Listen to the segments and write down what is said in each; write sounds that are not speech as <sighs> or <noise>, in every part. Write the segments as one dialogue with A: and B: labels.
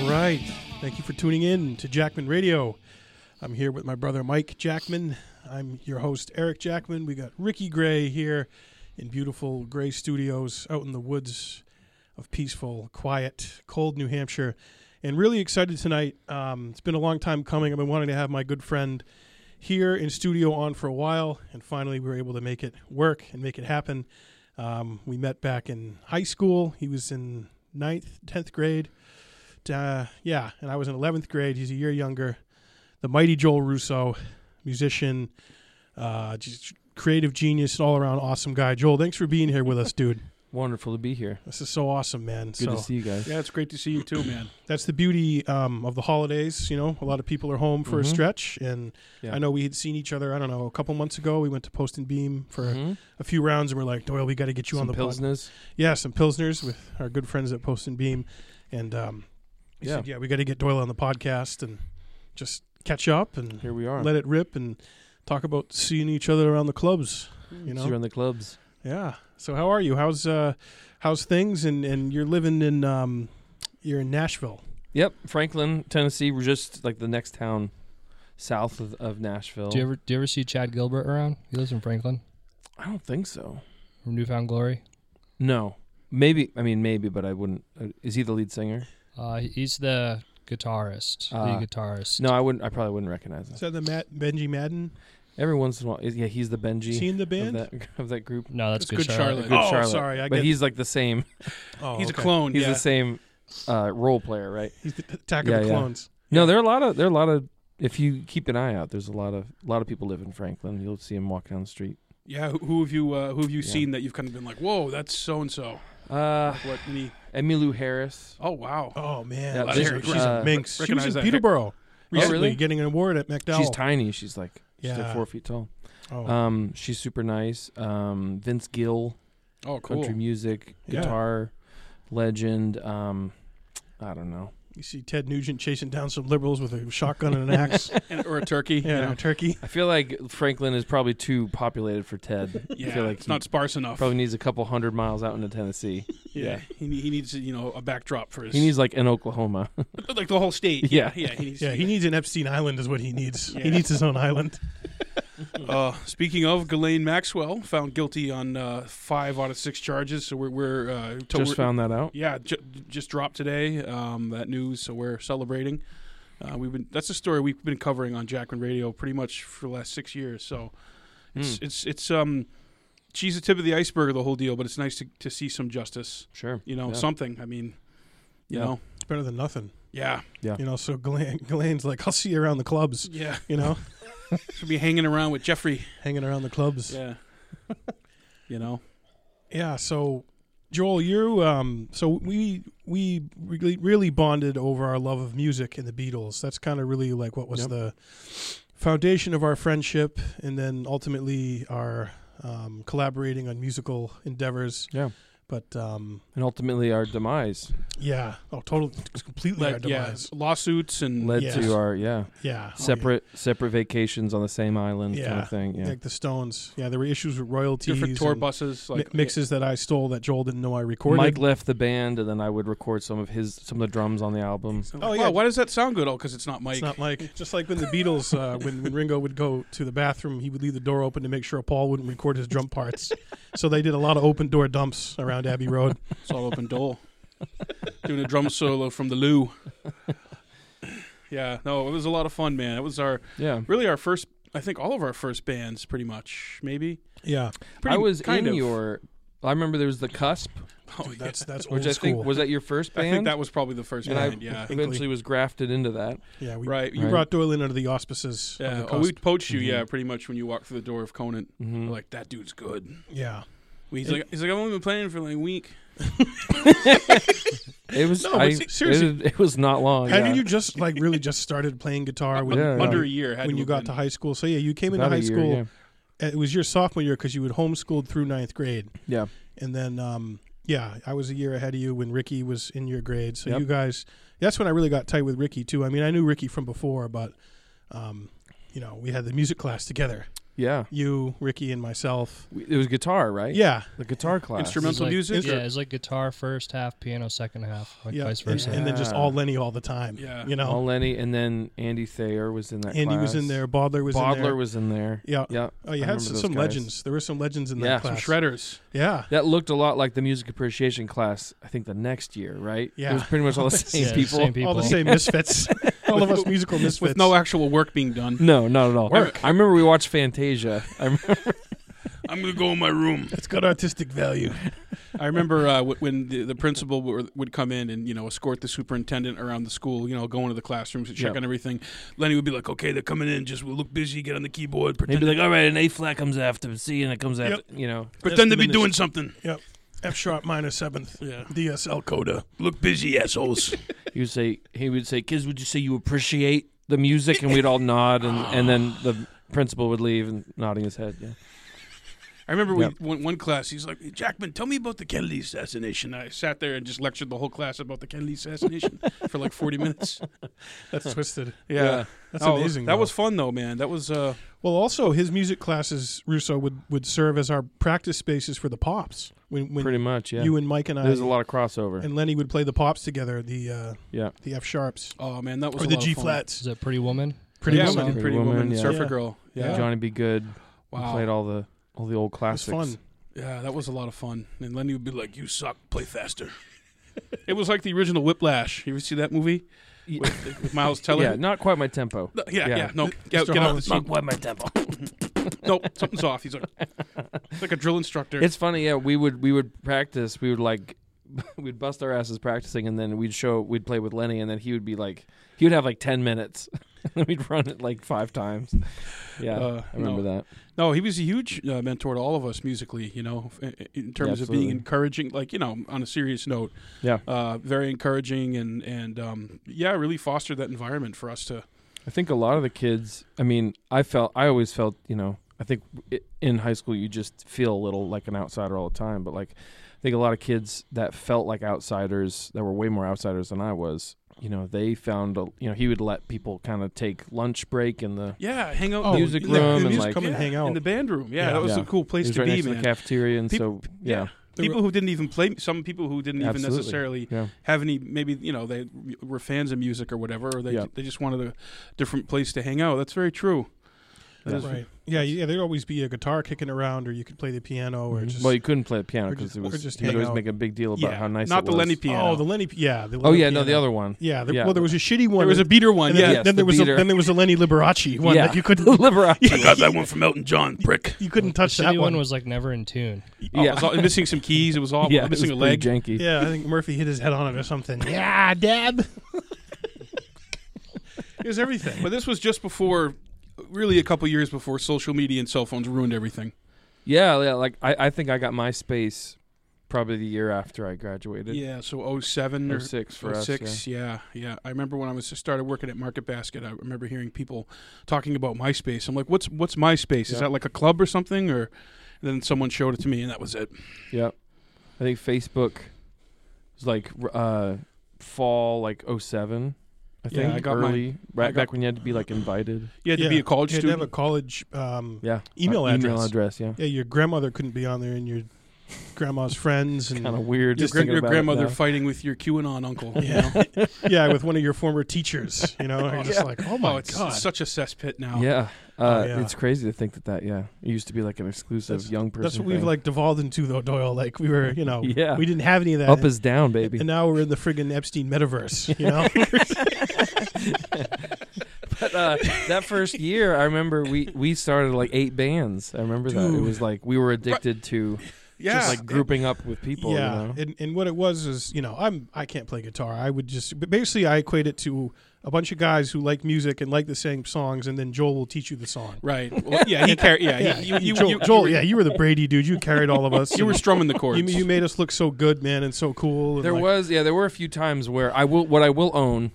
A: Thank you for tuning in to Jackman Radio. I'm here with my brother Mike Jackman. I'm your host, Eric Jackman. We got Ricky Gray here in beautiful Gray Studios out in the woods of peaceful, quiet, cold New Hampshire. And really excited tonight. Um, it's been a long time coming. I've been wanting to have my good friend here in studio on for a while, and finally we were able to make it work and make it happen. Um, we met back in high school. He was in ninth, tenth grade. Uh, yeah, and I was in eleventh grade. He's a year younger. The mighty Joel Russo, musician, uh, just creative genius, all around awesome guy. Joel, thanks for being here with us, dude.
B: Wonderful to be here.
A: This is so awesome, man.
B: Good
A: so,
B: to see you guys.
C: Yeah, it's great to see you too, man.
A: that's the beauty um, of the holidays. You know, a lot of people are home for a
B: Mhm.
A: stretch, and
B: Yeah.
A: I know we had seen each other. I don't know, a couple months ago, we went to Post and Beam for
B: Mhm.
A: a few rounds, and we're like, Doyle, we got to get you
B: Some
A: on the pod.
B: pilsners.
A: Yeah, some pilsners with our good friends at Post and Beam, and um, we
B: Yeah.
A: said, yeah, we got to get Doyle on the podcast and just catch up and
B: Here we are.
A: let it rip and talk about seeing each other around the clubs. You
B: Mm-hmm. See
A: know,
B: you around the clubs.
A: yeah. So how are you? How's uh how's things? And and you're living in um you're in Nashville.
B: Yep, Franklin, Tennessee. We're just like the next town south of, of Nashville.
D: Do you ever do you ever see Chad Gilbert around? He lives in Franklin
B: I don't think so.
D: from Newfound Glory.
B: No, maybe. I mean, maybe, but I wouldn't. Uh, is he the lead singer?
D: Uh, he- he's the guitarist,
B: Ah.
D: the guitarist.
B: No, I wouldn't. I probably wouldn't recognize him.
A: Is that the Matt Benji Madden?
B: Every once in a while, is- yeah, he's the Benji
A: Is he in the
B: of
A: band?
B: that of that group.
D: no, that's
C: It's
D: good,
C: Good
D: Charlotte.
C: Charlotte.
B: Good
A: oh,
B: Charlotte.
A: sorry. I
B: but
A: get,
B: he's like the same. <laughs>
A: oh,
C: He's
A: okay.
C: a clone.
B: He's
C: yeah.
B: the same uh, role player, right?
A: He's the Attack
B: Yeah,
A: of the
B: yeah.
A: Clones.
B: No, there are a lot of there are a lot of. If you keep an eye out, there's a lot of a lot of people live in Franklin. You'll see them walk down the street.
C: Yeah, who, who have you uh, who have you
B: Yeah.
C: seen that you've kind of been like, whoa, that's so and so.
B: Uh,
C: What? Any?
B: Emmylou Harris.
C: Oh wow.
A: Oh man,
B: Yeah,
A: Larry,
C: Larry
A: she's
B: Brown.
A: a
B: Uh,
A: minx. She was
C: recognize
A: in
C: that.
A: Peterborough recently,
B: really?
A: getting an award at McDowell.
B: She's tiny. She's like she's
A: Yeah.
B: like four feet tall.
A: oh,
B: Um, she's super nice. Um, Vince Gill,
C: Oh cool.
B: country music,
A: Yeah.
B: guitar legend. Um, I don't know.
A: you see Ted Nugent chasing down some liberals with a shotgun and an
C: <laughs>
A: axe.
C: And, or a turkey.
A: yeah,
C: You know?
A: turkey.
B: <laughs> I feel like Franklin is probably too populated for Ted.
C: Yeah.
B: I feel like
C: it's
B: he
C: not sparse enough.
B: probably needs a couple hundred miles out into Tennessee.
C: yeah. He He, he needs you know a backdrop for his.
B: He needs like an Oklahoma.
C: <laughs> like the whole state.
B: <laughs> Yeah.
C: Yeah. He needs.
A: Yeah, he needs an Epstein Island, is what he needs. He
C: Yeah.
A: needs his own island.
C: Uh,
B: <laughs>
C: speaking of, Ghislaine Maxwell found guilty on uh, five out of six charges. So we're we're uh, to-
B: Just
C: we're-
B: found that out.
C: Yeah, ju- just dropped today. Um, that news, so we're celebrating. Uh, we've been that's a story we've been covering on Jackman Radio pretty much for the last six years. So it's
B: Mm.
C: it's it's um, she's the tip of the iceberg of the whole deal, but it's nice to to see some justice.
B: Sure.
C: You know,
B: Yeah.
C: something. I mean, you
B: Yeah.
C: know,
A: It's better than nothing.
C: yeah,
A: You know, so Ghislaine, Ghislaine's like, I'll see you around the clubs.
C: <laughs> yeah.
A: You know,
C: Should be hanging around with Jeffrey.
A: hanging around the clubs.
C: Yeah, <laughs> you know.
A: Yeah. So, Joel, you um, so we we really, really bonded over our love of music and the Beatles. That's kind of really like what was
B: Yep.
A: the foundation of our friendship, and then ultimately our um, collaborating on musical endeavors.
B: Yeah.
A: But um,
B: And ultimately, our demise
A: yeah, oh, total, completely our
C: Led, yeah,
A: demise.
C: lawsuits and
B: led
A: Yes.
B: to our yeah
A: Yeah.
B: Oh, separate separate vacations on the same island kind
A: Yeah.
B: of thing. Yeah.
A: Like the Stones. Yeah, there were issues with royalties.
C: different tour
A: and
C: buses,
A: mi-
C: like
A: mixes that I stole that Joel didn't know I recorded.
B: Mike left the band, and then I would record some of his some of the drums on the album.
C: So,
A: Oh,
C: like,
A: yeah.
C: wow, why does that sound good? Oh, because it's not Mike.
A: It's not Mike. Just like when the Beatles, uh, when, when Ringo would go to the bathroom, he would leave the door open to make sure Paul wouldn't record his drum parts. so they did a lot of open door dumps around Abbey Road.
C: It's all open door. Doing a drum solo from the loo. Yeah, no, it was a lot of fun, man. It was our
B: Yeah,
C: really our first. I think all of our first bands, pretty much, maybe.
A: Yeah,
C: Pretty,
B: I was
C: kind
B: in
C: of.
B: your. I remember there was the Cusp,
C: Oh,
A: Dude, that's that's old
B: which I
A: school.
B: think was that your first
C: yeah. I
B: band.
C: think that was probably the first
B: and I
C: band. yeah,
A: Hinkley.
B: eventually was grafted into that.
A: yeah, we,
C: right.
A: You
B: Right.
A: brought Doyle in under the auspices. Of
C: Yeah.
A: the
C: Oh, we
A: cusp.
C: poached you.
B: Mhm.
C: Yeah, pretty much when you walked through the door of Conant.
B: Mhm.
C: We're Like that dude's good.
A: yeah.
C: He's
A: And-
C: like, he's like, I've only been playing for like a week.
B: it was
A: No,
B: I,
A: but se- seriously.
B: It, it was not long.
A: Hadn't
B: Oh, yeah.
A: you just like really just started playing guitar when,
B: Yeah,
A: when
C: Under
A: you-
C: a year. Had
A: when you
C: have
A: got
C: been.
A: to high school? So yeah, you came into
B: About a
A: high
B: year,
A: school. uh, It was your sophomore year because you had homeschooled through ninth grade.
B: Yeah. yeah.
A: and then um, yeah, I was a year ahead of you when Ricky was in your grade. So
B: Yep.
A: you guys, that's when I really got tight with Ricky too. I mean, I knew Ricky from before, but um, you know, we had the music class together.
B: Yeah.
A: you, Ricky, and myself.
B: We- It was guitar, right?
A: Yeah,
B: The guitar class.
C: Instrumental
D: It's like-
C: music?
D: Yeah, it's like guitar first half, piano second half, like
A: yeah,
D: vice
A: and,
D: versa.
A: and then just
B: Yeah.
A: all Lenny all the time.
C: Yeah.
A: you know,
B: All Lenny and then Andy Thayer was in that
A: Andy was in
B: class.
A: there, Bodler was
B: Bodler
A: in there.
B: was in there.
A: yeah.
B: Yeah.
A: Oh, you had
B: I remember
A: some,
B: those
A: some
B: guys.
A: legends. There were some legends in that
B: Yeah, some
A: class.
C: Shredders.
A: yeah,
B: That looked a lot like the music appreciation class, I think the next year, right?
A: Yeah.
B: It was pretty much
A: <laughs>
B: all the same
D: Yeah, the
B: people.
D: same people.
A: all the same misfits. <laughs> all of us <laughs> musical misfits.
C: With no actual work being done.
B: No, not at all.
C: Work.
B: I remember we watched
A: <laughs>
B: Fantasia. I remember
C: I'm going to go in my room.
A: it's got artistic value.
C: I remember uh, wh- when the, the principal were, would come in and you know escort the superintendent around the school, you know, go into the classrooms and check
B: Yeah.
C: on everything. Lenny would be like, "Okay, they're coming in. Just look busy. Get on the keyboard.
B: they'd
C: Pretend,
B: be like, "Oh, all right, an A flat comes after C and it comes after, you know.
C: pretend to be
A: diminished.
C: doing
B: <laughs>
C: something."
A: F sharp minor seventh.
C: Yeah.
A: DSL coda.
C: Look
B: <laughs>
C: busy, assholes.
B: He would say, he would say, kids, would you say you appreciate the music? And we'd all nod, and, and then the principal would leave and nodding his head. Yeah.
C: I remember
B: Yeah.
C: we one, one class. He's like, "Jackman, tell me about the Kennedy assassination." I sat there and just lectured the whole class about the
B: <laughs>
C: Kennedy assassination for like forty minutes.
A: That's twisted.
C: <laughs>
B: Yeah.
A: That's
C: Oh,
A: amazing.
C: That
A: though.
C: was fun though, man. That was uh,
A: well. Also, his music classes, Russo would would serve as our practice spaces for the pops. When when
B: Pretty much, yeah.
A: you and Mike and I
B: There's a lot of crossover.
A: and Lenny would play the pops together. The uh,
B: yeah.
A: the F sharps
C: oh man, that was
A: or
C: a
A: the
C: lot
A: G
C: of
D: Is
C: fun.
A: flats.
D: that Pretty Woman?
A: Pretty
C: yeah,
A: Woman.
C: Pretty,
B: Pretty
C: woman,
B: Woman, yeah.
C: Surfer
A: Yeah.
C: Girl.
A: Yeah.
C: Yeah.
B: Johnny Be Good. We
C: Wow.
B: played all the all the old
A: It was
B: classics.
A: fun.
C: Yeah, that was a lot of fun. And Lenny would be like, "You suck.
B: <laughs>
C: Play faster." it was like the original Whiplash. You ever see that movie
B: Ye-
C: with, with Miles
B: <laughs>
C: Teller?
B: Yeah, not quite my tempo.
C: No, yeah,
B: Yeah.
C: yeah, No,
A: Mr.
C: get, get out of
A: Holland's
C: the seat.
B: quite my tempo.
C: No, something's
B: <laughs>
C: off. He's like, it's like a drill instructor.
B: It's funny, yeah. We would we would practice. We would like <laughs> we'd bust our asses practicing, and then we'd show we'd play with Lenny, and then he would be like he would have like ten minutes, <laughs> and then we'd run it like five times. Yeah,
C: Uh,
B: I remember
C: no.
B: that.
C: No, he was a huge uh, mentor to all of us musically. You know, in, in terms of
B: absolutely.
C: being encouraging. Like you know, on a serious note,
B: Yeah,
C: uh, very encouraging and and um, yeah, really fostered that environment for us to.
B: I think a lot of the kids. I mean, I felt I always felt you know. I think i- in high school you just feel a little like an outsider all the time, but like I think a lot of kids that felt like outsiders that were way more outsiders than I was. You know, they found a, you know he would let people kind of take lunch break in the
C: Yeah, hang out.
A: Oh,
C: in
B: Music
C: the-
B: room and,
A: music
B: like-
A: come and
C: yeah,
A: hang
C: in
A: out.
C: the band room. Yeah,
A: Yeah.
C: that was
B: Yeah.
C: a cool place
B: It was
C: to
B: right
C: be,
B: next
C: man.
B: to the cafeteria, and
C: Peop-
B: so yeah,
C: yeah. people who didn't even play some people who didn't even
B: Absolutely.
C: necessarily
B: yeah,
C: have any maybe you know they were fans of music or whatever or they
B: Yeah.
C: they just wanted a different place to hang out that's very true That
B: Yeah.
C: is-
A: Right. Yeah, yeah. There'd always be a guitar kicking around, or you could play the piano, or
B: Mhm.
A: just
B: well, you couldn't play the piano
A: or
B: because
A: just-
B: it
A: or
B: was
A: just
B: you'd
A: hang
B: always
A: out.
B: make a big deal about
C: Yeah,
B: how nice.
C: not
B: it
C: the
B: was.
C: Lenny piano
A: oh the Lenny. p- Yeah. The
B: Oh
A: Lenny
B: yeah, no, the
A: piano.
B: other
C: <laughs>
B: one.
A: Yeah, there,
B: Yeah.
A: Well, there was a shitty one.
C: there was a beater one
A: And then,
C: yeah
B: Yes,
A: then
B: the
A: there was
B: beater.
A: a, then there was a Lenny Liberace one
B: Yeah.
A: that you couldn't
B: Liberace.
C: <laughs>
A: Yeah, you,
C: that one from Elton John prick
A: <laughs> you couldn't touch
D: the
A: that
D: shitty
A: one.
D: was like never in tune.
C: oh,
B: Yeah.
C: it was all, missing some keys it was all
B: Yeah, it was
C: missing a
B: pretty
C: leg
B: janky.
A: Yeah, I think Murphy hit his head on it or something. Yeah, Deb. <laughs> it was everything.
C: but this was just before really a couple years before social media and cell phones ruined everything
B: Yeah, yeah. Like I, I think I got MySpace probably the year after I graduated.
C: yeah so 07 or
B: 06 for us. yeah.
C: Six, yeah. yeah, I remember when I was started working at Market Basket. I remember hearing people talking about MySpace. I'm like, what's what's MySpace?
B: Yeah.
C: Is that like a club or something? Or and then someone showed it to me, and that was it.
B: Yep. I think Facebook was like r- uh fall like 07. I
C: Yeah,
B: think
C: I got mine.
B: early right
C: I got-
B: back when you had to be like invited.
C: You had to be a college
A: you
C: student.
A: Had to have a college um,
B: Yeah.
A: email
B: Uh,
A: address.
B: Email address, yeah.
A: Yeah, your grandmother couldn't be on there, and your grandma's friends, and
B: Kind of weird
C: your
B: just
C: gran-
B: thinking
C: your
B: about it
C: grandmother
B: now.
C: fighting with your QAnon uncle.
A: <laughs>
C: you
A: Yeah. Oh
C: know?
A: yeah, with one of your former teachers. You
C: <laughs>
A: know, you're just
B: Yeah.
A: like, oh my
C: oh, it's
A: god.
C: such a cesspit now.
B: yeah. Uh,
A: Oh, yeah.
B: it's crazy to think that that yeah. It used to be like an exclusive
A: That's-
B: young person.
A: That's what we've
B: thing.
A: like devolved into though, Doyle. Like we were, you
C: <laughs>
A: know,
B: Yeah.
A: we didn't have any of that.
B: Up is down, baby.
A: And now we're in the friggin' Epstein metaverse.
C: <laughs>
A: You know, <laughs>
B: But uh, that first year, I remember we we started like eight bands. I remember that it
A: Dude.
B: was like we were addicted to
C: yeah.
B: just like grouping up with people.
A: yeah.
B: you know?
A: and, and what it was is, you know, I'm I can't play guitar. I would just, but basically, I equate it to a bunch of guys who like music and like the same songs, and then Joel will teach you the song.
B: <laughs>
C: right. Well, yeah, he carried. Yeah, he- you, you,
A: Joel,
C: you-
A: Joel,
C: you were,
A: yeah, you were the Brady dude. You carried all of us.
C: <laughs> you were strumming the chords.
A: you, you made us look so good, man, and so cool. and
B: There
A: like-
B: was yeah, there were a few times where I will what I will own.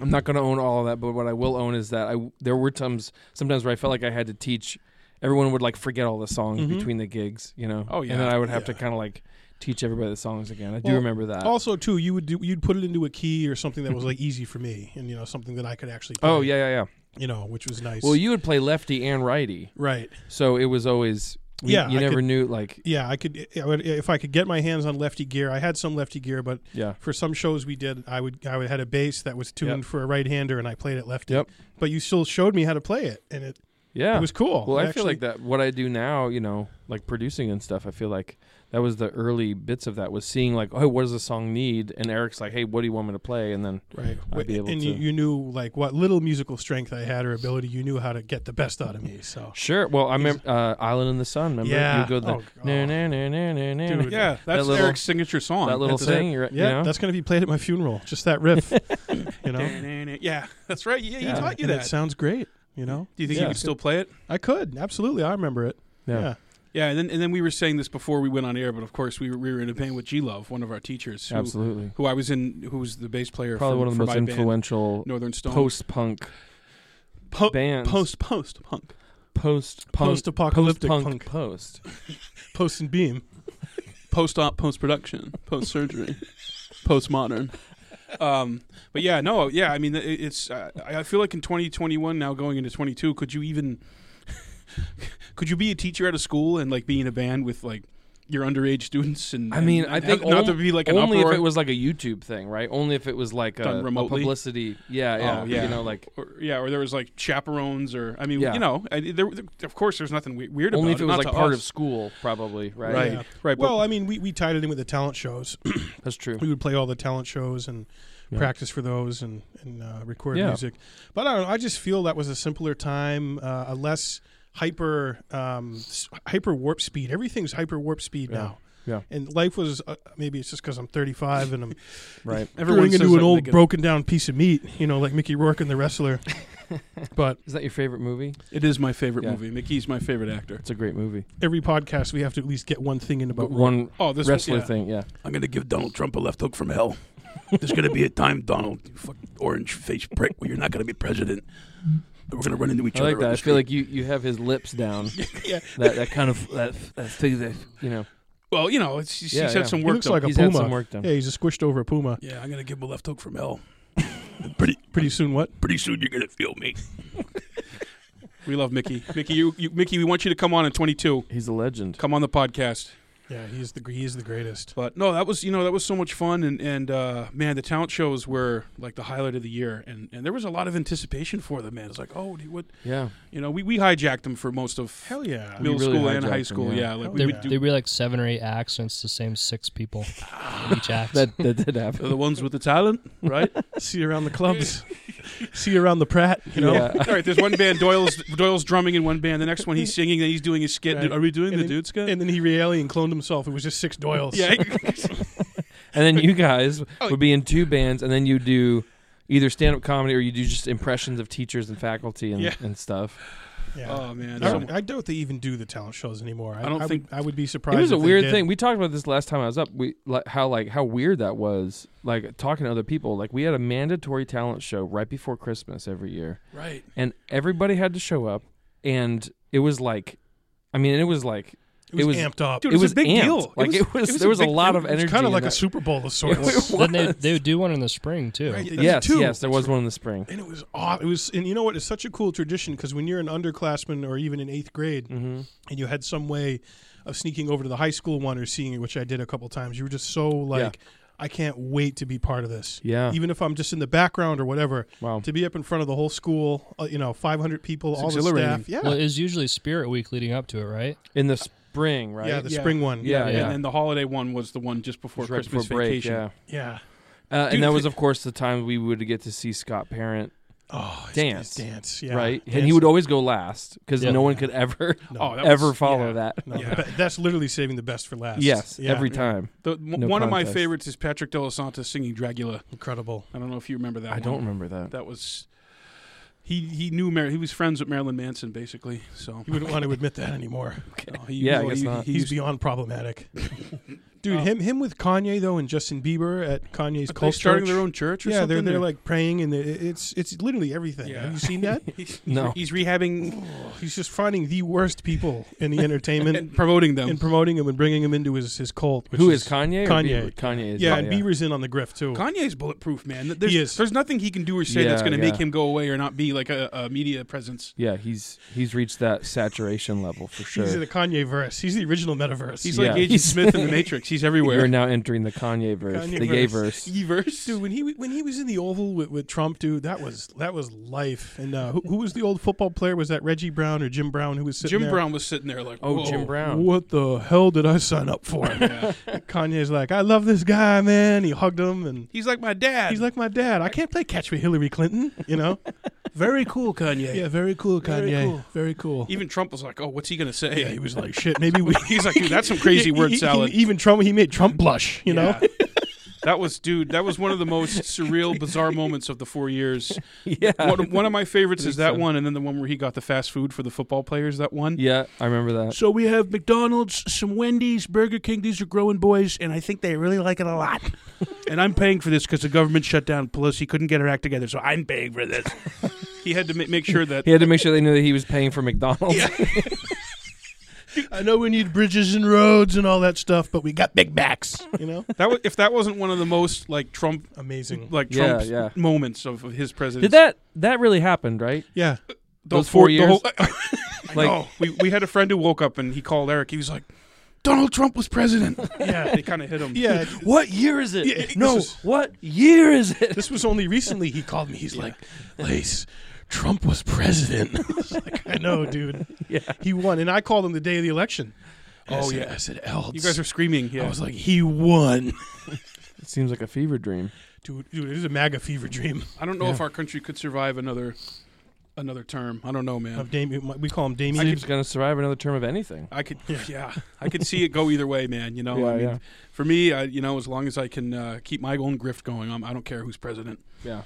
B: I'm not going to own all of that, but what I will own is that I there were times sometimes where I felt like I had to teach. Everyone would like forget all the songs
A: Mhm.
B: between the gigs, you know.
C: Oh, yeah.
B: and then I would have to
A: Yeah.
B: kind of like teach everybody the songs again. I do
A: Well,
B: remember that.
A: Also, too, you would do, you'd put it into a key or something that was like easy for me, and you know something that I could actually. Play.
B: oh yeah, yeah, yeah.
A: you know, which was nice.
B: Well, you would play lefty and righty,
A: right.
B: so it was always we-
A: Yeah,
B: You
A: I
B: never
A: could-
B: knew like
A: Yeah, I could I would, if I could get my hands on lefty gear. I had some lefty gear, but
B: yeah.
A: for some shows we did, I would I would had a bass that was tuned
B: Yep.
A: for a right-hander, and I played it lefty.
B: Yep.
A: But you still showed me how to play it, and it,
B: Yeah.
A: it was cool.
B: well,
A: It
B: I
A: actually,
B: feel like that what I do now, you know, like producing and stuff, I feel like that was the early bits of that was seeing like, oh, what does the song need? And Eric's like, hey, what do you want me to play? And then
A: Right.
B: I'd be able
A: and
B: to-
A: You, you knew like what little musical strength I had or ability. You knew how to get the best out of me. So
B: sure. Well, I remember uh, Island in the Sun. Remember
A: Yeah.
B: you go the
A: Oh,
B: <laughs>
A: God.
B: na na na na na na.
A: Dude.
C: Yeah, that's
B: little-
C: Eric's signature song.
B: that little
A: That's
B: thing. You're,
A: yeah,
B: you know?
A: that's gonna be played at my funeral. Just that
B: <laughs>
A: riff, you know. And
C: Da-na-na. Yeah, that's right. Yeah, you
B: Yeah.
C: taught you
A: it
C: that.
A: sounds great. You know,
C: Do you think
B: Yeah.
C: you could still play it?
A: I could absolutely. I remember it.
B: Yeah.
C: Yeah, and then and then we were saying this before we went on air, but of course we were, we were in a band with G Love, one of our teachers, who,
B: absolutely.
C: who I was in, who was the bass player,
B: Probably
C: for,
B: one of
C: for
B: the most
C: my band,
B: influential
C: Northern Stone
B: post punk
C: Po-
B: bands.
C: post post punk.
B: post punk
A: Post-apocalyptic punk.
B: post.
A: Post and beam.
C: post op, post production, post surgery, <laughs> post modern. Um, but yeah, no, yeah. I mean, it, it's. Uh, I I feel like in 2021 now, going into 22, could you even, <laughs> could you be a teacher at a school and like be in a band with like your underage students? And
B: I mean,
C: and
B: I think
C: have- not to
B: on-
C: be like an
B: Only
C: uproar.
B: if it was like a YouTube thing, right? Only if it was like
C: Done
B: a, a
C: remotely?
B: publicity. Yeah, yeah,
C: Oh, yeah.
B: You know, like
C: or, yeah, or there was like chaperones, or I mean,
B: Yeah.
C: you know, I, there, there- of course, there's nothing we- weird
B: only if
C: about
B: it was
C: not
B: like
C: to
B: part
C: us.
B: of school, probably. Right.
C: right,
A: Yeah.
C: right.
A: Well, I mean, we, we tied it in with the talent shows.
B: That's true.
A: we would play all the talent shows and
B: Yeah.
A: practice for those and and uh, record
B: Yeah.
A: music. But I don't know. I just feel that was a simpler time, uh, a less hyper um, s- hyper warp speed. Everything's hyper warp speed
B: Yeah.
A: now.
B: Yeah.
A: And life was uh, maybe it's just because I'm 35
B: <laughs>
A: and I'm
B: <laughs> Right.
C: but
A: turning
C: says
A: into
C: that
A: an
C: when
A: old
C: they get-
A: broken down piece of meat, you know, like Mickey Rourke in The
B: <laughs>
A: Wrestler. but
B: Is that your favorite movie?
C: It is my favorite
B: Yeah.
C: movie. Mickey's my favorite actor.
B: It's a great movie.
A: every podcast we have to at least get one thing in about
B: But one
C: Oh, this
B: wrestler
C: yeah.
B: thing. Yeah.
E: I'm gonna give Donald Trump a left hook from hell. There's gonna be a time, Donald, you fucking orange face prick, where you're not gonna be president. We're gonna run into each
B: I like
E: other.
B: that. I
E: on the
B: feel
E: street.
B: like you, you have his lips down.
A: <laughs> Yeah.
B: That that kind of that, that thing that you know
C: <laughs> Well, you know, it's, he's,
B: Yeah,
C: he's
B: yeah.
C: had some
A: He
C: work
A: looks
C: done.
A: like a
B: he's had
A: puma.
B: some work done.
A: Yeah, he's a squished over puma.
E: yeah, I'm gonna give him a left hook from hell. pretty,
A: Pretty soon, what?
E: pretty soon you're gonna feel me.
C: we love Mickey. Mickey, you, you, Mickey, we want you to come on in 22.
B: He's a legend.
C: Come on the podcast.
A: Yeah, he's the he is the greatest.
C: But no, that was you know that was so much fun, and and uh, man, the talent shows were like the highlight of the year, and and there was a lot of anticipation for them. Man, it's like, oh, do you- what
B: Yeah.
C: you know, we, we hijacked them for most of
A: Hell yeah.
B: We
C: middle
B: really
C: school and
B: hijacked
C: high
B: them,
C: school.
B: yeah.
C: yeah. like we
D: There,
C: would do
D: there'd be like seven or eight accidents, the same six people in each act.
B: That that did
C: They're
B: happen. <laughs>
C: the ones with the talent, right?
A: See you around the clubs. See you around the Pratt. <laughs> You know.
B: Yeah.
C: All right, there's one band Doyle's Doyle's drumming in one band. The next one
B: <laughs>
C: he's singing, then he's doing his skit.
A: Right.
C: Are we doing
A: And
C: the
A: then-
C: dude skit?
A: And then he really and cloned himself. It was just six Doyles.
C: <laughs> yeah,
B: And
C: <laughs>
B: then you guys
C: Oh.
B: would be in two bands, and then you do either stand up comedy or you do just impressions of teachers and faculty and,
C: Yeah.
A: <laughs>
B: and stuff.
A: Yeah.
C: oh man,
A: I,
C: so-
A: don't, I doubt they even do the talent shows anymore. I,
C: I don't
A: would-
C: think-
A: I would be surprised.
B: It was a
A: if they
B: weird
A: did.
B: thing. We talked about this last time I was up. We like, how like how weird that was. Like talking to other people. Like we had a mandatory talent show right before Christmas every year,
C: right.
B: and everybody had to show up, and it was like, I mean, it was like
A: It was,
B: it was-
A: amped up.
C: Dude,
B: it
C: was a
B: was
C: big
B: amped.
C: deal.
B: Like
C: It
B: it
C: was-
B: was,
C: it was
B: there
C: a
B: was a
C: big
B: lot
C: thing.
B: of
C: It
B: energy.
A: It's kind of
B: in
A: like a
B: that.
A: Super Bowl of sorts.
B: was-
D: <laughs> then they, they would do one in the spring
A: <laughs>
D: too.
A: Right, that's
B: Yes,
A: two.
B: yes, there was one in the spring.
A: And it was aw- it was and you know what? It's such a cool tradition because when you're an underclassman or even in eighth grade
B: hmm
A: and you had some way of sneaking over to the high school one or seeing it, which I did a couple times, you were just so like, I can't wait to be part of this.
B: Yeah.
A: Even if I'm just in the background or whatever,
B: Wow.
A: to be up in front of the whole school, uh, you know, 500 people,
C: It's
A: all the
C: exhilarating.
A: staff. Yeah.
D: Well, it was usually Spirit Week leading up to it, right?
B: In the spring, right?
A: Yeah, the
C: Yeah.
A: spring one.
B: Yeah, yeah.
C: And then the holiday one was the one just before
B: Just right
C: Christmas
B: before break,
C: vacation.
B: yeah.
A: Yeah.
B: Uh,
C: Dude,
B: and that
C: if
B: was,
C: it-
B: of course, the time we would get to see Scott Parent,
A: Oh, his-
B: Dance.
A: his dance. Yeah.
B: right?
A: Dance.
B: And he would always go last because
D: Yeah.
B: no one could ever,
A: No.
C: Oh,
B: <laughs>
C: that
B: ever
C: was-
B: follow
C: yeah.
B: that.
A: No,
C: Yeah.
A: but that's literally saving the best for last.
B: Yes,
A: Yeah.
B: every time.
C: The, m-
B: No
C: one of my
B: contest.
C: favorites is Patrick De La Santa singing Dracula.
A: incredible.
C: I don't know if you remember that.
B: I
C: one.
B: don't remember that.
C: That was he. He knew Mar- he was friends with Marilyn Manson basically. So
A: You wouldn't want to admit that anymore.
C: no, he,
B: Yeah, I
C: well,
B: guess
C: he,
B: not.
C: he
A: He's
C: used-
A: beyond problematic. Dude,
C: Uh, Oh.
A: him him with Kanye though, and Justin Bieber at Kanye's
C: Are they
A: cult
C: starting
A: church.
C: their own church or
A: yeah,
C: something?
A: they're they're
C: Or-
A: like praying, and it- it's it's literally everything.
C: Yeah.
A: Have you seen
C: <laughs>
A: that?
C: he's,
B: No.
C: he's rehabbing
A: He's just finding the worst people in the entertainment
C: <laughs> and promoting them.
A: and promoting them and bringing them into his his cult. Which
B: Who is Kanye? or
A: Kanye.
B: Bieber? Kanye is
A: Yeah, and Bieber's in on the grift too.
C: Kanye's bulletproof, man. Th- There's,
A: is.
C: there's nothing he can do or say that's
B: Yeah,
C: going to make
B: yeah.
C: him go away or not be like a, a media presence.
B: Yeah, he's he's reached that saturation level for sure.
A: He's in the Kanye verse. He's the original metaverse.
C: He's
B: Yeah.
C: like Agent
B: He's-
C: Smith
B: <laughs>
C: in the Matrix. He's
B: We're
C: everywhere.
B: now entering the Kanye verse,
A: Kanye
B: the gay
A: verse.
B: verse.
C: Everse.
A: Dude, when he w- when he was in the Oval with, with Trump, dude, that was that was life. And uh, who, who was the old football player? Was that Reggie Brown or Jim Brown? Who was sitting
C: Jim
A: there?
C: Brown was sitting there like,
B: Oh,
C: Whoa. <laughs>
B: Jim Brown. <laughs>
A: What the hell did I sign up for?
C: Yeah.
A: Kanye's like, I love this guy, man. He hugged him, and
C: He's like my dad.
A: he's like my dad. I can't play catch with Hillary Clinton, you know?
C: <laughs> very cool, Kanye.
A: yeah, very cool,
C: Very
A: Kanye. Very cool.
C: cool. Even Trump was like, oh, what's he going to say?
A: yeah, he was like, shit, maybe we.
C: <laughs> he's like, dude, that's some crazy word
A: <laughs> He- he-
C: salad.
A: even Trump, he made Trump blush, you know?
C: Yeah. that was, dude, that was one of the most surreal, bizarre moments of the four years.
B: Yeah,
C: One,
E: <laughs>
C: of- one of my favorites is
B: Think
C: that
B: so.
C: one, and then the one where he got the fast food for the football players, that one.
B: yeah, I remember that.
E: So we have McDonald's, some Wendy's, Burger King. These are growing boys, and I think they really like it a lot.
C: <laughs>
E: and I'm paying for this because the government shut down. Pelosi couldn't get her act together, so I'm paying for this.
C: <laughs> He had to ma- make sure
E: <laughs>
C: that
B: He had to make sure they knew that he was paying for McDonald's.
A: I know we need bridges and roads and all that stuff, but we got big backs, you know?
C: that was, if that wasn't one of the most like Trump
A: <laughs>
E: Mm.
A: Amazing.
C: like
B: Yeah,
C: Trump's
B: yeah.
C: moments of, of his presidency.
B: Did that? That really happened, right?
A: Yeah.
C: The
B: those
C: four-
B: four
C: the
B: years?
C: whole-
B: Like,
C: no, we we had a friend who woke up and he called Eric. He was like,
E: Donald Trump was president.
A: <laughs> Yeah.
C: they kind of hit
E: <laughs>
C: him.
A: Yeah.
B: what year is it?
A: Yeah, it-
B: no,
A: this is-
B: what year is it? <laughs>
A: This was only recently he called me. He's like, Lace, Trump was president. <laughs> I was like, I know, <laughs> dude.
B: Yeah.
A: He won. And I called him the day of the election. I
C: Oh,
A: said-
C: yeah.
A: I said, Elds.
C: You guys are screaming.
A: I
C: Yeah.
A: was like, he won.
B: It seems like a fever dream.
A: <laughs> Dude, dude, it is a MAGA fever dream.
C: I don't know
B: Yeah.
C: if our country could survive another another term. I don't know, man.
A: Of Damien, we call him
B: I
A: Damien.
B: keeps gonna survive another term of anything.
C: I could, yeah.
A: Yeah.
C: I could see it go either way, man. You know,
B: yeah,
C: I mean,
B: yeah,
C: for me, I, you know, as long as I can uh, keep my own grift going, I'm, I don't care who's president.
B: yeah.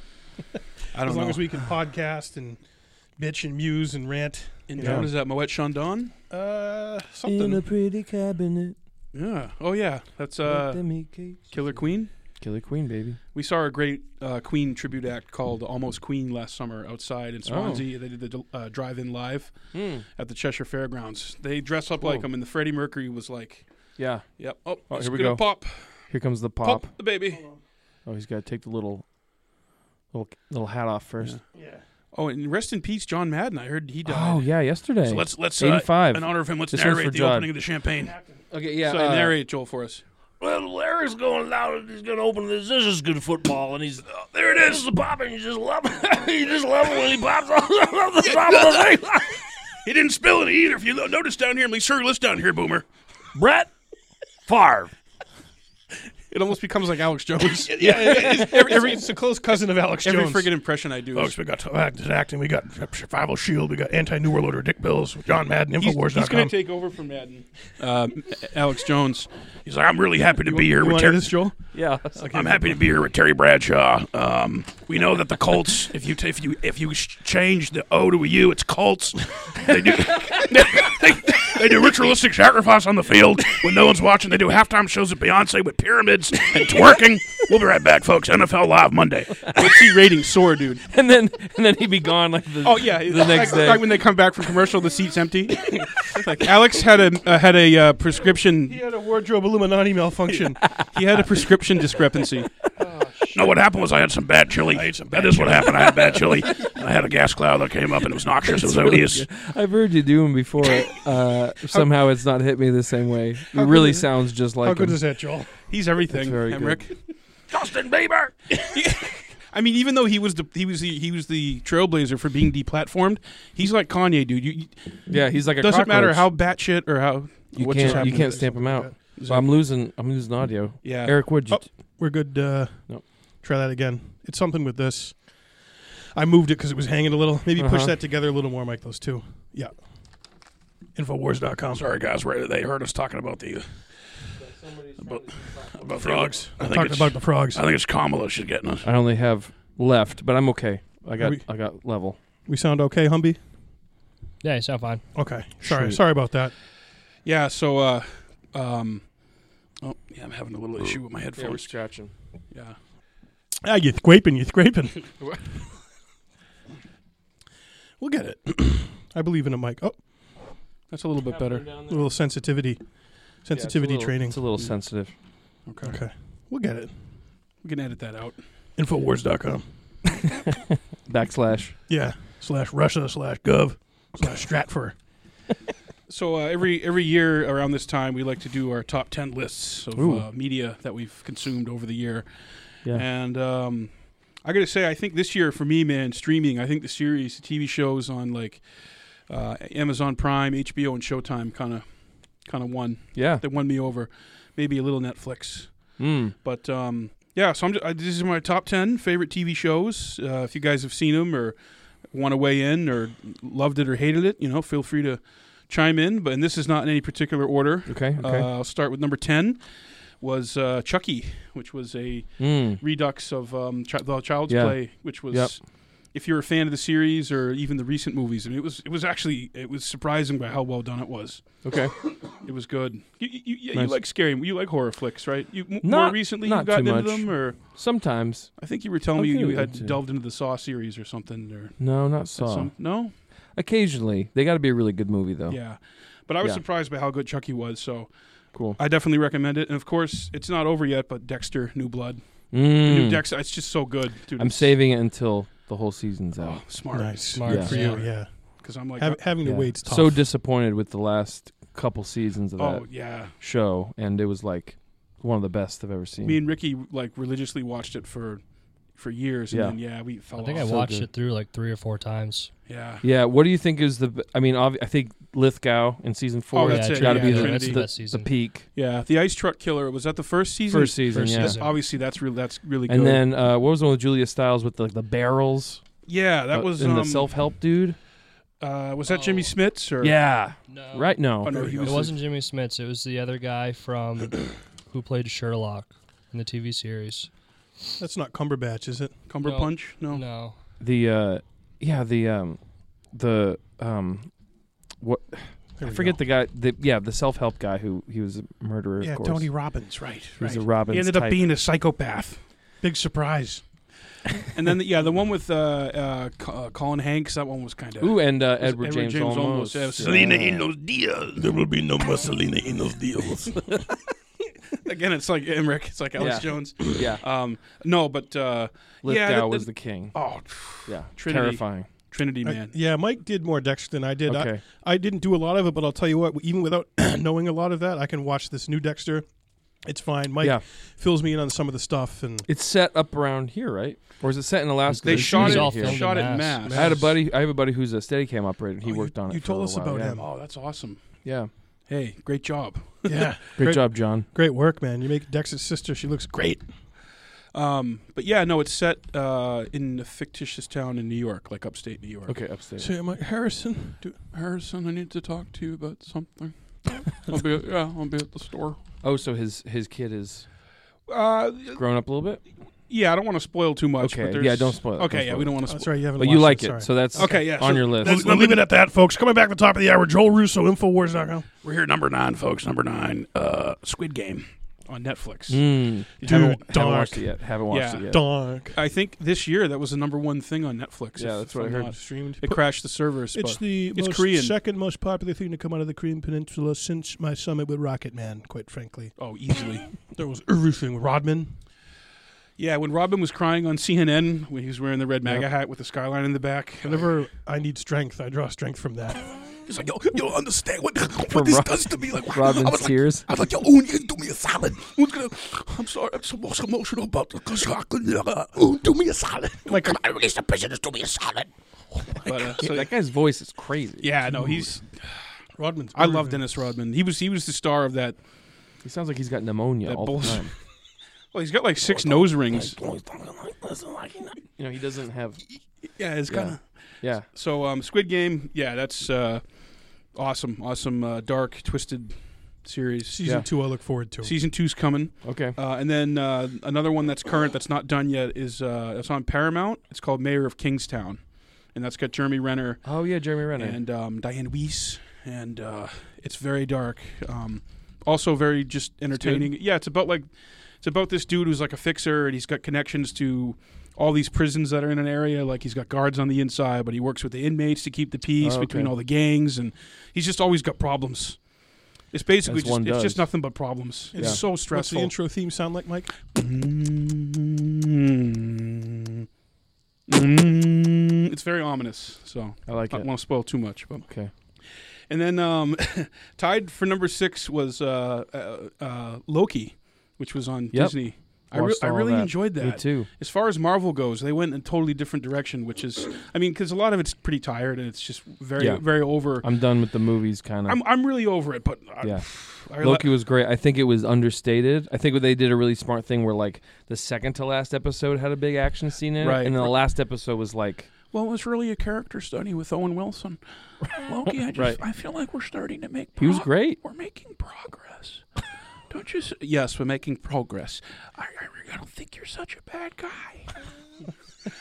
C: I don't
A: As
C: know.
A: long as we can podcast and bitch and muse and rant.
C: In
A: Yeah.
C: town is that Moet Chandon?
A: Uh, something.
B: pretty cabinet,
C: Yeah. Oh yeah, that's uh, Killer Queen.
B: Killer Queen, baby.
C: We saw a great uh, Queen tribute act called Almost Queen last summer outside in
B: Oh.
C: Swansea. They did the uh, drive-in live at the Cheshire Fairgrounds. They dress up like
B: Cool.
C: him, and the Freddie Mercury was like,
B: Yeah,
C: "Yep, oh,
B: Oh,
C: it's
B: here we
C: gonna
B: go.
C: pop,
B: here comes the
C: pop,
B: pop.
C: the baby."
B: Oh, he's got to take the little, little, little hat off first.
A: Yeah.
C: Oh, and rest in peace, John Madden. I heard he
B: Oh
C: died.
B: yeah, yesterday.
E: So let's let's uh,
B: Eighty-five.
E: in honor of him. Let's
B: This one's
E: narrate
B: for
E: the
B: Judd.
E: opening of the champagne.
B: okay, yeah.
C: so
B: uh,
C: narrate Joel for us.
E: Well, Larry's going loud. He's going to open this. This is good football, and he's uh, there. It is. It's popping. You just love. <laughs> you just love it when he pops off <laughs> the top of the thing. he didn't spill it either. If you lo- notice down here, I'm like, sir, list down here, Boomer. Brett Favre.
C: It almost becomes like Alex Jones.
A: every, every, it's a close cousin of Alex
C: Every
A: Jones.
C: friggin' impression I do. Is,
E: we got active acting. We got survival shield. We got anti New World Order Dick Bills. John Madden.
C: he's he's gonna take over from Madden. Um, Alex Jones.
E: He's like, I'm really happy to be here.
A: you
E: with
A: want
E: Terry-
A: this, Joel?
B: yeah.
E: I'm happy to be here with Terry Bradshaw. Um, we know that the Colts, if you t- if you if you sh- change the O to a U, it's Colts. They do <laughs> they, they do ritualistic sacrifice on the field when no one's watching. They do halftime shows at Beyonce with pyramids and twerking. We'll be right back, folks. NFL Live Monday.
C: What's he rating sore, dude?
B: <laughs> and then and then he'd be gone like the
C: Oh yeah,
B: the next
C: like,
B: day.
C: like when they come back from commercial, the seat's empty. <laughs> like Alex had a uh, had a uh, prescription.
A: He had a wardrobe Illuminati malfunction.
C: He had a prescription discrepancy.
E: No, what happened was I had some bad chili. that is what happened. I had bad <laughs> chili. And I had a gas cloud that came up and it was noxious. It was odious.
B: <laughs> I've heard you do him before. Uh, somehow it's not hit me the same way. It really
A: is-
B: sounds just
A: How
B: like
A: good
B: him.
A: is that, Joel?
C: He's everything.
B: That's very good.
C: Emmerich.
E: Justin Bieber.
C: I mean, even though he was the he was the he was the trailblazer for being deplatformed, he's like Kanye, dude. You, you
B: yeah, he's like a
C: doesn't matter
B: cockroach.
C: how batshit or how
B: you
C: what just
B: can't you
C: happened.
B: can't stamp him out. So I'm losing I'm losing audio.
C: Yeah.
B: Eric, would you?
A: Oh. We're good. Uh,
B: Nope.
A: Try that again. It's something with this. I moved it because it was hanging a little. Maybe push
B: Uh-huh.
A: that together a little more, Mike. Those two. Yeah.
E: Infowars.com. Sorry, guys. we're- They heard us talking about the about, about frogs. I think
A: Talking
E: it's-
A: about the frogs.
E: I think it's Kamala she's getting us.
B: I only have left, but I'm okay. I got
A: We-
B: I got level.
A: We sound okay, Humby?
D: Yeah, you sound fine.
A: Okay. Sorry.
B: Sweet.
A: Sorry about that.
C: Yeah. So, uh, um, Oh, yeah, I'm having a little issue with my
B: Yeah, we're
C: headphones.
B: scratching.
C: Yeah.
A: Ah, you're scraping, you're <laughs> scraping. we'll get it. <clears throat> I believe in a mic. Oh,
C: That's a little bit better.
A: a little sensitivity, sensitivity training.
B: It's a little sensitive.
C: Okay.
A: Okay, we'll get it.
C: We can edit that out.
A: Infowars.com.
B: Backslash.
A: Yeah, slash Russia slash gov slash Stratfor.
C: So uh, every every year around this time, we like to do our top ten lists of
B: Ooh.
C: uh, media that we've consumed over the year.
B: Yeah.
C: And um, I got to say, I think this year for me, man, streaming. I think the series, the TV shows on like uh, Amazon Prime, HBO, and Showtime kind of kind of won.
B: Yeah.
C: They won me over. Maybe a little Netflix,
B: Mm.
C: but um, yeah. So I'm just, I, this is my top ten favorite TV shows. Uh, if you guys have seen them or want to weigh in or loved it or hated it, you know, feel free to chime in. But and this is not in any particular order.
B: Okay. Okay.
C: Uh, I'll start with number ten. Was uh, Chucky, which was a
B: mm.
C: redux of um, Ch- the Child's
B: Yeah.
C: Play, which was
B: Yep.
C: if you're a fan of the series or even the recent movies. I mean, it was it was actually it was surprising by how well done it was.
B: Okay.
C: It was good. You, you, you, yeah, you
B: Nice.
C: like scary, you like horror flicks, right? You m- more
B: Not-
C: recently
B: not
C: you got
B: too
C: into
B: much.
C: them, or
B: Sometimes.
C: I think you were telling
B: I'm
C: me
B: Oh, good
C: you
B: with
C: had
B: it, too.
C: delved into the Saw series or something, or
B: No, not Saw.
C: some no,
B: Occasionally. They got to be a really good movie, though.
C: yeah. But I was
B: Yeah.
C: surprised by how good Chucky was, so
B: Cool.
C: I definitely recommend it. And of course, it's not over yet, but Dexter, New Blood, The
B: Mm.
C: New Dexter, it's just so good. Dude,
B: I'm
C: it's-
B: saving it until the whole season's out.
C: Oh, smart,
A: Nice.
D: Smart.
A: Good for
D: Yeah.
A: you, yeah.
C: because I'm like,
A: Hav- having to
B: uh, Yeah.
A: wait's tough.
B: So disappointed with the last couple seasons of that
C: oh yeah.
B: show, and it was like one of the best I've ever seen.
C: Me and Ricky like religiously watched it for for years, and
B: Yeah.
C: then yeah, we fell
D: I think I
C: off.
B: So
D: watched
B: good.
D: it through like three or four times.
C: yeah,
B: yeah. What do you think is the? b- I mean, obvi- I think Lithgow in season four.
C: Oh, that's
D: yeah,
C: it.
D: Trinity,
B: Gotta be
D: yeah,
B: the-
D: that's the,
B: the-
D: best
B: the
D: season.
B: peak
C: yeah. The Ice Truck Killer was that the first season?
B: first season.
D: first
B: yeah.
D: season.
C: Obviously, that's really that's really
B: And
C: good.
B: then uh, what was the one with Julia Stiles with like the barrels?
C: yeah, that
B: uh,
C: was
B: in
C: um,
B: the self help dude.
C: uh, was that Jimmy
D: Oh.
C: Smits or
B: Yeah.
D: no,
B: Right.
C: Oh,
B: No.
C: no, he
D: It
C: was
D: wasn't Jimmy Smits. It was the other guy from who played Sherlock in the TV series.
A: That's not Cumberbatch, is it?
C: Cumberpunch. No.
D: No,
B: The uh, yeah the um the um
A: There
B: I
A: we
B: forget
A: go.
B: the guy. The yeah the self help guy who he was a murderer.
A: Yeah,
B: of course.
A: Tony Robbins, right?
B: He
A: Right.
B: was a Robbins.
C: He ended up
B: type.
C: being a
B: <laughs>
C: psychopath.
A: Big surprise.
C: and then the, yeah, the one with uh, uh, Co- uh, Colin Hanks. That one was kind of.
B: Ooh, and uh,
C: Was
B: Edward,
C: Edward
B: James,
C: James
B: almost.
C: Olmos, yeah,
E: Selena in those deals. There will be no more Selena in those <laughs> deals.
C: <laughs> Again, it's like Emmerich. It's like Alex
B: Yeah.
C: Jones.
B: yeah.
C: Um, no, but uh,
B: Lithgow
C: that-
B: was
C: that-
B: the king.
C: oh,
B: Yeah,
C: Trinity.
B: terrifying.
C: Trinity
A: I-
C: man.
A: yeah, Mike did more Dexter than I did. I-
B: Okay,
A: I didn't do a lot of it, but I'll tell you what, even without <clears throat> knowing a lot of that, I can watch this new Dexter. It's fine. Mike
B: yeah.
A: fills me in on some of the stuff
B: <laughs>
A: and
B: It's set up around here, right? Or is it set in Alaska?
C: They
B: They
C: shot
B: shoot
D: He's
C: it.
D: all
B: here.
D: filmed
C: shot
D: in
C: it in
D: mass.
C: mass.
B: I had a buddy. I have a buddy who's a Steadicam operator. and He
A: Oh, you-
B: worked on it.
A: you
B: for
A: told
B: a
A: us
B: little while,
A: about
B: yeah.
A: him.
C: Oh, that's awesome.
B: Yeah,
C: Hey, great job.
A: yeah,
B: great,
A: Great-
B: job, John.
A: <laughs> great work, man. You make Dexter's sister. She looks great.
C: Um, but yeah, no, it's set uh, in a fictitious town in New York, like upstate New York.
B: Okay, upstairs.
A: So I'm like, Harrison, do,
C: Harrison, I need to talk to you about something. I'll be at, yeah, I'll be at
B: <laughs>
C: the store.
B: Oh, so his his kid is
C: Uh,
B: grown up a little bit.
C: yeah, I don't want to spoil too much.
B: Okay,
C: but there's,
B: yeah, don't spoil it,
C: Okay,
B: don't
C: yeah,
B: spoil
C: we
B: it.
C: don't want to.
A: that's
C: spoil
A: right. You haven't.
B: But you like
A: watched
B: it,
A: Oh, sorry.
B: so that's
C: Okay, yeah,
B: on
C: so
B: your list.
E: We'll, we'll leave it at that, folks. Coming back at the top of the hour, Joel Russo, Infowars.com.
C: We're here number nine, folks. Number nine, uh, Squid Game on Netflix.
B: Mm,
A: Dude,
B: haven't, haven't watched
A: dark.
B: it yet. Haven't watched
C: Yeah,
B: it yet.
A: Donk.
C: I think this year that was the number one thing on Netflix.
B: Yeah,
C: if-
B: that's
C: if
B: what I
C: I'm
B: heard.
C: not-
A: Streamed.
C: It crashed the servers.
A: It's
C: but
A: the
C: it's
A: most
C: Korean.
A: second most popular thing to come out of the Korean Peninsula since my summit with Rocket Man. Quite frankly,
C: oh, easily.
A: there was everything with Rodman.
C: yeah, when Robin was crying on CNN, when he was wearing the red MAGA
B: Yep.
C: hat with the skyline in the back.
A: Whenever I need strength, I draw strength from that.
B: <laughs>
E: He's like, yo, you don't understand what,
B: From
E: what this
B: Rob-
E: does to me. Like, I
B: Robin's
E: was like,
B: tears.
E: I was like, yo, Oon, you can do me a solid. Oon's gonna, I'm sorry, I'm so most emotional about this because I could never. Oon, do me a solid. Like, Come on, release the prisoners, do me a solid.
C: <laughs> But, uh, so-
B: that guy's voice is crazy.
C: yeah, no, he's.
A: Rodman's.
C: I love
A: everything.
C: Dennis Rodman. He was he was the star of that.
B: He sounds like he's got pneumonia
C: That
B: all the
C: bullshit. <laughs>
B: time.
C: Well, he's got like six nose rings.
B: You know, he doesn't have.
C: Yeah, it's kind of
B: Yeah,
C: so. Um, Squid Game. Yeah, that's uh, awesome. Awesome, uh, dark, twisted series.
A: Season
B: Yeah.
A: two, I look forward to.
C: Season two's coming,
B: okay.
C: uh, and then uh, another one that's current that's not done yet is uh, it's on Paramount. It's called Mayor of Kingstown, and that's got Jeremy Renner
B: Oh yeah, Jeremy Renner.
C: and um, Diane Weiss, and uh, it's very dark. Um, Also very just entertaining.
B: good.
C: Yeah, it's about like it's about this dude who's like a fixer and he's got connections to all these prisons that are in an area. Like he's got guards on the inside, but he works with the inmates to keep the peace
B: Oh,
C: between
B: okay.
C: all the gangs, and he's just always got problems. It's basically
B: As
C: just,
B: one
C: it's just
B: does.
C: nothing but problems. It's
B: Yeah.
C: so
A: What's the
C: stressful.
A: intro theme sound like, Mike?
C: Mm. Mm. It's very ominous, so
B: I like
C: I
B: it.
C: don't want to spoil too much. But
B: Okay.
C: And then um, <laughs> tied for number six was uh, uh, uh, Loki, which was on
B: Yep.
C: Disney. I, re-
B: Watched
C: I
B: all
C: really
B: that.
C: enjoyed
B: Me
C: that.
B: too.
C: As far as Marvel goes, they went in a totally different direction, which is, I mean, because a lot of it's pretty tired and it's just very,
B: Yeah.
C: very over.
B: I'm done with the movies, kind of.
C: I'm, I'm really over it, but I,
B: Yeah.
C: I, li-
B: Loki was great. I think it was understated. I think they did a really smart thing where like the second to last episode had a big action scene in it,
C: Right.
B: and then the last episode was like
E: Well, it was really a character study with Owen Wilson. Loki,
C: <laughs>
E: I just
B: Right.
E: I feel like we're starting to make
B: he was
E: prog-
B: great.
E: We're making
B: <laughs>
E: progress. don't you? s I
C: yes, we're making progress.
E: I, I, I don't think you're such a bad guy.
C: <laughs>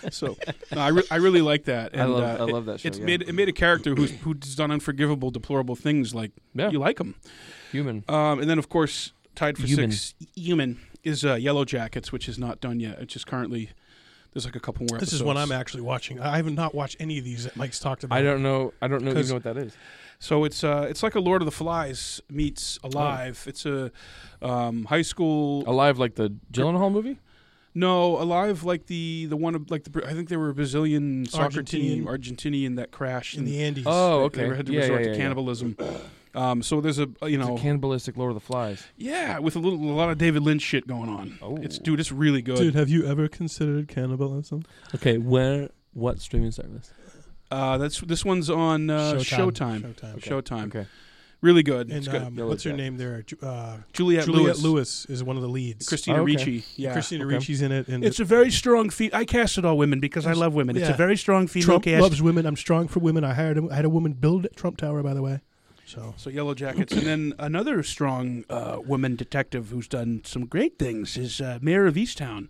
C: So no, I, re- I really like that. And,
B: I love
C: uh,
B: I
C: it-
B: love that show.
C: it's
B: yeah.
C: made it made a character who's who's done unforgivable, deplorable things. Like
B: Yeah.
C: you like him.
B: human.
C: Um, and then, of course, tied for
B: Human.
C: six, human is uh, Yellow Jackets, which is not done yet. It's just currently there's like a couple more.
A: This is
C: episodes.
A: one I'm actually watching. I have not watched any of these that Mike's talked about.
B: I don't know. I don't know even
C: 'Cause-
B: what that is.
C: So it's uh, it's like a Lord of the Flies meets Alive. It's a um, high school.
B: Alive, like the Gyllenhaal movie.
C: no, Alive like the the one of like the Bra- I think they were a Brazilian soccer team, Argentinian that crashed
A: in the Andes.
B: Oh,
C: and
B: okay.
C: They, were had to
B: yeah,
C: resort
B: yeah, yeah,
C: to
B: yeah.
C: cannibalism. Um, so there's a you
B: It's
C: know
B: a cannibalistic Lord of the Flies.
C: yeah with a little a lot of David Lynch shit going on.
B: Oh.
C: It's dude, it's really good.
A: Dude, have you ever considered cannibalism?
B: Okay, where? What streaming service?
C: Uh, that's this one's on uh,
D: Showtime.
C: Showtime. Showtime.
A: Showtime.
B: Okay.
C: Really good.
A: And
C: it's good.
A: um,
B: Yellow
A: what's her
B: Jackets.
A: name there? Ju- Uh,
C: Juliette,
A: Juliette
C: Lewis.
A: Lewis. is one of the leads.
C: Christina
B: Oh, okay.
C: Ricci. Yeah.
A: Christina
B: okay.
A: Ricci's in it, and
E: It's a very strong feat. I casted all women because I
A: It's-
E: love women. It's
A: yeah.
E: a very strong female
A: Trump
E: cast.
A: loves women. I'm strong for women. I hired. A, I had a woman build Trump Tower, by the way. So
C: so Yellow Jackets.
E: Jackets. And then another strong uh, woman detective who's done some great things is uh, Mayor of Easttown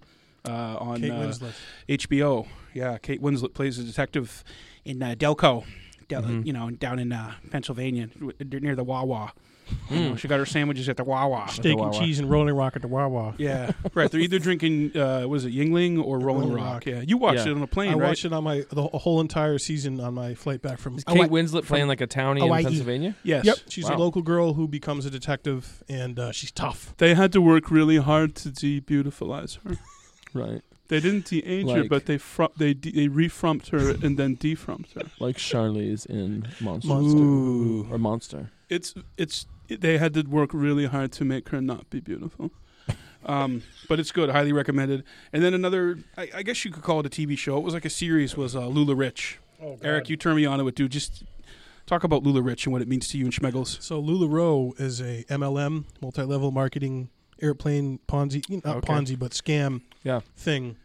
C: uh, on
A: Kate
C: uh,
A: Winslet.
C: HBO. Yeah, Kate Winslet plays a detective in uh, Delco, Del-
B: Mhm.
C: you know, down in uh, Pennsylvania w- near the Wawa. You
B: Hmm. Mm.
C: know, she got her sandwiches at
A: <laughs>
C: the Wawa.
A: Steak and
B: Wawa.
A: cheese and Rolling Rock at the Wawa.
C: Yeah, right. They're either drinking uh, was it Yingling or Rolling,
A: Rolling
C: Rock.
A: Rock.
C: Yeah, you watched
B: Yeah.
C: it on a
A: I
C: plane, right?
A: watched it on my the wh- whole entire season on my flight back from.
B: Is
A: Oh,
B: Kate
A: I-
B: Winslet playing like a townie
A: Hawaii.
B: in
C: E.
B: Pennsylvania?
C: yes.
A: Yep, she's
B: Wow.
A: a local girl who becomes a detective, and uh, she's tough.
C: They had to work really hard to debeautifilize her.
B: Right.
C: They didn't de-age her,
B: Like-
C: but they fr- they de- they refrumped her and then defrumped her.
B: Like Charlie's in Monster.
A: Ooh.
B: Or Monster.
C: It's it's they had to work really hard to make her not be beautiful. Um, <laughs> but it's good, highly recommended. And then another, I, I guess you could call it a TV show. It was like a series. Was uh, Lula Rich? Eric, you turn me on to it, dude. Just talk about Lula Rich and what it means to you and Schmeggles.
A: So LuLaRoe is a MLM, multi-level marketing airplane Ponzi, not
B: Okay.
A: Ponzi, but scam
B: Yeah.
A: thing,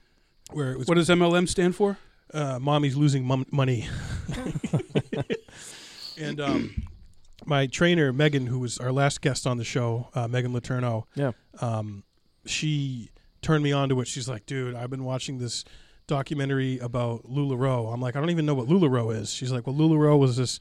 A: where it was
C: What does MLM stand for?
A: uh, mommy's losing mum money. <laughs> and um, my trainer Megan, who was our last guest on the show, uh, Megan Letourneau,
B: Yeah.
A: um, she turned me on to it. She's like, "Dude, I've been watching this documentary about LuLaRoe." I'm like, "I don't even know what LuLaRoe is." She's like, "Well, LuLaRoe was this."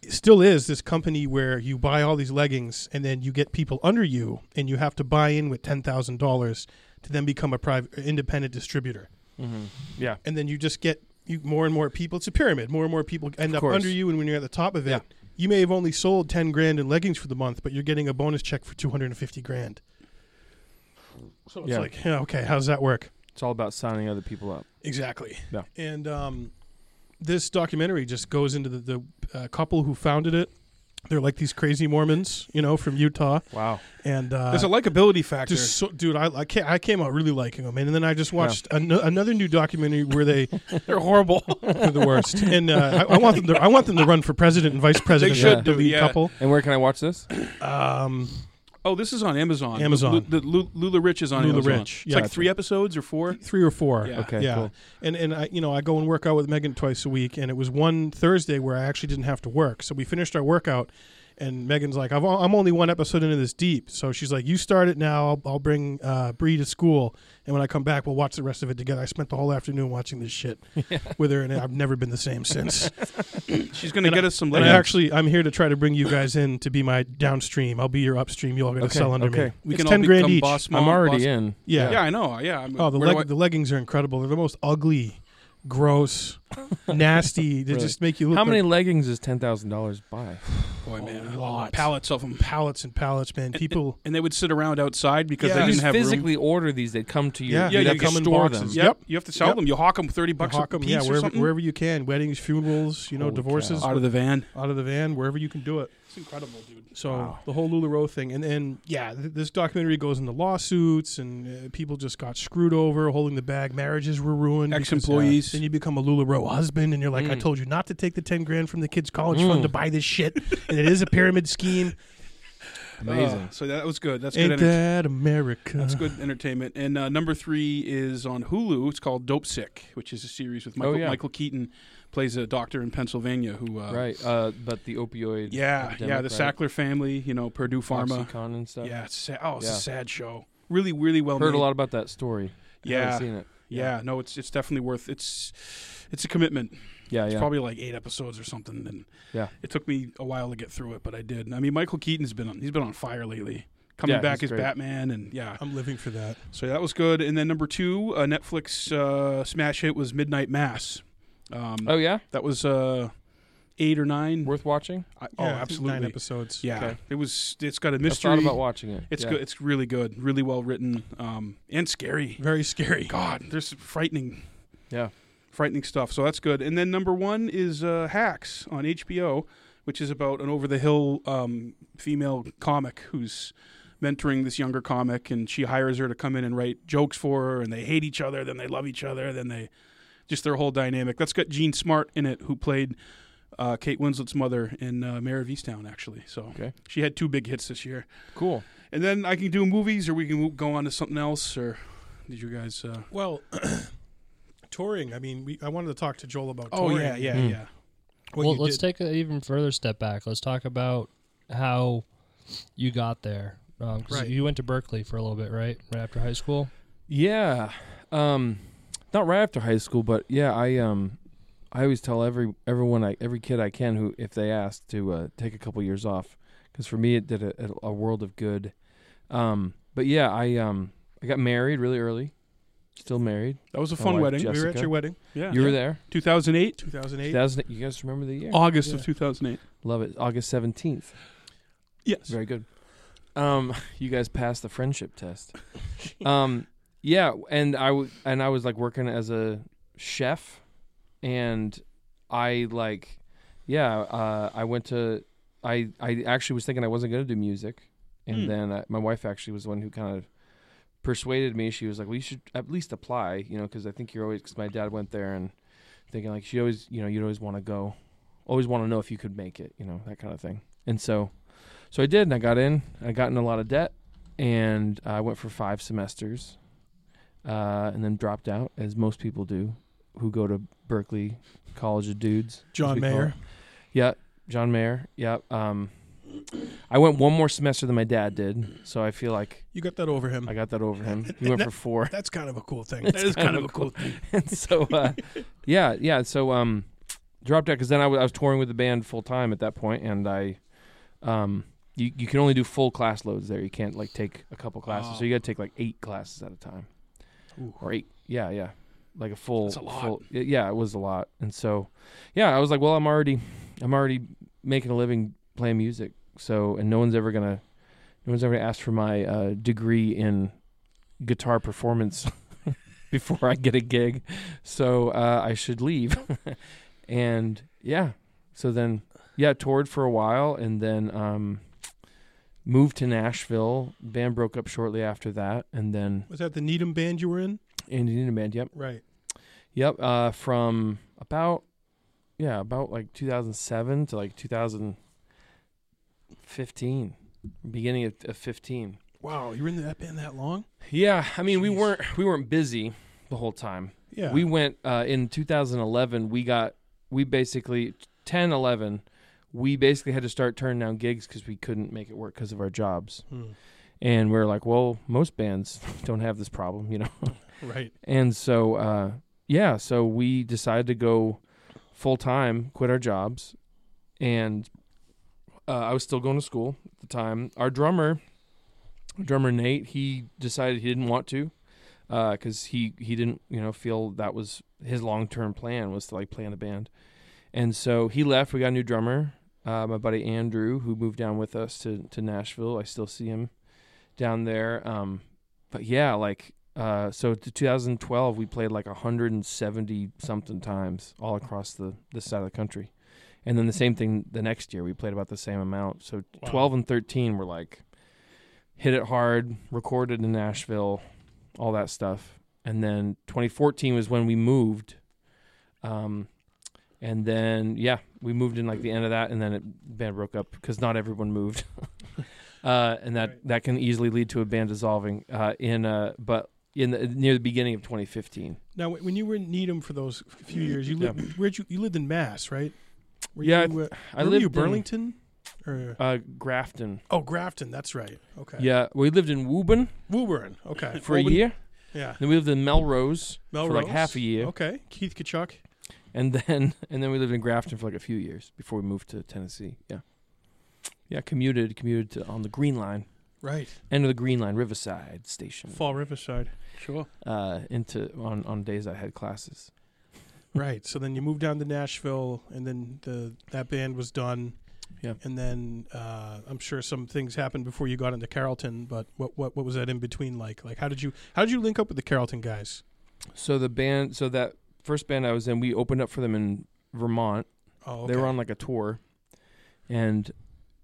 A: it Still is this company where you buy all these leggings and then you get people under you and you have to buy in with ten thousand dollars to then become a private independent distributor
B: Mm-hmm. Yeah.
A: and then you just get you more and more people. It's a pyramid. More and more people end up
B: course.
A: under you, and when you're at the top of it,
B: Yeah.
A: you may have only sold ten grand in leggings for the month, but you're getting a bonus check for two hundred and fifty grand. So it's
B: Yeah.
A: like, yeah, okay, how does that work?
B: It's all about signing other people up.
A: Exactly.
B: Yeah.
A: And um, this documentary just goes into the, the uh, couple who founded it. They're like these crazy Mormons, you know, from Utah,
B: Wow.
A: and uh,
C: There's a likability factor.
A: just so, dude, I I came, I came out really liking them, and then I just watched an- another new documentary where they
C: <laughs> They're horrible.
A: <laughs> They're the worst, and uh, I, I want them. To, I want them to run for president and vice president.
B: should
A: of
C: do,
A: the lead
C: yeah.
A: couple.
B: And where can I watch this?
C: <coughs>
A: Um,
C: oh, this is on Amazon.
A: Amazon.
C: Lu- the Lu- Lula Rich is on
A: Lula
C: Amazon.
A: Rich.
C: It's
A: Yeah.
C: like three episodes or four.
A: three or four.
C: Yeah.
B: Okay.
A: yeah.
B: Cool.
A: And and I you know I go and work out with Megan twice a week, and it was one Thursday where I actually didn't have to work, so we finished our workout. And Megan's like, I've, o- I'm only one episode into this deep. So she's like, you start it now. I'll, I'll bring uh, Bree to school. And when I come back, we'll watch the rest of it together. I spent the whole afternoon watching this
C: <laughs>
A: shit with her, and I've never been the same since.
C: She's gonna get us some
A: and I
C: later.
A: actually, I'm here to try to bring you guys in to be my downstream. I'll be your upstream. You all got to
B: Okay,
A: sell under me.
B: okay.
C: we
A: it's
C: can
A: 10
C: all
A: grand
C: become
A: each.
C: boss mom.
B: I'm already
C: boss-
B: in.
A: Yeah.
C: Yeah. I know. Yeah. I'm,
A: Oh, the,
C: where do
A: leg, the leggings are incredible. They're the most ugly, gross, nasty. They
B: Really?
A: just make you look
B: How many
A: like
B: leggings does ten thousand dollars buy?
C: I- boy, man,
A: A lot.
C: pallets of them,
A: pallets and pallets, man. People.
C: and they would sit around outside because
A: Yeah.
C: they
A: You
C: didn't
B: just
C: have room.
B: physically order these. They'd come to you.
A: Yeah.
C: Yeah,
B: you'd
C: they
B: have to
C: come
A: in
B: store
A: boxes.
B: them.
A: Yeah.
C: Yep. You have to sell
A: Yep.
C: them. You hawk them thirty bucks
A: hawk
C: a
A: 'em,
C: piece
A: yeah,
C: or
A: wherever,
C: something.
A: wherever you can. Weddings, funerals, you know,
B: Holy
A: divorces,
B: cow.
A: out,
C: out of the van.
A: out of the van, wherever you can do it.
C: It's incredible, dude. <laughs>
A: So
B: Wow.
A: the whole LuLaRoe thing, and then yeah, th- this documentary goes into lawsuits, and uh, people just got screwed over, holding the bag. Marriages were ruined. because- uh,
C: Ex-employees.
A: Then you become a LuLaRoe husband, and you're like, I
B: Mm.
A: told you not to take the ten grand from the kids' college
B: Mm.
A: fund to buy this shit, and it is a pyramid scheme.
B: Amazing.
C: Uh, so that was good. That's
A: Ain't
C: good. Enter-
A: that America?
C: that's good entertainment. And uh, number three is on Hulu. It's called Dope Sick, which is a series with Michael,
B: yeah.
C: Michael Keaton plays a doctor in Pennsylvania who. Uh,
B: right. Uh, but the opioid.
C: Yeah,
B: epidemic,
C: yeah. The
B: right?
C: Sackler family, you know, Purdue Pharma.
B: Oxycontin and stuff.
C: Yeah, it's sad. oh, it's
B: Yeah.
C: a sad show. Really, really well
B: Heard
C: made.
B: a lot about that story. I haven't
C: Yeah,
B: Seen it.
C: yeah, No, it's it's definitely worth. It's it's a commitment.
B: Yeah.
C: It's
B: yeah.
C: probably like eight episodes or something. And
B: Yeah.
C: it took me a while to get through it, but I did. I mean, Michael Keaton's been on. He's been on fire lately. Coming
B: Yeah,
C: back
B: he's
C: as
B: great.
C: Batman, and yeah,
A: I'm living for that.
C: So that was good. And then number two, uh, Netflix uh, smash hit was Midnight Mass. Um,
B: oh yeah.
C: That was uh, eight or nine.
B: Worth watching.
C: I,
A: Yeah,
C: oh,
A: I think Nine
C: absolutely.
A: episodes.
C: Yeah,
B: Okay.
C: it was. It's got a
B: I
C: mystery.
B: thought about watching it.
C: it's
B: yeah.
C: good. It's really good. Really well written. Um, and scary.
A: Very scary.
C: God, there's frightening,
B: Yeah.
C: frightening stuff. So that's good. And then number one is uh, Hacks on HBO, which is about an over the hill um, female comic who's mentoring this younger comic, and she hires her to come in and write jokes for her, and they hate each other, then they love each other, then they just their whole dynamic. That's got Gene Smart in it, who played. Uh, Kate Winslet's mother in uh, Mayor of Easttown, actually. So
B: Okay.
C: she had two big hits this year.
B: Cool.
C: And then I can do movies, or we can go on to something else. Or did you guys? Uh,
A: Well, <clears throat> touring. I mean, we, I wanted to talk to Joel about.
C: Oh
A: touring.
C: yeah, yeah,
B: Hmm.
C: yeah.
A: What
D: well,
A: you
D: let's
A: did.
D: take an even further step back. Let's talk about how you got there. Um, 'cause
A: Right.
D: You went to Berkeley for a little bit, right? Right after high school.
B: Yeah. Um not right after high school, but yeah, I um I always tell every everyone I every kid I can who if they ask to uh, take a couple years off cuz for me it did a, a world of good. Um but yeah, I um I got married really early. Still married.
C: That was a
B: My
C: fun
B: wife,
C: wedding.
B: Jess.
A: We were at
B: Jessica.
A: your wedding,
C: Yeah, Oh.
B: You were there.
C: 2008,
A: 2008.
B: 2000, you guys remember the year?
C: August
A: Yeah.
C: of 2008.
B: Love it. August 17th.
C: Yes.
B: Very good. Um, <laughs> you guys passed the friendship test. Um, yeah, and I w- and I was like working as a chef, and I like, yeah, uh, I went to, I I actually was thinking I wasn't gonna do music, and
C: Hmm.
B: then I, my wife actually was the one who kind of persuaded me. She was like, "Well, you should at least apply," you know, because I think you're always. Because my dad went there and thinking like she always, you know, you'd always want to go, always want to know if you could make it, you know, that kind of thing. And so, so I did, and I got in. I got in a lot of debt, and I went for five semesters, uh, and then dropped out, as most people do, who go to Berkeley College of Dudes. as
A: John
B: we call
A: Mayer.
B: it. Yeah, John Mayer. Yeah. Um, I went one more semester than my dad did, so I feel like
A: You got that over him.
B: I got that over him.
A: <laughs>
B: He went for four.
A: That's kind of a cool thing.
B: It's kind of a cool and <laughs> so uh, yeah yeah so um dropped out because then I wa- I was touring with the band full time at that point and i um you, you can only do full class loads there you can't like take a couple classes so
C: Oh.
B: you got to take like eight classes at a time
A: Ooh.
B: or eight yeah yeah like a full
C: That's a lot.
B: full- y- yeah it was a lot and so yeah i was like well i'm already i'm already making a living playing music so and no one's ever gonna no one's ever gonna ask for my uh, degree in guitar performance <laughs> before I get a gig, so uh, I should leave. <laughs> and yeah, so then yeah, toured for a while, and then um, moved to Nashville. Band broke up shortly after that, and then
A: Was that the Needham band you were in?
B: Indiana band. Yep,
A: Right.
B: yep. Uh, from about yeah, about like 2007 to like 2015, beginning of, of 15.
A: Wow, you were in that band that long?
B: Yeah, I mean we
A: Jeez.
B: weren't we weren't busy the whole time.
A: Yeah.
B: We went uh, in 2011. We got we basically 10, 11. we basically had to start turning down gigs because we couldn't make it work because of our jobs.
A: Hmm.
B: And we are like, well, most bands don't have this problem, you know.
A: Right.
B: And so, uh, yeah, so we decided to go full time, quit our jobs, and uh, I was still going to school at the time. Our drummer, drummer Nate, he decided he didn't want to because he he didn't you know feel that was his long term plan was to like play in a band, and so he left. We got a new drummer, uh, my buddy Andrew, who moved down with us to to Nashville. I still see him down there. Um, but yeah, like uh, so to 2012 we played like 170 something times all across the this side of the country and then the same thing the next year we played about the same amount so
A: Wow.
B: 12 and 13 were like hit it hard recorded in nashville all that stuff and then 2014 was when we moved um, and then yeah we moved in like the end of that and then it band broke up because not everyone moved <laughs> uh, and that
A: Right.
B: that can easily lead to a band dissolving uh, in uh, but in the, near the beginning of 2015
A: Now, when you were in Needham for those few years, you lived. Where'd you? You lived in Mass, right? Were
B: Yeah,
A: You, uh,
B: i
A: where
B: lived
A: were you
B: in,
A: Burlington, or
B: uh, grafton
A: oh Grafton. That's right. Okay.
B: yeah we lived in woburn
A: Woburn. Okay.
B: for
A: Woburn-
B: a year
A: Yeah.
B: then we lived in melrose,
A: Melrose.
B: for like half a year
A: Okay. Keith Kachuk.
B: and then <laughs> and then we lived in grafton for like a few years before we moved to tennessee yeah yeah commuted commuted to, on the green line
A: Right.
B: end of the green line riverside station
A: Fall Riverside.
C: Sure.
B: uh, into on, on days I had classes.
A: Right. So then you moved down to Nashville, and then the that band was done.
B: Yeah.
A: And then uh, I'm sure some things happened before you got into Carrollton. But what what what was that in between like? Like how did you how did you link up with the Carrollton guys?
B: So the band, so that first band I was in, we opened up for them in Vermont.
A: Oh,
B: They were on like a tour, and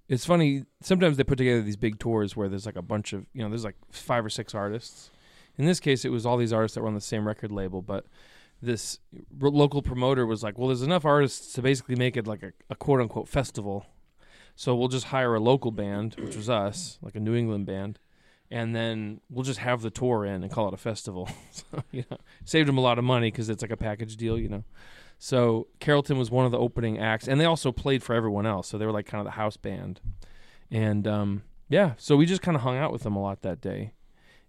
B: it's funny. Sometimes they put together these big tours where there's like a bunch of you know there's like five or six artists. In this case, it was all these artists that were on the same record label, but this r- local promoter was like, "Well, there's enough artists to basically make it like a, a quote unquote festival, so we'll just hire a local band, which was us, like a New England band." And then we'll just have the tour in and call it a festival. <laughs> so, you know, saved them a lot of money because it's like a package deal, you know. So Carrollton was one of the opening acts, and they also played for everyone else. So they were like kind of the house band, and um, yeah, so we just kind of hung out with them a lot that day.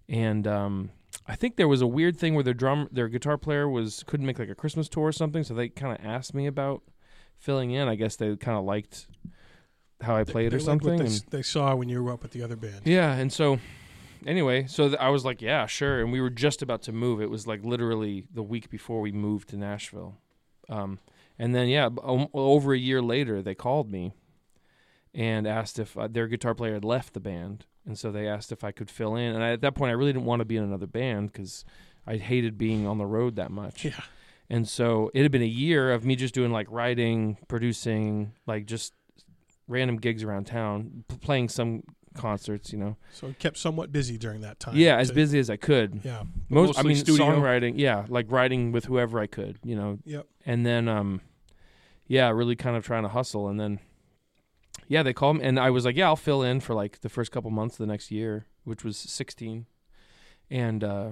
B: And um, I think there was a weird thing where their drum, their guitar player was couldn't make like a Christmas tour or something, so they kind of asked me about filling in. I guess they kind of liked how I played or
A: They liked what
B: something.
A: They,
B: and-
A: s- they saw when you were up with the other band.
B: yeah, and so anyway, so th- I was like, yeah, sure. And we were just about to move. It was like literally the week before we moved to Nashville. Um, and then yeah, b- o- over a year later, they called me and asked if uh, their guitar player had left the band, and so they asked if I could fill in. And I, at that point, I really didn't want to be in another band because I hated being on the road that much.
A: Yeah.
B: And so it had been a year of me just doing like writing, producing, like just random gigs around town, p- playing some concerts, you know.
A: So it kept somewhat busy during that time.
B: Yeah, as
A: to-
B: busy as I could.
A: Yeah.
B: Most, I
C: Mostly
B: mean,
C: studio.
B: songwriting. Yeah, like writing with whoever I could, you know.
A: Yep.
B: And then, um, yeah, really kind of trying to hustle. And then, yeah, they called me, and I was like, yeah, I'll fill in for like the first couple months of the next year, which was 16, and uh,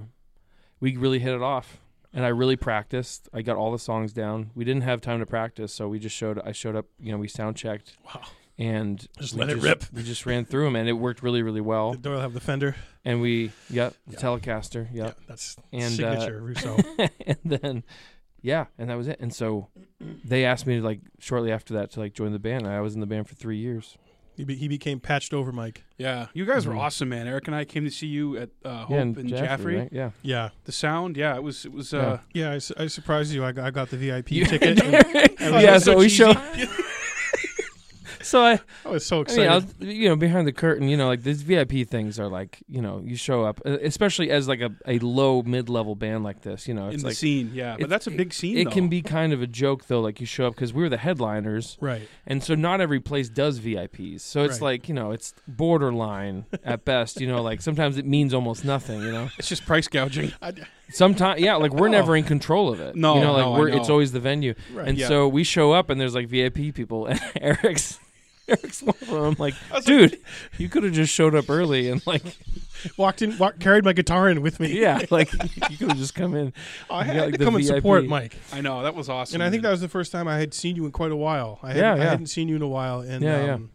B: we really hit it off. And I really practiced. I got all the songs down. We didn't have time to practice, so we just showed. I showed up. You know, we sound checked.
A: Wow.
B: And
A: Just
B: we
A: let it rip.
B: We just ran through them, and it worked really, really well.
A: Did Doyle have the Fender?
B: And we, yep, the
A: Yeah.
B: Telecaster, yep
A: Yeah. That's
B: And, uh,
A: signature
B: <laughs>
A: Rousseau.
B: and then yeah and that was it and so they asked me to like shortly after that to like join the band and i was in the band for three years
A: He, be, he became patched over Mike.
C: Yeah. You guys were
B: Mhm.
C: awesome, man. Eric and I came to see you at uh, Hope
B: yeah
C: and, Jaffrey.
B: right? yeah
A: Yeah.
C: The sound, yeah, it was it was
B: Yeah.
C: uh
A: Yeah. I, su- I surprised you. I got, I got the VIP
B: <laughs> You-
A: ticket. and
B: yeah,
A: Oh, that was
B: so,
A: so
B: we
A: cheesy.
B: show <laughs> so i
A: I was so
B: I
A: excited.
B: mean, I was, you know, behind the curtain, you know, like these VIP things are like, you know, you show up, uh, especially as like a, a low mid level band like this, you know,
C: in
B: it's
C: the
B: like
C: scene, yeah. But
B: it's-
C: that's a big scene.
B: it
C: though.
B: can be kind of a joke though, like you show up because we were the headliners,
A: right.
B: And so not every place does VIPs. So it's
A: Right.
B: like, you know, it's borderline at best, you know, like sometimes it means almost nothing, you know.
C: It's just
A: <laughs>
C: price gouging.
B: Sometimes yeah, like we're
C: Oh.
B: never in control of it.
C: No,
B: you know, like
C: no, I
B: we're
C: know.
B: it's always the venue.
A: Right.
B: And
C: Yeah.
B: so we show up and there's like VIP people and <laughs> Eric's Eric's one of them. I'm like, dude, you could have just showed up early and like,
A: Walked in, walked, carried my guitar in with <laughs> me.
B: yeah, like you could have just come in.
A: I
B: You
A: had
B: got, like,
A: to
B: the
A: come and support
B: VIP.
A: Mike.
C: I know that was awesome.
A: And I think that
C: dude.
A: was the first time I had seen you in quite a while. I,
B: Yeah,
A: hadn't, I
B: yeah.
A: hadn't seen you in a while, and
B: Yeah, yeah.
A: um,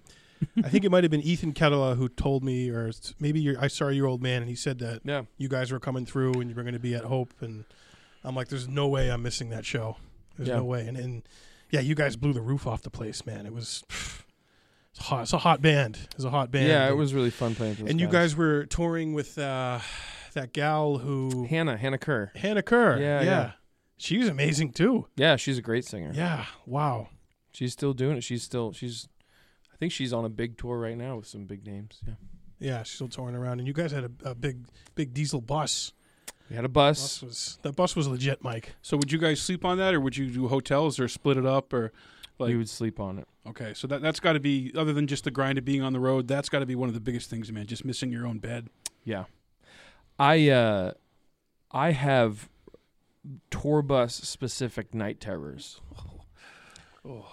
A: I think it might have been Ethan Ketela who told me, or s- maybe your, I saw your old man, and he said that
B: Yeah,
A: you guys were coming through and you were going to be at Hope, and I'm like, there's no way I'm missing that show. There's
B: Yeah.
A: no way. And, and yeah, you guys blew the roof off the place, man. It was it's hot. It's a hot band. It's a hot band.
B: yeah, it
A: And-
B: was really fun playing. For those
A: And you guys were touring with uh, that gal who
B: Hannah, Hannah Kerr.
A: Hannah Kerr.
B: Yeah,
A: yeah.
B: yeah.
A: She was amazing too.
B: Yeah, she's a great singer.
A: Yeah. Wow.
B: She's still doing it. She's still she's I think she's on a big tour right now with some big names. Yeah.
A: Yeah, she's still touring around, and you guys had a, a big, big diesel bus.
B: We had a
A: Bus
B: bus.
A: was that bus was legit, Mike.
C: so. Would you guys sleep on that, or would you do hotels, or split it up, or like-
B: we would sleep on it.
C: okay? So that that's got to be other than just the grind of being on the road. That's got to be one of the biggest things, man. Just missing your own bed.
B: Yeah. I uh I have tour bus specific night terrors.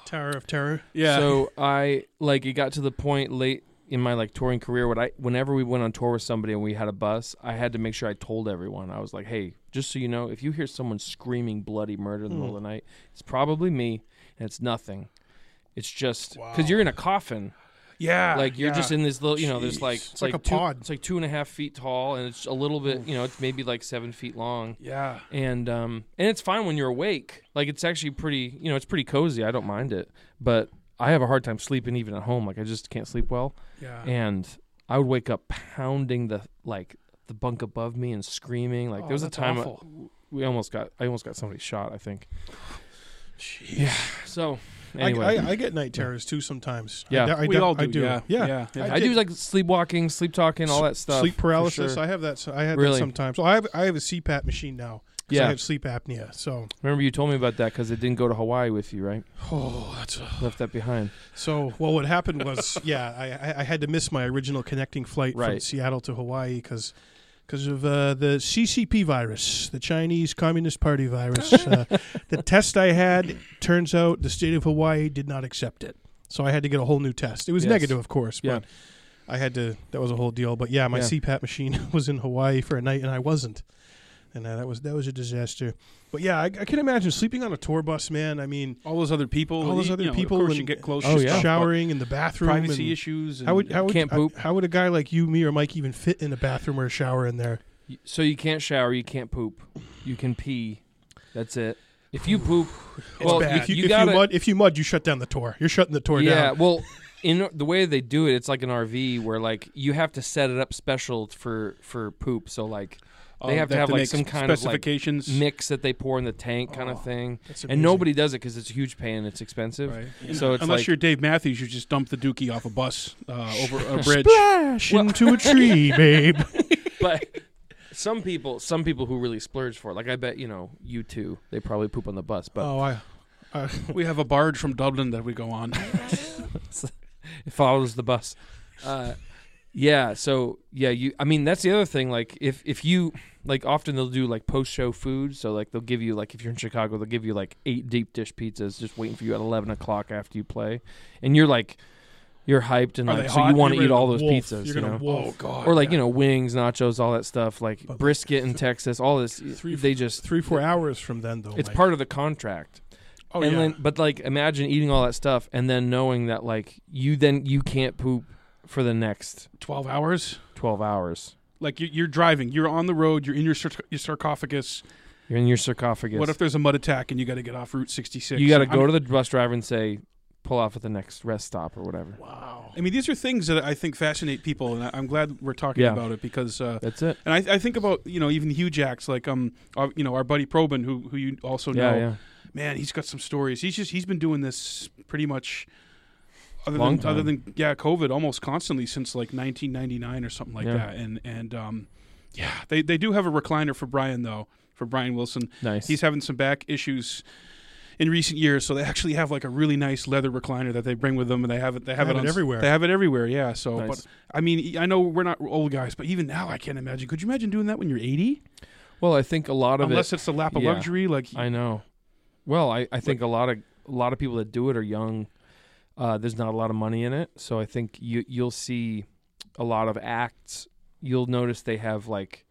A: Tower of Terror.
C: Yeah.
B: So I like it got to the point late in my like touring career when I whenever we went on tour with somebody and we had a bus, I had to make sure I told everyone. I was like, "Hey, just so you know, if you hear someone screaming bloody murder in the
C: Hmm.
B: middle of the night, it's probably me and it's nothing. It's just
A: Wow.
B: cuz you're in a coffin.
C: yeah.
B: like you're
C: yeah.
B: just in this little you know there's like
A: It's like a
B: two,
A: pod.
B: it's like two and a half feet tall and it's a little bit you know it's maybe like seven feet long
C: Yeah.
B: and um and it's fine when you're awake like it's actually pretty you know it's pretty cozy i don't mind it but i have a hard time sleeping even at home like i just can't sleep well
A: Uh.
C: Yeah.
B: and i would wake up pounding the like the bunk above me and screaming like
A: Oh,
B: there was a
A: that's
B: time
A: awful.
B: we almost got i almost got somebody shot i think yeah so anyway
A: I, I, I get night terrors too sometimes. I
B: Yeah.
A: de- I,
C: we
A: de-
C: all do.
A: I do.
C: Yeah. Yeah. yeah.
A: I
B: I do
A: did-
B: like sleepwalking, sleep talking, all that stuff.
A: Sleep
B: for
A: paralysis.
B: sure.
A: I have that. So I had that
B: Really?
A: sometimes. Well, I have I have a CPAP machine now. 'cause I
B: Yeah.
A: have sleep apnea. So
B: Remember you told me about that because it didn't go to Hawaii with you, right? <sighs>
A: oh, that's a,
B: Left that behind.
A: so. Well, what happened was, yeah, I- I I had to miss my original connecting flight from
B: Right.
A: Seattle to Hawaii because. Because of uh, the CCP virus, the Chinese Communist Party
B: <laughs>
A: virus, uh, the test I had turns out the state of Hawaii did not accept it, so I had to get a whole new test. It was
B: Yes.
A: negative, of course,
B: Yeah.
A: but I had to. That was a whole deal. But yeah, my
B: Yeah.
A: CPAP machine <laughs> was in Hawaii for a night, and I wasn't, and uh, that was that was a disaster. But yeah, I, I can imagine sleeping on a tour bus, man. I mean,
C: all those other people.
A: all those
C: you
A: other
C: know,
A: people
C: Of course, you
A: and-
C: get close.
B: Oh,
C: to
B: yeah.
C: stuff,
A: showering in the
C: but
A: bathroom,
C: Privacy
A: and
C: issues. And
A: How would how would
B: Can't poop.
A: How would a guy like you, me, or Mike even fit in a bathroom or a shower in there?
B: Y- So you can't shower, you can't poop, you can pee. That's it. If you poop,
A: <sighs> It's
B: well,
A: bad.
B: if
A: if you,
B: you
A: if
B: gotta-
A: mud, if you mud, you shut down the tour. You're shutting the tour
B: yeah.
A: down.
B: Well, in the way they do it, it's like an RV where like you have to set it up special for for poop. So like
C: Oh,
B: they have to have
C: make
B: like some kind of like
C: specifications.
B: mix that they pour in the tank kind
C: Oh,
B: of thing,
A: That's
B: and
A: amazing.
B: nobody does it because it's a huge pain and it's expensive.
C: Right.
B: So it's
C: Unless
B: like-
C: you're Dave Matthews, you just dump the dookie off a bus uh, over
B: <laughs>
C: a bridge.
A: Splash
B: Well-
A: into a
B: <laughs>
A: tree, babe.
B: but some people, some people who really splurge for it, like I bet you know you two, they probably poop on the bus. But
A: oh, I. I
C: we have a barge from Dublin that we go on.
A: Oh.
B: <laughs> it follows the bus. Uh, yeah. So yeah, you. I mean, that's the other thing. Like if if you like, often they'll do like post show food. So like they'll give you like if you're in Chicago, they'll give you like eight deep dish pizzas just waiting for you at eleven o'clock after you play, and you're like. You're hyped and
C: Are
B: like
C: they
B: so
C: hot?
B: you want to
A: You're
B: eat all
A: gonna
B: those
A: wolf.
B: pizzas,
A: You're
B: you
A: gonna
B: know,
A: wolf.
C: God!
B: or like you know wings, nachos, all that stuff, like
A: But-
B: brisket in Texas, all this.
A: Three-
B: they just
A: three four hours from then though.
B: It's
A: Mike.
B: part of the contract.
A: Oh
B: and
A: yeah.
B: then, but like imagine eating all that stuff and then knowing that like you then you can't poop for the next
C: twelve hours.
B: 12 hours.
C: Like you- you're driving, you're on the road, you're in your, sar- your sarcophagus.
B: You're in your sarcophagus.
C: What if there's a mud attack and you got to get off Route 66?
B: you got to go
C: I mean,
B: to the bus driver and say pull off at the next rest stop or whatever.
A: wow.
C: I mean, these are things that I think fascinate people, and I- I'm glad we're talking
B: Yeah.
C: about it because uh,
B: That's it.
C: And I, I think about you know even huge acts like um our, you know our buddy Probin who who you also
B: yeah,
C: know
B: yeah.
C: man he's got some stories he's just he's been doing this pretty much other
B: Long
C: than other
B: time.
C: than yeah COVID almost constantly since like 1999 or something like
B: Yeah.
C: that and and um yeah they they do have a recliner for Brian though for Brian Wilson
B: Nice.
C: he's having some back issues in recent years so they actually have like a really nice leather recliner that they bring with them and they have it they have,
A: They have
C: on
A: it
C: s-
A: everywhere.
C: they have it everywhere yeah so
B: Nice.
C: but I mean, e- I know we're not old guys, but even now, I can't imagine. Could you imagine doing that when you're 80?
B: well, I think a lot of
C: Unless
B: it
C: it's a lap of
B: yeah.
C: luxury, like
B: I know. Well, I, I think a lot of a lot of people that do it are young Uh, there's not a lot of money in it, so I think you you'll see a lot of acts. You'll notice they have like,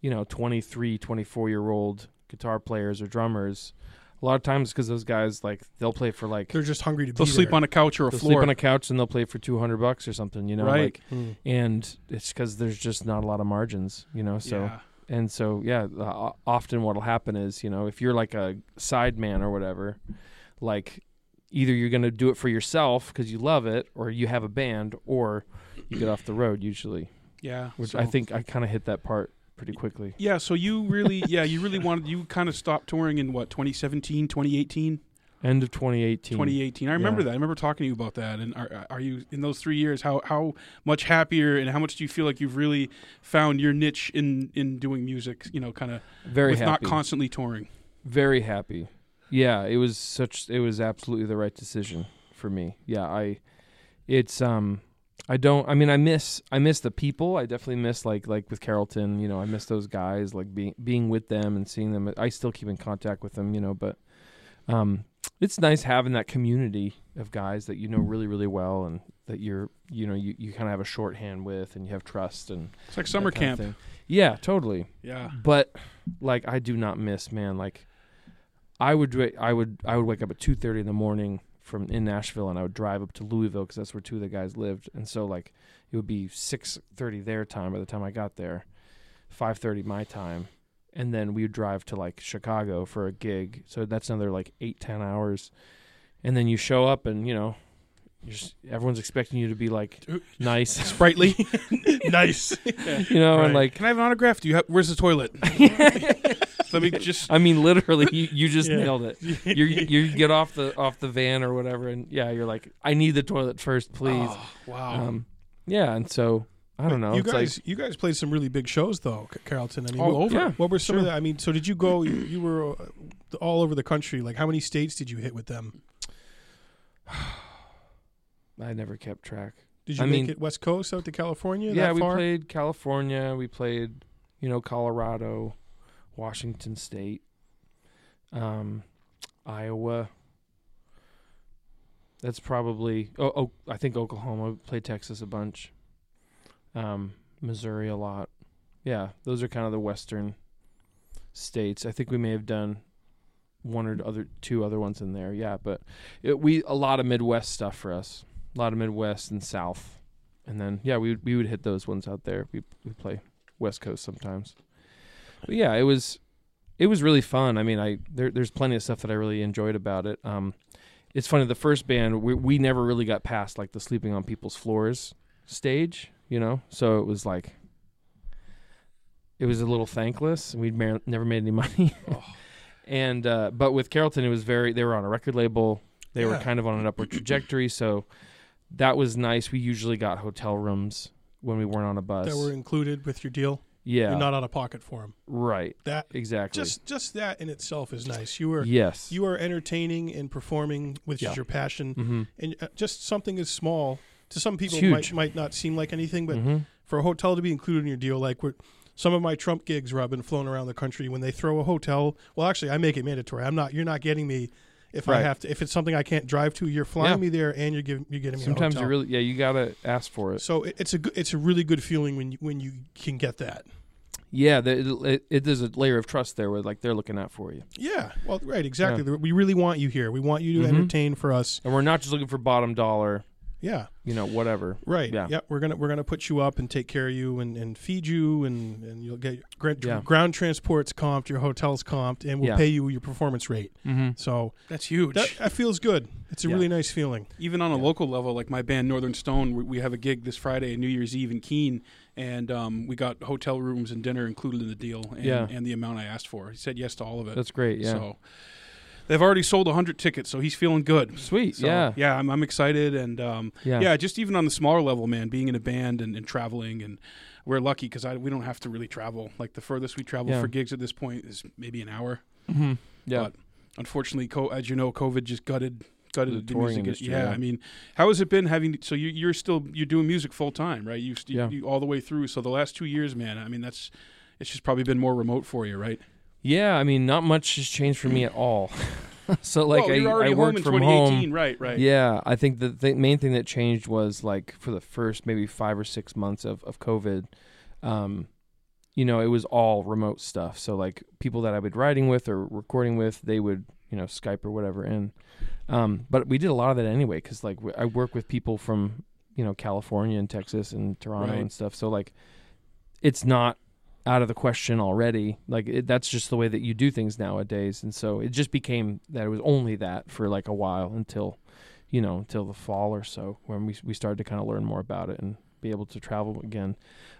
B: you know, 23, 24 year old guitar players or drummers. A lot of times because those guys like they'll play for like
A: They're just hungry to
C: They'll
A: be
C: sleep
A: there.
C: on a couch or a
B: they'll
C: floor.
B: sleep on a couch and they'll play for 200 bucks or something, you know,
C: Right.
B: like
A: Mm.
B: and it's because there's just not a lot of margins, you know. So
C: Yeah.
B: and so yeah, uh, often what'll happen is you know if you're like a side man or whatever, like either you're gonna do it for yourself because you love it, or you have a band, or you get off the road usually.
C: yeah.
B: Which
C: so-
B: I think I kind of hit that part pretty quickly.
C: Yeah, so you
B: <laughs>
C: really, yeah, you really wanted, you kind of stopped touring in what, 2017, 2018?
B: End of 2018.
C: 2018. I remember
B: Mm. Yeah.
C: that. I remember talking to you about that. And are, are you, in those three years, how, how much happier and how much do you feel like you've really found your niche in, in doing music, you know, kind of
B: Very
C: with not
B: happy.
C: constantly touring?
B: very happy. Yeah, it was such it was absolutely the right decision for me. Yeah, I it's um I don't I mean I miss I miss the people. I definitely miss like like with Carrollton, you know, I miss those guys like being being with them and seeing them. I still keep in contact with them, you know, but um it's nice having that community of guys that you know really really well and that you're you know you, you kind of have a shorthand with and you have trust and
C: It's like
B: that
C: summer
B: kind
C: camp.
B: of thing. Yeah, totally
C: Yeah.
B: but like I do not miss man like I would wa- I would I would wake up at 2:30 in the morning from in Nashville and I would drive up to Louisville cuz that's where two of the guys lived and so like it would be 6:30 their time by the time I got there 5:30 my time and then we would drive to like Chicago for a gig so that's another like eight ten hours and then you show up and you know you're just, everyone's expecting you to be like nice <laughs>
C: Sprightly.
A: <laughs> nice.
B: you know
A: Right.
B: and like
C: Can I have an autograph? Do you have, where's the toilet? <laughs> Let me just,
B: I mean, literally, you, you just
A: <laughs> Yeah.
B: nailed it. You you get off the off the van or whatever, and yeah, you're like, I need the toilet first, please.
C: Oh, wow.
B: Um, yeah, and so I don't know.
A: You
B: it's
A: guys, you guys played some really big shows though, Ca- Carrollton. I mean,
C: All
A: what,
C: over.
B: Uh, Yeah.
A: what were some of
B: Sure.
A: the? I mean, so did you go? You, you were uh, all over the country. Like, how many states did you hit with them?
B: like, <sighs> I never kept track.
A: Did you
B: I
A: make
B: mean-
A: it West Coast out to California?
B: yeah,
A: that
B: we
A: far?
B: played California. We played, you know, Colorado, Washington State, um, Iowa. That's probably. Oh, oh, I think Oklahoma. We played Texas a bunch. Um, Missouri a lot. Yeah, those are kind of the western states. I think we may have done one or other two other ones in there. Yeah, but it, we a lot of Midwest stuff for us. A lot of Midwest and South and then yeah, we would we would hit those ones out there. We we play West Coast sometimes, but yeah, it was it was really fun. I mean, I there, there's plenty of stuff that I really enjoyed about it. Um, it's funny the first band we we never really got past like the sleeping on people's floors stage, you know. So it was like it was a little thankless. We'd mar- never made any <laughs> money, and uh, but with Carrollton, it was very they were on a record label. They were
A: Yeah.
B: kind of on an upward trajectory, so that was nice. We usually got hotel rooms when we weren't on a bus.
A: that were included with your deal.
B: yeah,
A: You're not out of pocket for them.
B: right,
A: That
B: exactly.
A: just just that in itself is nice. You were
B: yes,
A: you are entertaining and performing, which
B: Yeah.
A: is your passion,
B: mm-hmm.
A: and uh, just something as small to some people
B: huge.
A: might might not seem like anything,
B: Mm-hmm.
A: but for a hotel to be included in your deal, like we're, some of my Trump gigs where I've been flown around the country, when they throw a hotel, well, actually, I make it mandatory. I'm not, you're not getting me if I
B: Right.
A: have to. If it's something I can't drive to, you're flying
B: Yeah.
A: me there, and you're giving you're getting me.
B: Sometimes
A: a
B: you
A: hotel.
B: really yeah you gotta ask for it.
A: So it, it's a good, it's a really good feeling when you when you can get that.
B: Yeah, the, it, it, there's a layer of trust there where like they're looking out for you,
A: Yeah, well, right, exactly. We really want you here. We want you to
B: Mhm.
A: entertain for us.
B: and we're not just looking for bottom dollar,
A: Yeah,
B: you know, whatever.
A: right. Yeah,
B: Yeah.
A: we're gonna we're gonna put you up and take care of you and, and feed you and, and you'll get gra-
B: Yeah.
A: ground transport's comped, your hotel's comped, and we'll
B: Yeah.
A: pay you your performance rate.
B: Mm-hmm.
A: So
C: that's huge.
A: That, that feels good. It's a
B: Yeah.
A: really nice feeling.
C: even on a
B: Yeah.
C: local level, like my band Northern Stone, we, we have a gig this Friday, New Year's Eve in Keene, and um, we got hotel rooms and dinner included in the deal, and,
B: Yeah.
C: and the amount I asked for. He said yes to all of it.
B: That's great. Yeah,
C: So they've already sold hundred tickets, so he's feeling good.
B: sweet.
C: So,
B: yeah.
C: yeah, I'm, I'm excited, and um,
B: yeah,
C: yeah. just even on the smaller level, man, being in a band and, and traveling, and we're lucky because we don't have to really travel. Like the furthest we travel
B: Yeah.
C: for gigs at this point is maybe an hour.
B: Mhm. yeah.
C: But unfortunately, co- as you know, COVID just gutted gutted
B: The
C: the,
B: touring
C: music
B: industry,
C: Yeah,
B: yeah.
C: I mean, how has it been having? So you, you're still you're doing music full time, right? You, st-
B: Yeah.
C: you all the way through. So the last two years, man. I mean, that's it's just probably been more remote for you, right?
B: Yeah, I mean, not much has changed for me at all. <laughs> so like
C: well, you're
B: I,
C: already
B: I
C: home
B: worked
C: in
B: from home.
C: 2018, right? Right.
B: Yeah, I think the th- main thing that changed was like for the first maybe five or six months of of COVID, um, you know, it was all remote stuff. So like people that I would writing with or recording with, they would you know Skype or whatever in. Um, but we did a lot of that anyway because like w- I work with people from you know California and Texas and Toronto
C: Right.
B: and stuff. So like, it's not out of the question already. Like it, that's just the way that you do things nowadays. And so it just became that it was only that for like a while until, you know, until the fall or so when we we started to kind of learn more about it and be able to travel again.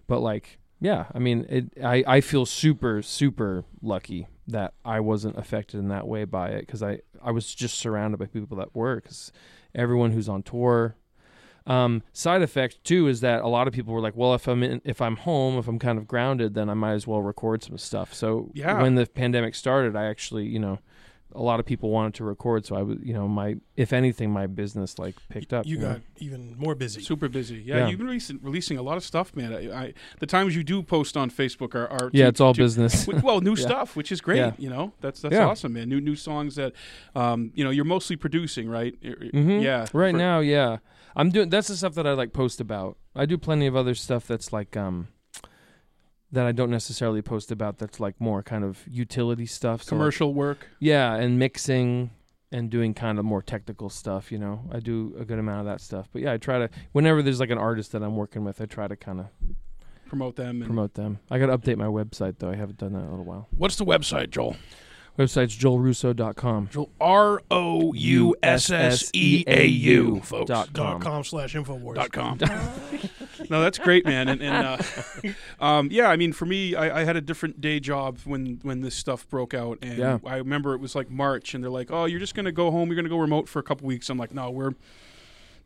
B: But like, yeah, I mean, it. I I feel super super lucky that I wasn't affected in that way by it because I I was just surrounded by people that were because everyone who's on tour um, side effect too is that a lot of people were like, "Well, if I'm in, if I'm home, if I'm kind of grounded, then I might as well record some stuff." So
C: Yeah.
B: when the pandemic started, I actually, you know, a lot of people wanted to record, so I was, you know, my if anything, my business like picked up.
A: You
B: know?
A: got even more busy.
C: Super busy. Yeah,
B: Yeah.
C: you've been releasing, releasing a lot of stuff, man. I, I, the times you do post on Facebook are, are
B: yeah,
C: to-
B: it's all
C: to-
B: business.
C: w- <laughs> well, new
B: <laughs> Yeah.
C: stuff, which is great.
B: Yeah.
C: You know, that's that's
B: Yeah.
C: awesome, man. New new songs that, um, you know, you're mostly producing, right? Y- y-
B: Mhm.
C: Yeah,
B: Right
C: for-
B: now, yeah. I'm doing that's the stuff that I like post about. I do plenty of other stuff that's like um that I don't necessarily post about that's like more kind of utility stuff. so, like,
C: commercial work.
B: yeah, and mixing and doing kind of more technical stuff, you know. I do a good amount of that stuff. But yeah, I try to whenever there's like an artist that I'm working with, I try to kind of
C: Promote them. And,
B: promote them. I got to update my website though. I haven't done that in a little while.
E: What's the website, Joel?
B: Website's joelrusso.com.
E: R O U S S E A U, folks.
B: Dot
A: dot
B: com.
A: com slash infowars.
E: Dot
A: <laughs>
E: com.
C: No, that's great, man. And, and uh, <laughs> um, yeah, I mean, for me, I, I had a different day job when when this stuff broke out, and
B: Yeah.
C: I remember it was like March, and they're like, "Oh, you're just gonna go home. You're gonna go remote for a couple weeks." I'm like, "No, we're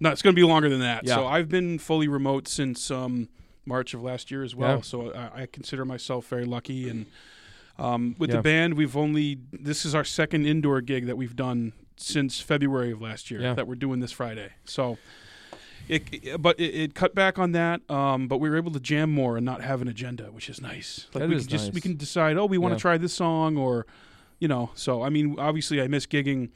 C: no. It's gonna be longer than that."
B: Yeah.
C: So I've been fully remote since um, March of last year as well.
B: Yeah.
C: So I, I consider myself very lucky. And um, with
B: Yeah.
C: the band, we've only this is our second indoor gig that we've done since February of last year
B: Yeah.
C: that we're doing this Friday. So. It, it- but it, it cut back on that. Um, but we were able to jam more and not have an agenda, which is nice. Like
B: That
C: we
B: is
C: can just we
B: nice.
C: can decide, oh, we want to
B: Yeah.
C: try this song, or you know. So I mean, obviously, I miss gigging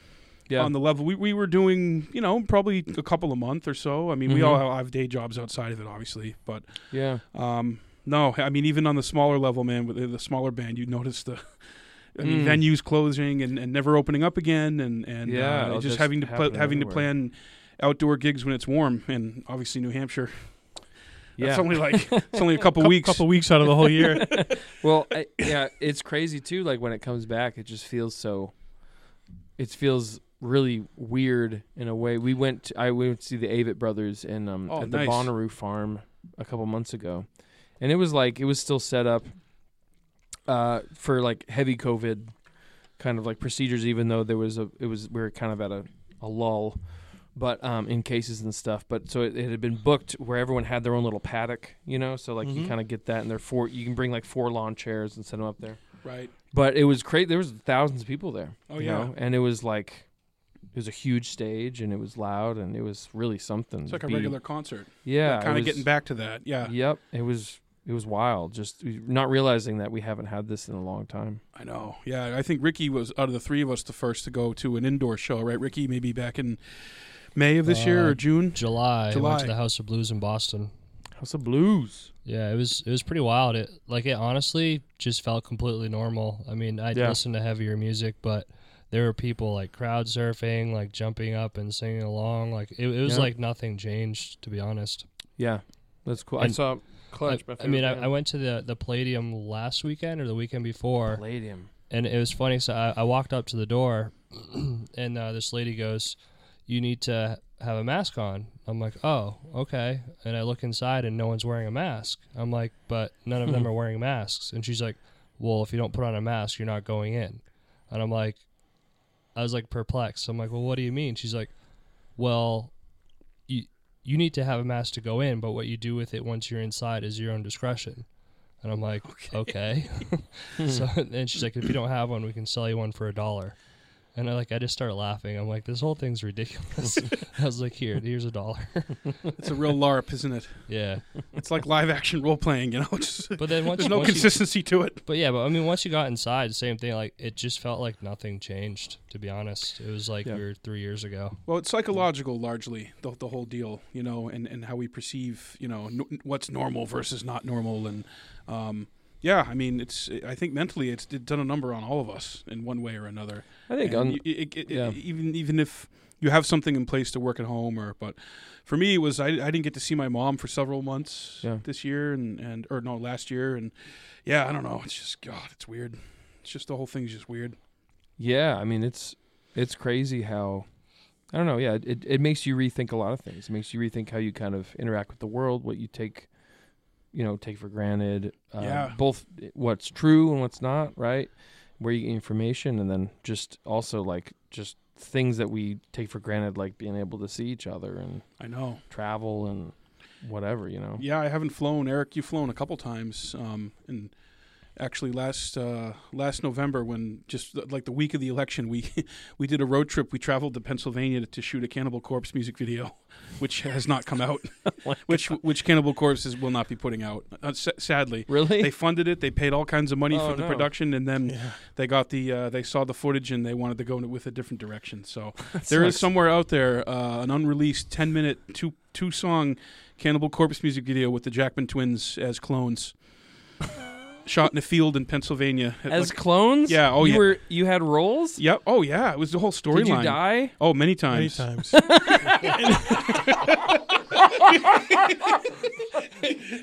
B: Yeah.
C: on the level we, we were doing. You know, probably a couple a month or so. I mean, we
B: Mhm.
C: all have day jobs outside of it, obviously. But
B: yeah.
C: um, no, I mean, even on the smaller level, man, with the- the smaller band, you notice the. <laughs> I mean,
B: Mm.
C: venues closing and, and never opening up again, and and
B: Yeah,
C: uh,
B: it'll
C: just
B: just
C: having to pl-
B: happen
C: having to
B: everywhere.
C: plan outdoor gigs when it's warm, and obviously New Hampshire.
B: Yeah.
C: It's
B: <laughs>
C: only like it's only a couple
A: Couple
C: weeks.
A: couple weeks out of the whole year.
B: well I, yeah it's crazy too like when it comes back it just feels so it feels really weird in a way we went to, i went to see the avett brothers in um
C: Oh,
B: at
C: nice.
B: the Bonnaroo farm a couple months ago and it was like it was still set up uh for like heavy covid kind of like procedures even though there was a it was we were kind of at a, a lull but um in cases and stuff but so it, it had been booked where everyone had their own little paddock you know so like
C: Mm-hmm.
A: Mhm.
B: you kind of get that and they're four you can bring like four lawn chairs and set them up there
C: Right.
B: but it was great there was thousands of people there
C: Mm-hmm. Oh,
B: you
C: yeah.
B: know? and it was like it was a huge stage and it was loud and it was really something
C: It's
B: to
C: like a
B: be-
C: regular concert.
B: yeah
C: kind
B: it
C: of
B: was-
C: getting back to that. Yeah.
B: yep it was it was wild just not realizing that we haven't had this in a long time
C: I know. Yeah. I think Ricky was out of the three of us the first to go to an indoor show, right? Ricky, maybe back in May of this year
D: Uh,
B: <laughs>
C: or June.
D: July, I went
C: July.
D: to the House of Blues in Boston.
B: house of blues
D: Yeah, it was it was pretty wild. It like it honestly just felt completely normal. I mean, I
B: Yeah.
D: listened to heavier music, but there were people like crowd surfing, like jumping up and singing along. Like it, it was
B: Yeah.
D: like nothing changed, to be honest.
B: yeah that's cool i
D: And-
B: saw clutch my
D: I, I
B: favorite
D: mean, I,
B: band.
D: I went to the the Palladium last weekend or the weekend before,
B: Palladium.
D: and it was funny. So I, I walked up to the door, <clears throat> and uh, this lady goes, "You need to have a mask on." I'm like, "Oh, okay." And I look inside, and no one's wearing a mask. I'm like, "But none of them are wearing masks." And she's like, "Well, if you don't put on a mask, you're not going in." And I'm like, I was like perplexed. I'm like, "Well, what do you mean?" She's like, "Well." You you need to have a mask to go in, but what you do with it once you're inside is your own discretion. And I'm <laughs>
C: Mm.
D: like, okay. So and she's like, if you don't have one, we can sell you one for a dollar. And I like I just started laughing. I'm like, this whole thing's
C: <laughs>
D: ridiculous. <laughs> I was like, here, here's a dollar. <laughs>
C: It's a real LARP, isn't it?
D: yeah,
C: It's like live action role playing. You know, <laughs> It's just-
D: but then once
C: there's
D: you-
C: no
D: once you-
C: consistency to it.
D: But yeah, but I mean, once you got inside, same thing. Like it just felt like nothing changed. To be honest, it was like
B: Yeah.
D: we were three years ago.
C: Well, it's psychological largely the, the whole deal, you know, and, and how we perceive, you know, n- what's normal versus not normal, and um, yeah, I mean, it's I think mentally it's it done a number on all of us in one way or another.
B: I think
C: And
B: un-
C: you- it- it-
B: yeah.
C: even even if you have something in place to work at home or but for me it was I, I didn't get to see my mom for several months
B: Yeah.
C: this year and and or no last year and yeah I don't know it's just God it's weird it's just the whole thing's just weird
B: yeah, I mean it's it's crazy how I don't know. Yeah, it it makes you rethink a lot of things. It makes you rethink how you kind of interact with the world, what you take, you know, take for granted. Uh,
C: Yeah.
B: Both what's true and what's not, right? Where you get information, and then just also like just things that we take for granted, like being able to see each other and
C: I know
B: travel and whatever, you know.
C: yeah I haven't flown Eric you've flown a couple times um and actually last uh last November when just th- like the week of the election we <laughs> we did a road trip we traveled to Pennsylvania to, to shoot a Cannibal Corpse music video <laughs> which has not come
B: <laughs>
C: out
B: Oh
C: <laughs> which which Cannibal Corpse is, will not be putting out uh, sa- sadly
B: Really? <laughs>
C: they funded it. They paid all kinds of money
B: Eh. Oh,
C: for the
B: no.
C: production, and then
A: Yeah.
C: they got the uh, they saw the footage and they wanted to go in it with a different direction. So there is
B: sucks.
C: somewhere out there uh, an unreleased ten minute two two song Cannibal Corpse music video with the Jackman twins as
B: <laughs>
C: clones, shot in a field in Pennsylvania. <laughs> It
B: As
C: looked-
B: clones?
C: Yeah, oh,
B: you
C: yeah.
B: Were, you had roles?
C: yeah, oh yeah, it was the whole
B: Did you
C: storyline.
B: die?
C: Oh, many times.
A: Many times.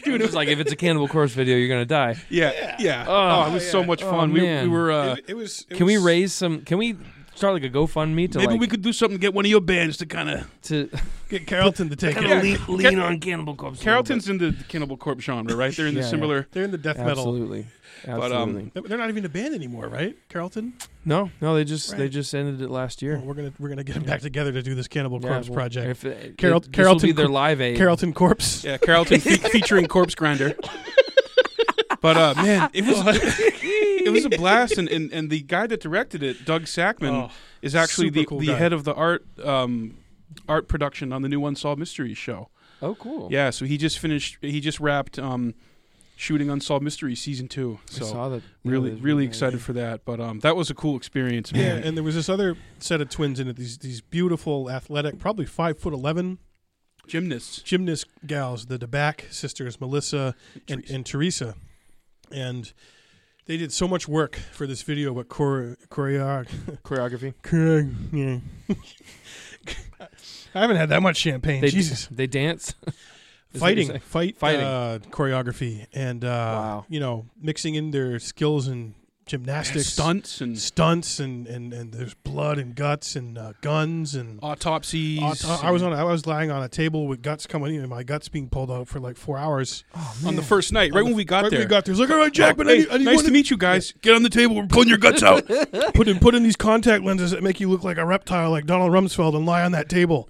B: Dude, it was like if it's a Cannibal Corpse video, you're gonna die.
C: <laughs> Yeah, yeah.
B: Oh,
C: Oh, it was so much
B: Oh,
C: fun. we, we
B: man.
C: were. Uh,
A: it, it was. it
B: Can we
A: was-
B: raise some? Can we start like a GoFundMe to
E: Maybe
B: like
E: we could do something. Get one of your bands to kind of
B: to?
A: get Carrollton to take
E: kind
A: it?
E: of lean, lean on Cannibal Corpse. a little
C: Carrollton's in the Cannibal Corpse genre, right? They're in the
B: Yeah, yeah.
C: similar.
A: They're in the death metal.
B: Absolutely, absolutely.
C: But, um,
A: They- They're not even a band anymore, right? Carrollton.
B: no, no, they just they
A: Right.
B: just ended it last year.
A: Well, we're gonna we're gonna get them back together to do this Cannibal
B: Yeah,
A: Corpse
B: well,
A: project.
B: If it,
A: Carol-
B: it, this will be
A: Carrollton
B: their
A: Cor-
B: live aid.
A: Carrollton Corpse.
C: Yeah,
A: <laughs>
C: Carrollton fe- featuring Corpse Grinder. But uh, man, it was it was a blast, and, and, and the guy that directed it, Doug Sackman,
A: Oh,
C: is actually
A: super
C: the,
A: cool
C: the
A: guy.
C: head of the art um, art production on the new Unsolved Mysteries show.
B: Oh, cool.
C: Yeah, so he just finished, he just wrapped um, shooting Unsolved Mysteries season two.
B: I
C: So
B: saw that. yeah,
C: really,
B: those
C: really
B: videos.
C: excited for that. But um, that was a cool experience,
A: Yeah,
C: man.
A: and there was this other set of twins in it. These these beautiful, athletic, probably five foot eleven
C: Gymnasts,
A: gymnast gals, the DeBack sisters, Melissa and Teresa.
C: Teresa.
A: and Teresa, and they did so much work for this video. But chore- choreo-
B: choreography.
A: chore- yeah. <laughs> I haven't had that much champagne.
B: They
A: Jesus,
B: they dance. <laughs> Is what you're
A: fighting,
B: saying.
A: fight,
B: Fighting.
A: uh, choreography, and uh,
B: Wow.
A: you know, mixing in their skills in gymnastics,
C: stunts, and
A: stunts, and, and and there's blood and guts and uh, guns and
C: autopsies.
A: I, I was on. I was lying on a table with guts coming in, and my guts being pulled out for like four hours.
C: on the first night, right
A: On the-
C: when we got
A: right
C: there. Oh,
A: we got there. He's like, "All right, Jack, but I
C: Hey,
A: need, I need
C: nice
A: one
C: to meet you guys.
E: Get on the table. We're pulling your
C: <laughs>
E: guts out.
A: put in put in these contact lenses that make you look like a reptile, like Donald Rumsfeld, and lie on that table."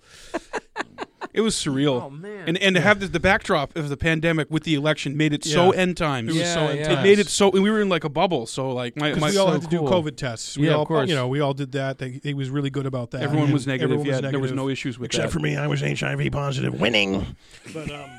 C: It was surreal.
B: Oh man.
C: And and to have the, the backdrop of the pandemic with the election made it so
A: Yeah.
C: end times.
A: It was so
B: yeah.
A: intense.
C: It made it so and we were in like a bubble. So like my, my
A: Because we all
B: so
A: had to
B: cool.
A: do COVID tests. We
B: Yeah, of
A: all,
B: course.
A: You know, we all did that. They, they was really good about that.
C: <laughs> everyone
A: And
C: was negative.
A: everyone
C: yeah,
A: was
C: there was
A: negative.
C: no issues with
A: except
C: that.
A: for me. I was HIV positive. Winning.
E: But um,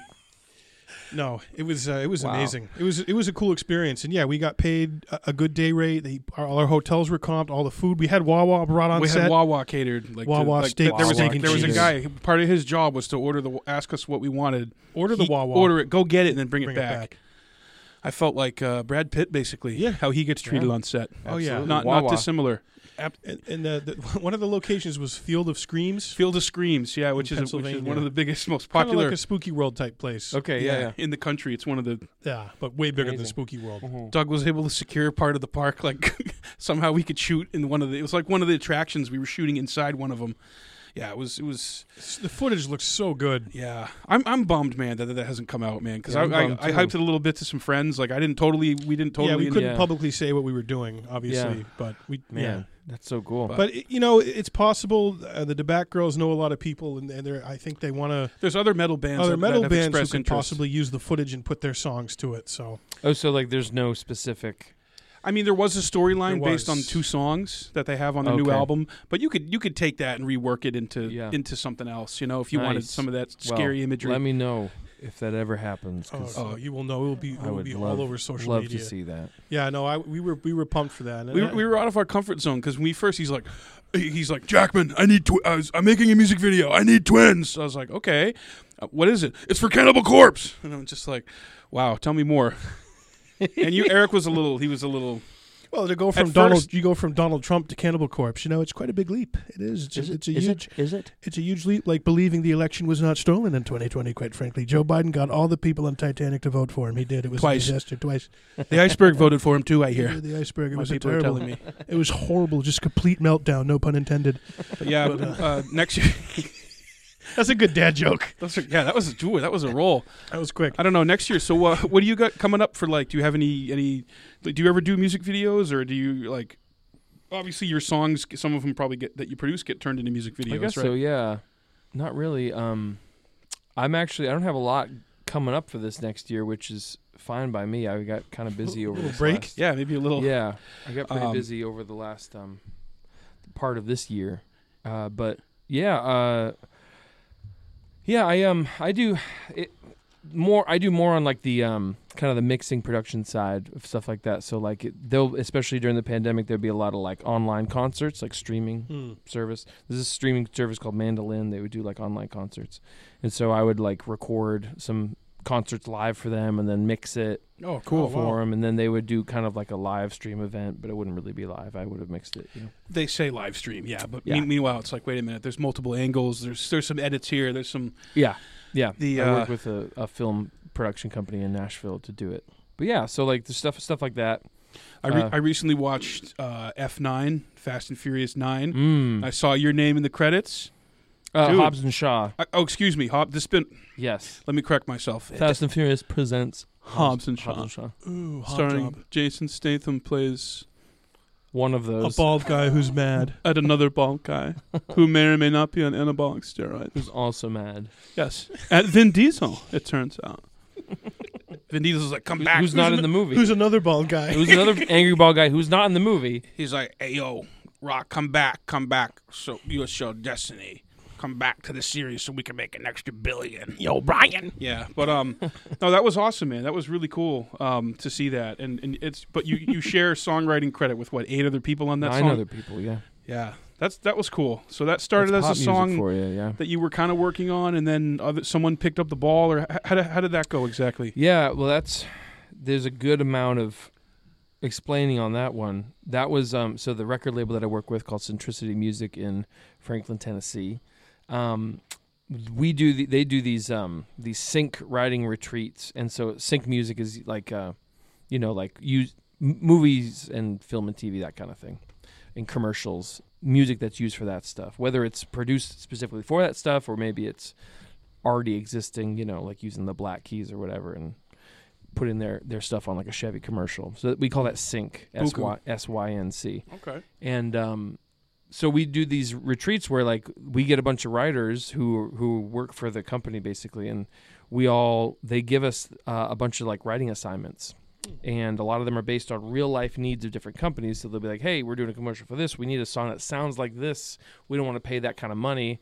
A: No, it was uh, it was
B: Wow.
A: amazing. It was it was a cool experience, and yeah, we got paid a, a good day rate. They, our, all our hotels were comped. All the food we had Wawa brought on
C: we
A: set.
C: had Wawa catered. Like to-
A: Wawa
C: like,
A: steak,
C: There was,
B: steak
C: a,
B: and
C: there was a
B: cheese.
C: guy. Part of his job was to order the ask us what we wanted.
A: Order the
C: He-
A: Wawa.
C: Order it. Go get it and then bring,
A: Bring
C: it, back. I felt like uh, Brad Pitt basically.
A: Yeah.
C: How he gets treated on set.
A: Oh, yeah.
B: Absolutely.
C: Not
B: Wawa.
C: not dissimilar.
A: Ab- And, and uh, the, <laughs> one of the locations was Field of Screams,
C: Field of Screams. Yeah, which is, a, which is
A: Pennsylvania.
C: one of the biggest, most
A: kind of
C: popular.
A: like a spooky world type place.
B: Okay. Yeah. yeah.
C: in the country, it's one of the
A: Yeah, but way bigger than
B: Amazing.
A: Spooky World.
C: Doug was able to secure part of the park. Like <laughs> somehow we could shoot in one of the. It was like one of the attractions we were shooting inside one of them. Yeah, it was. It was.
A: S- The footage looks so good.
C: Yeah, I'm. I'm bummed, man, that that hasn't come out, man. Because
B: Yeah, I'm
C: I,
B: bummed,
C: I, I
B: too.
C: hyped it a little bit to some friends. Like I didn't totally. We didn't totally.
A: yeah, we
C: in-
A: couldn't
B: Yeah.
A: publicly say what we were doing, obviously,
B: Yeah.
A: but we yeah.
B: Man, that's so cool.
A: But it- you know, it's possible uh, the DeBac girls know a lot of people, and and they're, I think they want to
C: There's other metal bands.
A: other
C: that,
A: metal
C: that have
A: bands who
C: expressed
A: can
C: interest.
A: possibly use the footage and put their songs to it. So
B: oh, so like there's no specific.
C: I mean, there was a storyline
A: There
C: based on
A: was.
C: two songs that they have on the new
B: Okay.
C: album, but you could you could take that and rework it into
B: Yeah.
C: into something else. You know, if you wanted
B: Nice.
C: some of that
B: Well,
C: scary imagery.
B: Let me know if that ever happens. 'cause
A: Oh, you will know. It will be, it
B: I
A: will
B: would
A: be
B: love,
A: all over social
B: love
A: media.
B: to see that.
A: Yeah, no, I, we were we were pumped for that. And
C: we,
A: I-
C: we were out of our comfort zone because when we first, he's like,
E: He's like, Jackman, I need. Tw- I was, I'm making a music video. I need twins.
C: so I was like, okay, uh, what is it?
E: It's for Cannibal Corpse.
C: And I'm just like, wow, tell me more. <laughs> and you, Eric, was a little. He was a little.
A: well, to go from
C: first-
A: Donald, you go from Donald Trump to Cannibal Corpse. You know, it's quite a big leap. It is. It's, a- it's a huge.
F: Is it?
A: It's a huge leap. Like believing the election was not stolen in 2020. Quite frankly, Joe Biden got all the people on Titanic to vote for him. He did. It was
C: Twice.
A: a disaster. Twice.
C: The iceberg voted for him too. I <laughs> hear.
A: The iceberg. It
C: My
A: was a
C: people are
A: terrible.
C: telling me.
A: It was horrible. Just complete meltdown. No pun intended.
C: But <laughs> yeah, but, uh, next year. <laughs>
A: That's a good dad joke.
C: Those are, yeah, that was a ooh, that was a roll.
A: That was quick.
C: I don't know next year. So uh, what do you got coming up for like? Do you have any any? Like, do you ever do music videos or do you like? Obviously, your songs, some of them probably get that you produce get turned into music videos,
B: I guess
C: right?
B: so. Yeah, not really. Um, I'm actually I don't have a lot coming up for this next year, which is fine by me. I got kind of busy over
A: Little
B: this
A: break?
B: last-
C: Yeah, maybe a little.
B: yeah, I got pretty
C: Um,
B: busy over the last um part of this year. Uh, but yeah, uh, yeah, I um I do it more. I do more on like the um kind of the mixing production side of stuff like that. So like it, they'll especially during the pandemic there'll be a lot of like online concerts, like streaming service. There's a streaming service called Mandolin. They would do like online concerts, and so I would like record some concerts live for them and then mix it
A: Oh,
B: cool for them and then they would do kind of like a live stream event but it wouldn't really be live i would have mixed it you know?
C: They say live stream, yeah, but
B: Yeah.
C: mean- meanwhile, it's like, wait a minute, there's multiple angles. There's there's some edits here. There's some.
B: yeah yeah
C: The,
B: i
C: uh,
B: worked with a, a film production company in nashville to do it but yeah so like the stuff stuff like that
C: I re-
B: Uh.
C: I recently watched uh, F9, Fast and Furious Nine.
B: mm.
C: I saw your name in the credits.
B: uh,
C: dude.
B: hobbs and shaw
C: I, oh, excuse me, Hob. This been.
B: yes
C: Let me correct myself.
B: fast and furious presents
C: Hobbs and Shaw,
A: Ooh, hot job.
C: starring Jason Statham, plays
B: one of
A: a
B: those
A: bald guy who's mad.
C: at another bald guy
B: <laughs>
C: who may or may not be on anabolic steroids.
B: who's also mad
C: Yes, at Vin Diesel, it turns out.
B: <laughs>
C: Vin Diesel's like, come back.
B: who's not in the
A: <laughs>
B: movie
A: Who's another bald guy?
B: who's another angry bald guy who's not in the movie
C: He's like, hey yo, Rock, come back, come back. So you show destiny. Come back to the series so we can make an extra billion.
E: Yo, Brian.
C: Yeah, but um, no, that was awesome, man. That was really cool um to see that, and and it's but you you share songwriting credit with what eight other people on that
B: nine
C: song.
B: other people yeah
C: Yeah, that's that was cool. So that started
B: That's pop
C: as a
B: music
C: song
B: for you yeah
C: that you were kind of working on, and then other, someone picked up the ball, or h- how, did- how did that go exactly?
B: Yeah, well, that's there's a good amount of explaining on that one. That was um, so the record label that I work with called Centricity Music in Franklin, Tennessee. Um, we do the, they do these um, these sync writing retreats, and so sync music is like uh, you know like use m- movies and film and TV that kind of thing, and commercials music that's used for that stuff, whether it's produced specifically for that stuff or maybe it's already existing, you know, like using the black keys or whatever and putting their their stuff on like a Chevy commercial. So that- we call that sync, S Y S Y N C.
C: Okay,
B: And um so we do these retreats where like we get a bunch of writers who who work for the company basically and we all they give us uh, a bunch of like writing assignments and a lot of them are based on real life needs of different companies so they'll be like hey we're doing a commercial for this we need a song that sounds like this we don't want to pay that kind of money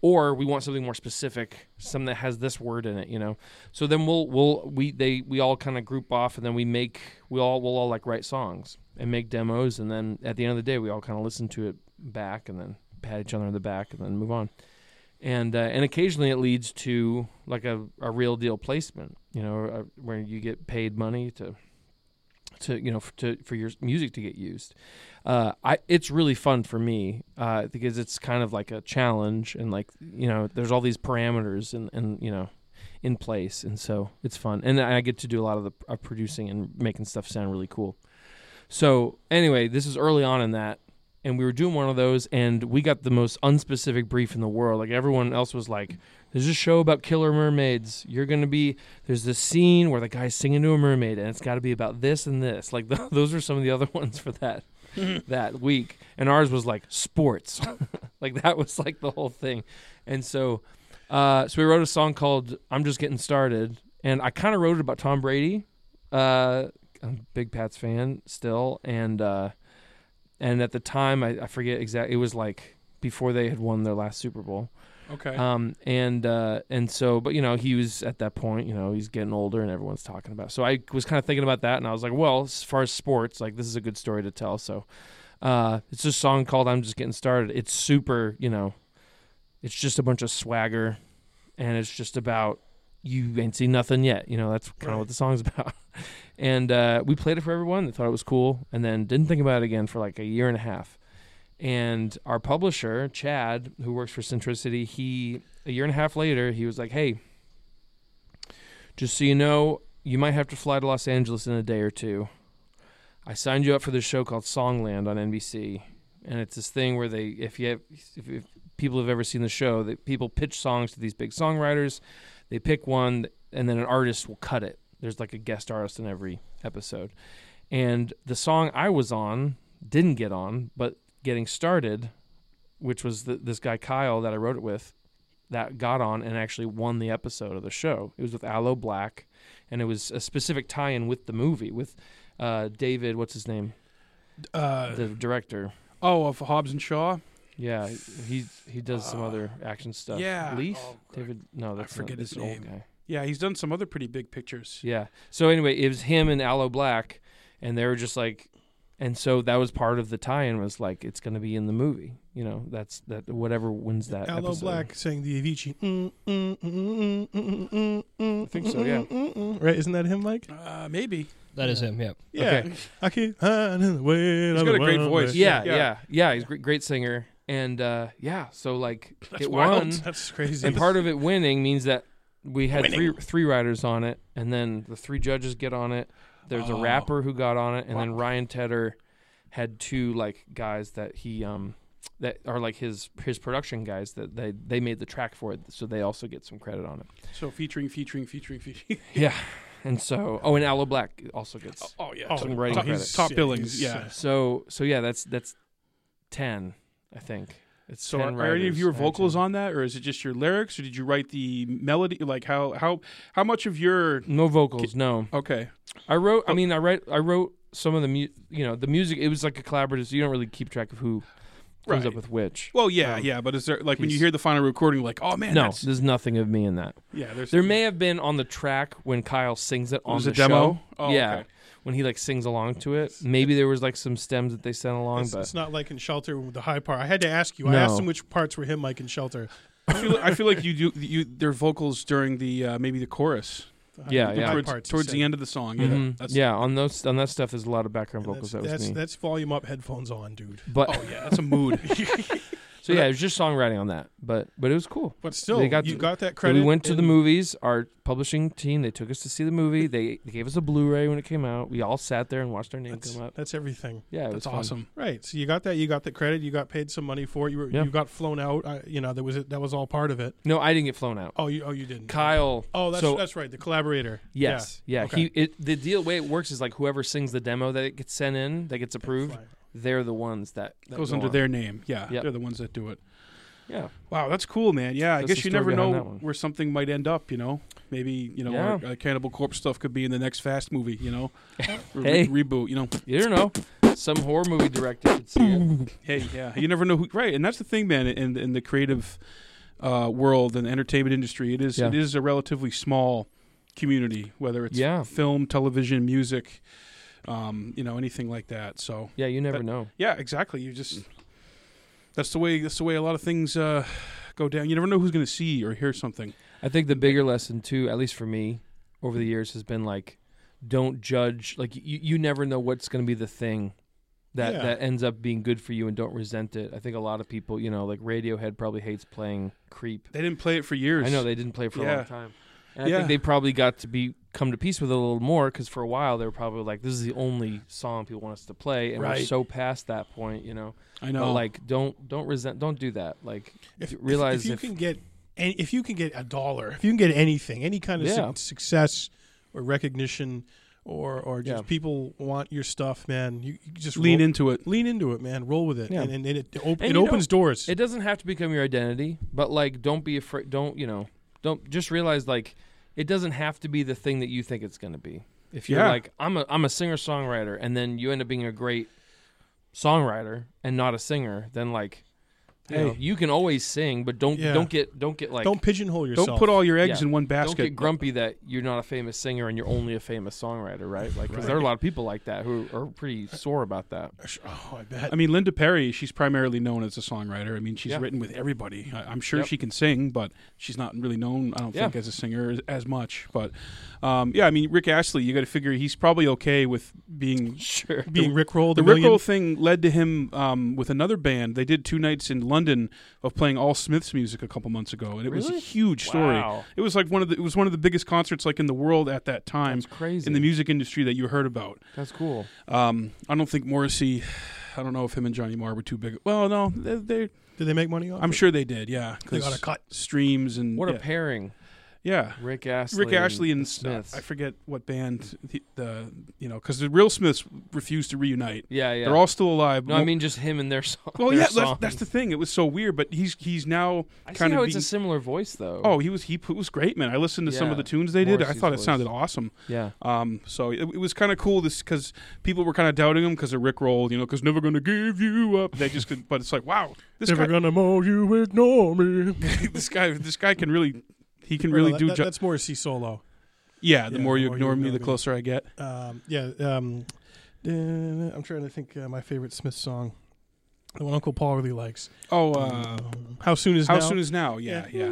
B: or we want something more specific something that has this word in it you know so then we'll we'll we they we all kind of group off and then we make we all we'll all like write songs and make demos and then at the end of the day we all kind of listen to it back and then pat each other on the back and then move on and uh, and occasionally it leads to like a, a real deal placement you know uh, where you get paid money to to you know f- to for your music to get used uh i it's really fun for me uh because it's kind of like a challenge and like you know there's all these parameters and and you know in place and so it's fun and i get to do a lot of the of producing and making stuff sound really cool so anyway this is early on in that and we were doing one of those and we got the most unspecific brief in the world like everyone else was like there's a show about killer mermaids you're gonna be there's this scene where the guy's singing to a mermaid and it's got to be about this and this like <laughs> th those are some of the other ones for that that week and ours was like sports <laughs> like that was like the whole thing and so uh so we wrote a song called i'm just getting started and i kind of wrote it about tom brady uh I'm a big Pats fan still, and uh, and at the time I, I forget exactly. It was like before they had won their last Super Bowl.
C: Okay.
B: Um, and uh, and so, but you know, he was at that point. You know, he's getting older, and everyone's talking about. So I was kind of thinking about that, and I was like, well, as far as sports, like this is a good story to tell. So uh, it's a song called "I'm Just Getting Started." It's super, you know, it's just a bunch of swagger, and it's just about you ain't seen nothing yet. You know, that's kind of
A: Right.
B: what the song's <laughs> about. and uh, we played it for everyone. They thought it was cool, and then didn't think about it again for like a year and a half. And our publisher, Chad, who works for Centricity, he a year and a half later, he was like, "Hey, just so you know, you might have to fly to Los Angeles in a day or two. I signed you up for this show called Songland on NBC, and it's this thing where they, if you, have, if, if people have ever seen the show, that people pitch songs to these big songwriters, they pick one, and then an artist will cut it. There's like a guest artist in every episode, and the song I was on didn't get on, but getting started, which was the, this guy Kyle that I wrote it with, that got on and actually won the episode of the show. It was with Aloe Black, and it was a specific tie-in with the movie with uh, David. What's his name?
A: Uh,
B: The director.
C: oh, of Hobbs and Shaw.
B: Yeah, he he does some
C: Uh,
B: other action stuff.
C: yeah.
B: Leaf.
C: Oh, God.
B: David. No, that's not-
A: forget
B: that's
A: his
B: an
A: name.
B: Old guy.
C: Yeah, he's done some other pretty big pictures.
B: Yeah. So anyway, it was him and Aloe Black, and they were just like, and so that was part of the tie-in was like it's going to be in the movie. You know, that's that whatever wins that.
A: Aloe
B: episode.
A: Black sang the Avicii. Mm, mm, mm, mm, mm, mm, mm,
B: I think so, yeah.
A: mm, mm, mm, mm. Right? Isn't that him, Mike?
C: Uh, maybe.
D: That is him. Yep.
A: Yeah.
B: Okay.
A: I keep finding the way.
C: He's got a great voice.
B: Yeah,
C: Yeah.
B: yeah, yeah. He's a great, great singer, and uh, yeah, so like it won,
A: That's crazy.
B: and part of it winning means that we had three three riders on it, and then the three judges get on it. There's
C: Oh.
B: a rapper who got on it, and then
C: Wow.
B: Ryan Tedder had two like guys that he um that are like his his production guys that they they made the track for it, so they also get some credit on it.
C: So featuring, featuring, featuring, featuring.
B: Yeah, and so oh, and Aloe Black also gets
C: oh yeah.
A: Oh,
C: top-
B: some writing
C: top,
B: credits.
C: top
A: Yeah,
C: billings.
A: he's,
C: Yeah.
A: uh,
B: so so yeah, that's that's ten, I think. It's
C: So
B: 10
C: are, are any of
B: writers
C: your
B: out
C: vocals
B: 10.
C: on that, or is it just your lyrics, or did you write the melody? Like how how how much of your
B: No vocals, no.
C: okay?
B: I wrote. I
C: Oh.
B: mean, I write. I wrote some of the mu- You know, the music. It was like a collaborative. So you don't really keep track of who comes
C: Right.
B: up with which.
C: Well, yeah,
B: Um,
C: yeah, but is there like when you
B: he's-
C: hear the final recording, like oh man,
B: no,
C: that's,
B: there's nothing of me in that.
C: yeah, there's
B: There may have been on the track when Kyle sings it on
C: there's
B: the
C: a demo.
B: show.
C: Oh,
B: yeah,
C: okay.
B: when he like sings along to it. Maybe there was like some stems that they sent along,
A: It's,
B: but
A: it's not like in Shelter with the high part. I had to ask you. I
B: No.
A: asked him which parts were him, Mike, in Shelter.
C: I feel, I feel like you do you their vocals during the uh, maybe the chorus
A: The high-
B: Yeah,
A: the
B: yeah.
A: high
C: towards,
A: parts, he
C: towards the
A: said.
C: end of the song. Yeah,
B: Mhm.
C: that's,
B: yeah, on those on that stuff, there's a lot of background
A: And
B: vocals.
A: That's,
B: that was
A: that's,
B: me.
A: that's volume up, headphones on, dude.
B: but
C: Oh yeah, that's
B: <laughs>
C: a mood. <laughs>
B: so yeah, it was just songwriting on that. But but it was cool.
A: But still,
B: got
A: you
B: the-
A: got that
B: So
A: credit.
B: we went to the
A: and-
B: movies. Our publishing team they took us to see the movie. They, they gave us a Blu-ray when it came out. We all sat there and watched our name
A: That's,
B: come up.
A: that's everything.
B: Yeah, it was
C: that's
B: fun.
C: awesome.
A: Right. So you got that. You got the credit. You got paid some money for it. You were,
B: Yeah.
A: you got flown out. I, you know, that was it. That was all part of it.
B: No, I didn't get flown out.
A: Oh, you oh you didn't.
B: Kyle.
A: Oh, that's
B: so,
A: that's right. The collaborator.
B: yes, yeah.
A: okay.
B: He it, the deal way it works is like whoever sings the demo that it gets sent in that gets
A: Yeah.
B: approved,
A: Fine.
B: they're the ones that, that
C: goes
B: go
C: under
B: on.
C: their name. Yeah,
B: Yep.
C: they're the ones that do it.
B: Yeah,
C: Wow, that's cool, man. Yeah, I
B: That's
C: guess
B: the
C: you
B: story
C: never
B: behind
C: know
B: that one.
C: where something might end up. You know, maybe you know
B: Yeah.
C: our, our Cannibal Corpse stuff could be in the next Fast movie.
B: <laughs>
C: You know, Or
B: Hey.
C: re- reboot. You know,
B: you don't know. Some horror movie director could see it.
C: hey, yeah, you never know who. Right, and that's the thing, man. In in the creative uh, world and the entertainment industry, it is
B: Yeah.
C: it is a relatively small community, whether it's
B: Yeah.
C: film, television, music, um, you know, anything like that. So
B: Yeah, you never
C: That-
B: know.
C: yeah, exactly. You just that's the way that's the way a lot of things uh, go down. You never know who's going to see or hear something.
B: I think the bigger lesson too, at least for me, over the years has been like, don't judge. Like you, you never know what's going to be the thing that
A: Yeah.
B: that ends up being good for you, and don't resent it. I think a lot of people, you know, like Radiohead probably hates playing Creep.
C: They didn't play it for years.
B: I know they didn't play for a
C: Yeah.
B: long time. And I
C: Yeah.
B: think they probably got to be come to peace with it a little more because for a while they were probably like, "This is the only song people want us to play," and we're
C: Right.
B: so past that point, you know.
C: I know.
B: But like, don't don't resent, don't do that. Like,
A: If, if-
B: realize
A: if you
B: if-
A: can get an- if you can get a dollar, if you can get anything, any kind of su-
B: Yeah.
A: success or recognition, or or just
B: Yeah.
A: people want your stuff, man. You, you just
C: lean
A: roll-
C: into it.
A: lean into it, man. Roll with it,
B: Yeah.
A: and, and, and it op- it
B: And you
A: opens doors.
B: it doesn't have to become your identity, but like, don't be afraid. Don't you know? Don't just realize like, it doesn't have to be the thing that you think it's going to be. If you're
C: Yeah.
B: like I'm a I'm a singer songwriter, and then you end up being a great songwriter and not a singer, then like, you,
A: Hey.
B: know, you can always sing, but don't
A: Yeah.
B: don't get don't get like
A: don't pigeonhole yourself.
C: Don't put all your eggs
B: Yeah.
C: in one
B: don't
C: basket.
B: get grumpy that you're not a famous singer and you're only a famous songwriter, right? Like, because there are a lot of people like that who are pretty sore about that.
A: Oh, I bet.
C: I mean, Linda Perry, she's primarily known as a songwriter. I mean, she's
B: Yeah.
C: written with everybody. I, I'm sure
B: Yep.
C: she can sing, but she's not really known, I don't
B: Yeah.
C: think, as a singer as, as much. But um, yeah, I mean, Rick Astley, you got to figure he's probably okay with being.
B: Sure.
A: Being Rickrolled.
C: The
A: a million-
C: Rickroll thing led to him um, with another band. They did two nights in London of playing all Smith's music a couple months ago, and it was a
B: Really?
C: huge story.
B: Wow.
C: It was like one of the it was one of the biggest concerts like in the world at that time
B: That's crazy.
C: in the music industry that you heard about.
B: That's cool.
C: Um, I don't think Morrissey. I don't know if him and Johnny Marr were too big. Well, no, they. they
A: Did they make money off?
C: I'm
A: it?
C: sure they did. Yeah,
A: they
C: 'cause
A: got a cut.
C: streams and
B: What
C: yeah,
B: a pairing,
C: yeah.
B: Rick Astley.
C: Rick Ashley and,
B: Smiths.
C: Smith. I forget what band the, the you know because the real Smiths refused to reunite.
B: yeah, yeah.
C: They're all still alive.
B: no, I mean just him and their song.
C: well,
B: their
C: yeah,
B: song.
C: that's, that's the thing. It was so weird, but he's he's now
B: I see
C: kind
B: how
C: of
B: it's a similar voice though.
C: oh he was he p- was great man. I listened to some
B: Yeah,
C: of the tunes they did. I
B: Morrissey's
C: thought it
B: voice.
C: sounded awesome.
B: yeah.
C: Um, so it, it was kind of cool this because people were kind of doubting him because of Rick Roll, you know, because never gonna give you up. They just, could, but it's like wow, this
A: Never
C: guy,
A: gonna mow you, ignore me.
C: <laughs> this guy, this guy can really, he can really
A: Well,
C: do.
A: that-
C: ju-
A: that's Morrissey solo.
C: yeah, the
A: yeah,
C: more you ignore me, the closer I get.
A: Um, yeah. Um, uh, I'm trying to think uh, my favorite Smith song, the one Uncle Paul really likes.
C: Oh, uh,
A: How soon Um, is
C: how
A: now?
C: soon is now? Yeah, yeah,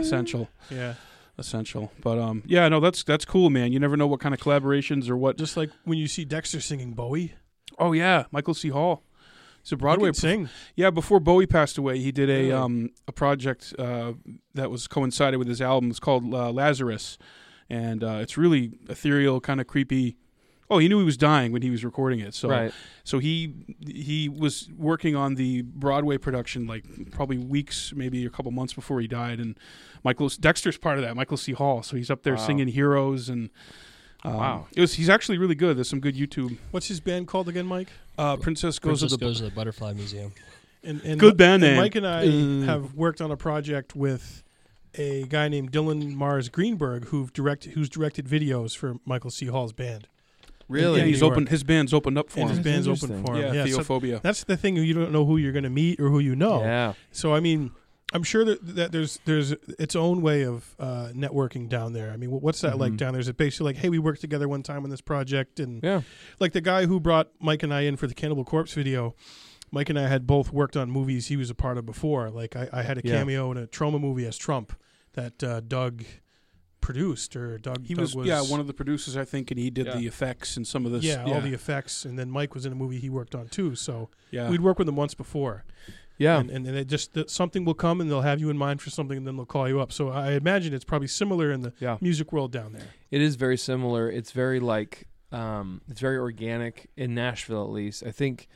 C: essential,
A: Yeah.
C: essential. But um, yeah, no, that's that's cool, man. You never know what kind of collaborations or what.
A: Just like when you see Dexter singing Bowie,
C: Oh yeah, Michael C. Hall. So Broadway,
A: he could sing.
C: Yeah, before Bowie passed away, he did a
A: Really?
C: um a project uh, that was coincided with his album. It's called uh, Lazarus, and uh, it's really ethereal, kind of creepy. Oh, he knew he was dying when he was recording it. So,
B: right.
C: so he he was working on the Broadway production like probably weeks, maybe a couple months before he died. And Michael Dexter's part of that. Michael C. Hall. So he's up there
B: Wow.
C: singing Heroes and um,
B: Wow.
C: It was he's actually really good. There's some good YouTube.
A: What's his band called again, Mike?
C: Uh, Princess goes
D: Princess
C: to the
D: goes to the Butterfly Museum.
A: And, and
C: Good band
A: and
C: name.
A: Mike and I
C: Mm.
A: have worked on a project with a guy named Dylan Mars Greenberg, who direct who's directed videos for Michael C. Hall's band.
B: Really?
C: Yeah,
A: New
C: he's
A: York.
C: open. His band's opened up for
A: and
C: him.
A: his
B: That's
A: band's open
B: interesting.
A: for
C: Yeah,
A: him. so
C: theophobia.
A: that's the thing you don't know who you're going to meet or who you
C: oh.
A: know.
B: Yeah.
A: So I mean, I'm sure that, that there's there's its own way of uh, networking down there. I mean, what's that like
B: Mhm.
A: down there? Is it basically like, hey, we worked together one time on this project, and
B: Yeah.
A: like the guy who brought Mike and I in for the Cannibal Corpse video. Mike and I had both worked on movies he was a part of before. Like I, I had a
B: Yeah.
A: cameo in a trauma movie as Trump that uh, Doug produced, or Doug
C: He
A: Doug
C: was, yeah one of the producers, I think, and he did
B: Yeah.
C: the effects and some of this.
A: yeah,
C: yeah,
A: all the effects, and then Mike was in a movie he worked on too. So
C: yeah.
A: we'd worked with him once before.
B: Yeah.
A: and, and, and it just that something will come and they'll have you in mind for something and then they'll call you up so i imagine it's probably similar in the
B: Yeah.
A: music world down there
B: It is very similar. It's very like um, it's very organic in Nashville, at least. I think,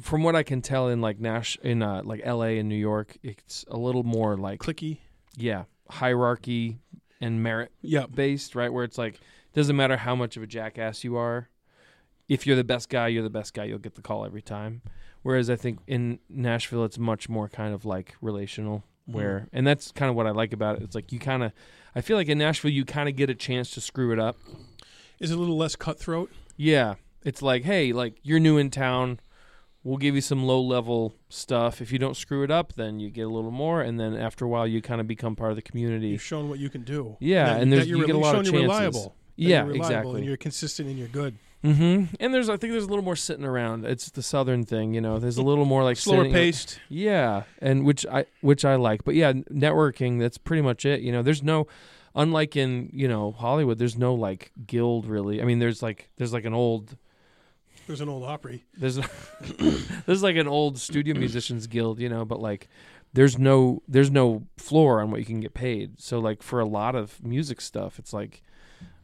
B: from what I can tell, in like Nash, in uh, like L.A. and New York, it's a little more like
A: clicky
B: yeah hierarchy and merit
C: yeah,
B: based, right? Where it's like doesn't matter how much of a jackass you are, if you're the best guy, you're the best guy. You'll get the call every time. Whereas I think in Nashville, it's much more kind of like relational.
A: Mm-hmm.
B: Where and that's kind of what I like about it. It's like you kind of, I feel like in Nashville you kind of get a chance to screw it up.
A: is it a little less cutthroat
B: Yeah. It's like, hey, like you're new in town. We'll give you some low level stuff. If you don't screw it up, then you get a little more, and then after a while, you kind of become part of the community.
A: you've shown what you can do
B: Yeah,
A: that-
B: and there's-
A: that you're
B: you get a
A: rel-
B: lot
A: shown
B: of
A: you're
B: chances.
A: reliable that
B: yeah,
A: you're reliable
B: exactly.
A: and you're consistent and you're good
B: Mm-hmm. And there's, I think, there's a little more sitting around. It's the southern thing, you know. There's a little more like
C: slower
B: sitting-
C: paced.
B: Yeah, and which I which I like. But yeah, n- networking. That's pretty much it. You know, there's no, unlike in you know Hollywood, there's no like guild really. I mean, there's like there's like an old
A: there's an old opry
B: there's <coughs> there's like an old studio musicians guild, you know, but like there's no there's no floor on what you can get paid. So like for a lot of music stuff, it's like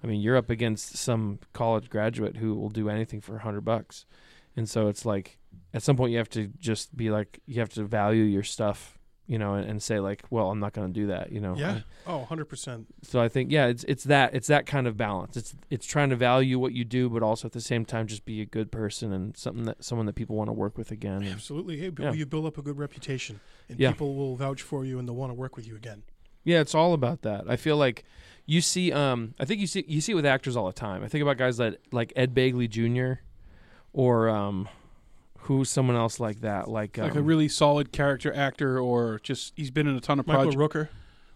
B: I mean, you're up against some college graduate who will do anything for a 100 bucks. And so it's like at some point you have to just be like you have to value your stuff, you know, and, and say like, well, I'm not going to do that, you know.
A: yeah oh 100%
B: So I think yeah, it's it's that it's that kind of balance. It's it's trying to value what you do, but also at the same time just be a good person and something that someone that people want to work with again. And
A: absolutely hey but
B: Yeah.
A: you build up a good reputation and
B: Yeah.
A: people will vouch for you and they'll want to work with you again
B: Yeah, it's all about that. I feel like you see um I think you see you see it with actors all the time. I think about guys that like Ed Bagley Jr. or um who's someone else like that? Like, um,
C: Like a really solid character actor, or just he's been in a ton of
A: Michael
C: projects.
A: Rooker.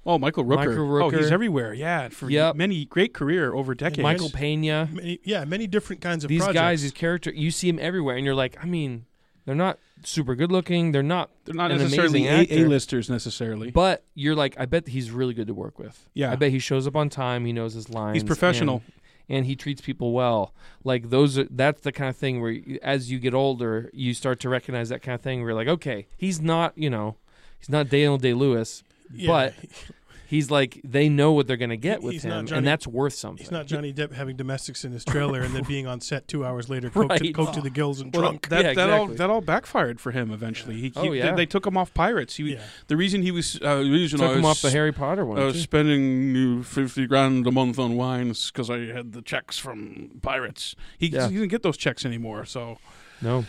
C: oh, Michael Rooker.
B: Michael
C: Oh, he's
B: Rooker.
C: everywhere. Yeah, for
B: Yep.
C: many great career over decades.
B: Michael Pena.
A: Many, yeah, many different kinds of
B: These
A: projects.
B: guys, these character you see them everywhere and you're like, I mean, they're not super good looking, they're not
C: They're not
B: an
C: necessarily
B: amazing actor.
C: A listers necessarily.
B: but you're like, I bet he's really good to work with.
C: Yeah.
B: I bet he shows up on time, he knows his lines.
C: he's
B: and-
C: professional.
B: and he treats people well. Like those are that's the kind of thing where you, as you get older, you start to recognize that kind of thing where you're like, okay, he's not, you know, he's not Daniel Day Lewis,
A: Yeah,
B: but he's like they know what they're gonna get with
A: He's not
B: him
A: Johnny-
B: and that's worth something.
A: he's not Johnny Depp having domestics in his trailer and
B: <laughs>
A: then being on set two hours later, coked, to,
B: Right.
A: coked to the gills and
C: Well,
A: drunk.
B: <laughs>
C: that
B: Yeah,
C: that all
B: exactly.
C: that all backfired for him eventually. He, he-
B: Oh, yeah.
C: they, they took him off pirates. He,
A: yeah.
C: The reason he was uh, the reason I
B: Took him
C: was
B: off the Harry Potter one.
C: I was
B: too.
C: spending uh, fifty grand a month on wines because I had the checks from pirates. He,
B: Yeah.
C: he didn't get those checks anymore. So
B: No,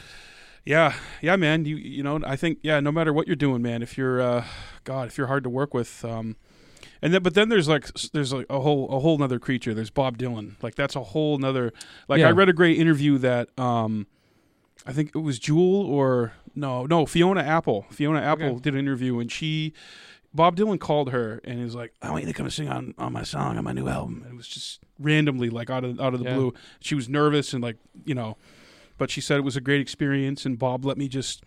C: yeah, yeah, man. You you know I think yeah. No matter what you're doing, man. If you're uh, God, if you're hard to work with, um, and then but then there's like s- there's like a whole a whole nother creature. There's Bob Dylan. Like that's a whole nother. Like
B: Yeah.
C: I read a great interview that um, I think it was Jewel or no no Fiona Apple. Fiona Apple
B: Okay.
C: did an interview and she. Bob Dylan called her and he was like, "I want you to come sing on, on my song on Oh, my new album." And it was just randomly, like out of out of the
B: Yeah.
C: blue. She was nervous and like you know, but she said it was a great experience. And Bob let me just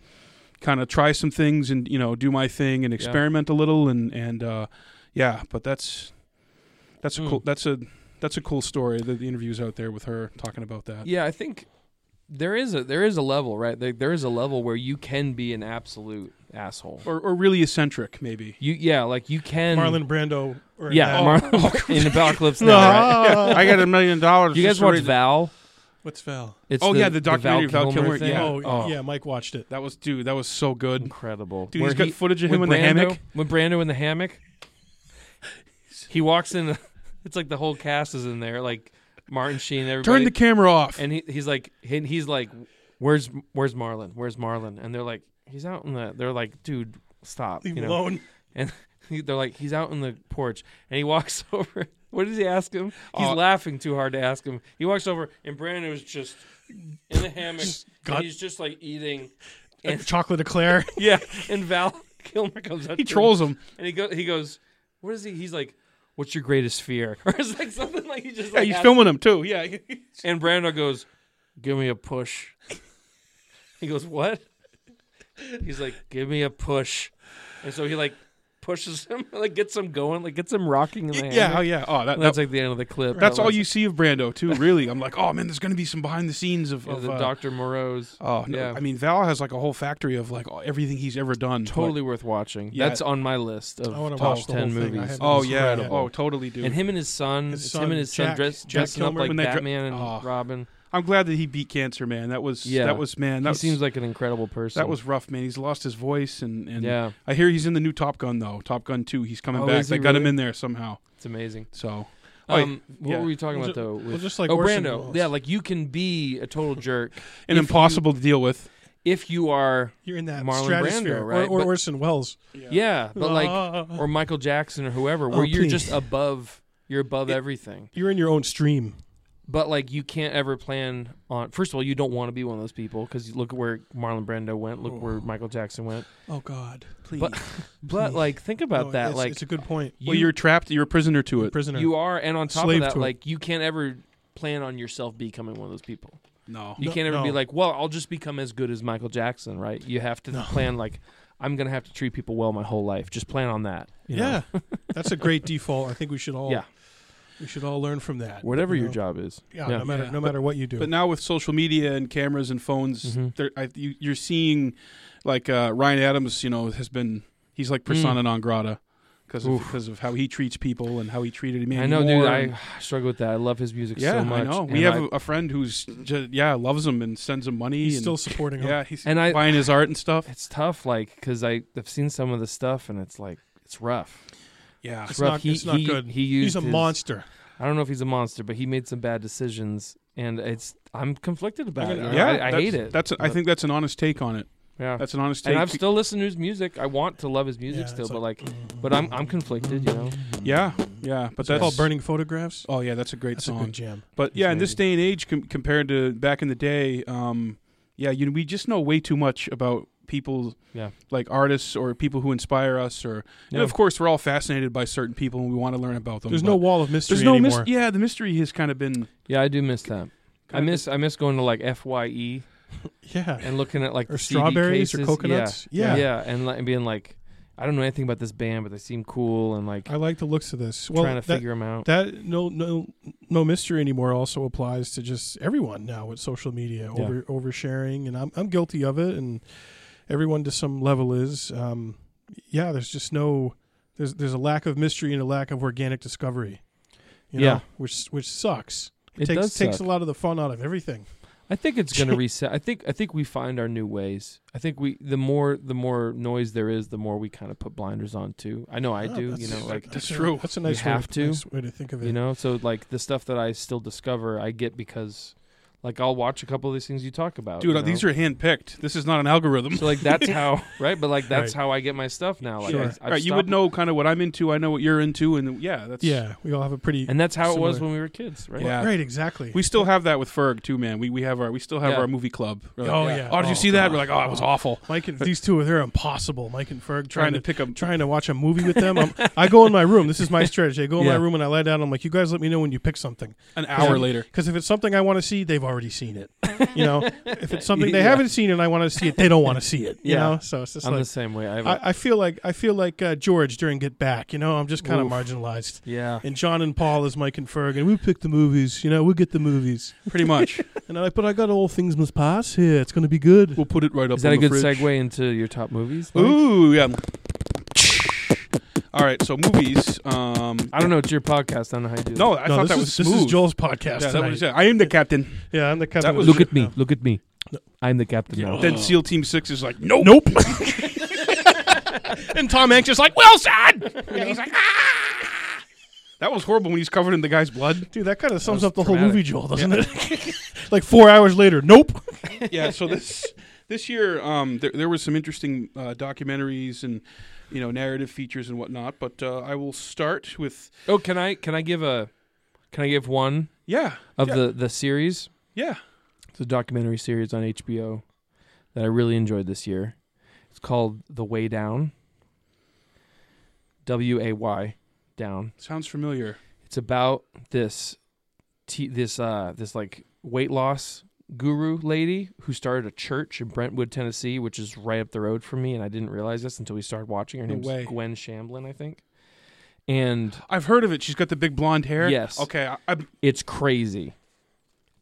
C: kind of try some things and you know do my thing and experiment a little and and uh, yeah. But that's that's a
B: Hmm.
C: cool that's a that's a cool story. The, the interviews out there with her talking about that.
B: yeah, I think there is a there is a level right there, there is a level where you can be an absolute asshole.
C: Or, or really eccentric, maybe.
B: You yeah, like you can
A: Marlon Brando. Or
B: yeah
A: Al-
B: Marlon <laughs> in Apocalypse Now. Right? <laughs>
E: <laughs> I got a million dollars.
B: You guys watch Val?
A: <laughs> What's Val?
B: It's
C: Oh, yeah, the
B: Val
C: documentary of Val Kilmer,
B: thing.
C: Yeah.
A: Oh,
B: Oh.
A: yeah. Mike watched it.
C: That was dude. That was so good.
B: incredible.
C: Dude,
B: Where
C: he's got
B: he-
C: footage of him
B: when
C: in the
B: Brando-
C: hammock.
B: When Brando in the hammock, he walks in. <laughs> It's like the whole cast is in there, like Martin Sheen. and Everybody,
C: Turn the camera off.
B: and he, he's like, he, he's like, where's where's Marlon? Where's Marlon? And they're like, he's out in the. They're like, dude, stop.
A: Leave
B: You know,
A: alone.
B: they're like, he's out in the porch, and he walks <laughs> over. What does he ask him? He's
C: Oh.
B: laughing too hard to ask him. He walks over, and Brando is just in the hammock,
A: got-
B: and he's just like
C: <laughs>
B: eating.
A: A Chocolate
B: <laughs>
A: eclair.
B: Yeah, and Val Kilmer comes up.
C: He
B: to him. <laughs>
C: trolls him.
B: And he goes, he goes, what is he? He's like, what's your greatest fear? <laughs> Or it's like something like he just
C: Yeah,
B: like
C: he's
B: asks-
C: filming him too. Yeah. It's
B: And Brando goes, give me a push. <laughs> he goes, what? He's like, give me a push. And so he like pushes him, <laughs> like gets him going, like gets him rocking in the hammock.
C: <laughs> yeah. Oh yeah. Oh, that,
B: And
C: that,
B: that's like the end of the clip.
C: that's
B: That
C: all
B: was-
C: you see of Brando too. Really, I'm like, oh man, there's gonna be some behind the scenes of,
B: you know,
C: of
B: the
C: uh,
B: Doctor Moreau's.
C: Oh no!
B: Yeah.
C: I mean, Val has like a whole factory of like everything he's ever done.
B: Totally worth watching.
C: Yeah.
B: That's on my list of
A: I wanna
B: top
A: watch the whole
B: ten
A: thing. I
B: movies.
A: haven't-
C: oh
A: It's
C: yeah!
A: incredible.
C: Oh totally, dude.
B: And him and his son,
A: His
B: it's
A: son,
B: him and his son
A: Jack-
B: dress,
A: Jack
B: dressing
A: Kilmer.
B: up like
C: When they dre-
B: Batman
C: Oh.
A: Ah.
B: and Robin.
C: I'm glad that he beat cancer, man. That was
B: Yeah.
C: that was man. That
B: He
C: was,
B: seems like an incredible person.
C: that was rough, man. He's lost his voice, and and
B: yeah,
C: I hear he's in the new Top Gun though. Top Gun two, he's coming
B: Oh,
C: back.
B: is he
C: They got him
B: really?
C: in there somehow.
B: it's amazing.
C: So Oh, yeah.
B: Um, what
C: Yeah.
B: were we talking
A: Well,
B: about
A: ju-
B: though?
A: well,
B: with-
A: just like
B: oh,
A: Orson
B: Brando.
A: Welles.
B: Yeah, like you can be
A: <laughs>
B: a total jerk
C: and
B: If
C: impossible to deal with.
B: if you are.
A: You're in that
B: Marlon
A: stratosphere.
B: Brando, right?
A: Or, or
B: But-
A: Orson Welles.
B: Yeah, but like or Michael Jackson or whoever, where
A: Ah. Oh,
B: you're
A: please.
B: just above. You're above everything.
A: you're in your own stream.
B: But like you can't ever plan on. First of all, you don't want to be one of those people because look at where Marlon Brando went. Look where Michael
A: <laughs>
B: Jackson went.
A: Oh God, please.
B: But but like think <laughs> about
A: No,
B: that.
A: it's,
B: like
A: it's a good point.
B: you,
C: well, you're trapped. You're a prisoner to it.
A: Prisoner.
B: you are, and on top of
A: slave
B: that,
A: to it.
B: like you can't ever plan on yourself becoming one of those people.
C: No.
B: You
A: No-
B: can't ever be
A: no.
B: like, well, I'll just become as good as Michael Jackson, right? You have to
A: No.
B: plan like, I'm gonna have to treat people well my whole life. Just plan on that. you know?
A: yeah, <laughs> that's a great default. I think we should all.
B: Yeah.
A: We should all learn from that.
B: Whatever
A: you
B: your
A: know?
B: job is.
A: Yeah,
B: Yeah.
A: No matter
C: Yeah.
A: no matter what you do.
C: But now with social media and cameras and phones,
B: Mhm.
C: there I, you, you're seeing like uh, Ryan Adams. You know, has been he's like persona non grata because of,
B: Mm. Oof.
C: because of how he treats people and how he treated me.
B: I know, dude. I <sighs> struggle with that. I love his music
C: yeah,
B: so much.
C: I know.
B: And
C: We have
B: I-
C: a a friend who's just, yeah loves him and sends him money.
A: he's
C: and,
A: still supporting him.
C: yeah, he's
B: And I-
C: buying his art and stuff.
B: it's tough, like, because I've seen some of the stuff, and it's like it's rough.
C: Yeah,
A: It's
B: rough.
A: not-
B: he,
A: it's not
B: he-
A: good.
B: He used
A: He's a
B: his-
A: monster.
B: I don't know if he's a monster, but he made some bad decisions, and it's I'm conflicted about
A: I'm
B: it.
A: gonna-
B: you know?
C: yeah.
B: I, I
C: that's-
B: hate it.
C: That's a, I
B: but-
C: think that's an honest take on it.
B: Yeah.
C: That's an honest take.
B: and I've still listened to his music. I want to love his music
A: Yeah,
B: still,
A: it's
B: but like, but I'm I'm conflicted, you know.
C: yeah, yeah, but
A: It's
C: that's
A: called Burning Photographs.
C: Oh yeah, that's a great
A: That's a
C: song.
A: good jam.
C: But
B: It's
C: yeah, in this day and age, com- compared to back in the day, um, yeah, you we just know way too much about people,
B: Yeah.
C: like artists or people who inspire us, or and
B: Yeah.
C: of course we're all fascinated by certain people and we want to learn about them.
A: There's
C: but
A: no wall of mystery
C: there's no
A: anymore.
C: mis- yeah, the mystery has kind of been.
B: Yeah, I do miss that. I
C: kinda
B: miss I miss going to like Fye
A: yeah.
B: and looking at like
A: Or
B: the CD
A: strawberries or
B: cases.
A: coconuts.
B: Yeah,
A: Yeah.
B: yeah, and, like, and being like, I don't know anything about this band, but they seem cool, and like
A: I like the looks of this. Well,
B: trying to
A: that,
B: figure them out.
A: that no no no mystery anymore also applies to just everyone now with social media
B: Yeah.
A: over oversharing and I'm I'm guilty of it and everyone to some level is um, yeah there's just no there's there's a lack of mystery and a lack of organic discovery you know,
B: Yeah.
A: which which sucks
B: It
A: takes
B: does
A: takes
B: suck.
A: a lot of the fun out of everything
B: I think it's going to reset. I think I think we find our new ways. I think we the more the more noise there is, the more we kind of put blinders on too. I know I
A: Oh,
B: do. You
A: that's-
B: know, like
A: that's
C: that's
A: a-
C: true.
A: that's a nice, way,
B: have to,
A: nice way to think of it
B: you know, so like the stuff that I still discover, I get because like I'll watch a couple of these things you talk about,
C: Dude,
B: you
C: uh, these
B: know?
C: are hand picked. This is not an
B: Oh,
C: algorithm.
B: so like that's how right, but like that's how I get my stuff now. Like
A: Sure.
B: I,
A: Right,
B: I've
C: <laughs> right, you would
B: stopped-
C: know kind of what I'm into. I know what you're into, and yeah, that's
A: yeah we all have a pretty
B: and that's how it was
A: Similar.
B: when we were kids, right?
C: Yeah.
A: right exactly
C: We still have that with Ferg too, man. We we have our we still have
B: Yeah.
C: our movie club. We're like,
A: oh yeah
C: oh, did you see that? We're like, oh, it was awful.
A: Mike
B: <laughs>
A: and these two they're impossible Mike and Ferg
C: Trying to pick up.
A: trying to watch a movie with
B: <laughs>
A: them. I'm, I go in my room. This is my strategy. I go in
B: Yeah.
A: my room and I lie down. I'm like, you guys, let me know when you pick something.
C: An hour
A: Yeah.
C: later,
A: Because if it's something I want to see, they've already seen it. You know,
B: <laughs>
A: if it's something they
B: Yeah.
A: haven't seen and I want to see it, they don't want to see it. You
B: Yeah.
A: know, so it's just
B: I'm the
A: like
B: same way. I have a-
A: I, I feel like I feel like uh, George during Get Back. You know, I'm just kind of
B: Oof.
A: marginalized.
B: yeah.
A: And John and Paul is Mike and Ferg, and we pick the movies. You know, we get the movies.
C: pretty
B: <laughs>
C: much.
A: And I'm like, but I got all things must pass here. It's going to be good.
C: we'll put it right up.
B: Is that a
C: on the
B: good
C: fridge.
B: segue into your top movies? Mike?
C: Ooh, yeah. All right, so movies. Um,
B: I don't know. It's your podcast. I don't know how you do.
C: no, I
A: no,
C: thought
A: this
C: that
A: is-
C: was
A: this
C: smooth.
A: is Joel's podcast.
C: Yeah, that
A: tonight.
C: was it. I am the captain.
A: yeah, I'm the captain.
C: That
A: of
C: was-
A: the
B: Look at
A: ship
B: me.
A: now.
B: Look at me.
A: No.
B: I'm the captain now.
C: Then SEAL Team Six is like, nope.
A: Nope.
E: And Tom Hanks is like, Wilson!
C: And he's like, ah! That was horrible when he's covered in the guy's blood.
A: <laughs> Dude, that kind of sums
B: was
A: up the whole
B: dramatic.
A: movie, Joel, doesn't it? <laughs> like four hours later, <laughs> nope.
C: yeah. So this this year, um, there, there was some interesting uh, documentaries and you know narrative features and whatnot. But uh, I will start with
B: Oh, can I can I give a can I give one
C: yeah,
B: of
C: yeah,
B: the the series?
C: yeah.
B: It's a documentary series on HBO that I really enjoyed this year. It's called The Way Down. W A Y down.
C: Sounds familiar.
B: It's about this t- this uh this like weight loss guru lady who started a church in Brentwood, Tennessee, which is right up the road from me and I didn't realize this until we started watching. Her
C: No
B: name's
C: way.
B: Gwen Shamblin, I think. And
C: I've heard of it. She's got the big blonde hair.
B: Yes.
C: Okay. I, I,
B: it's crazy.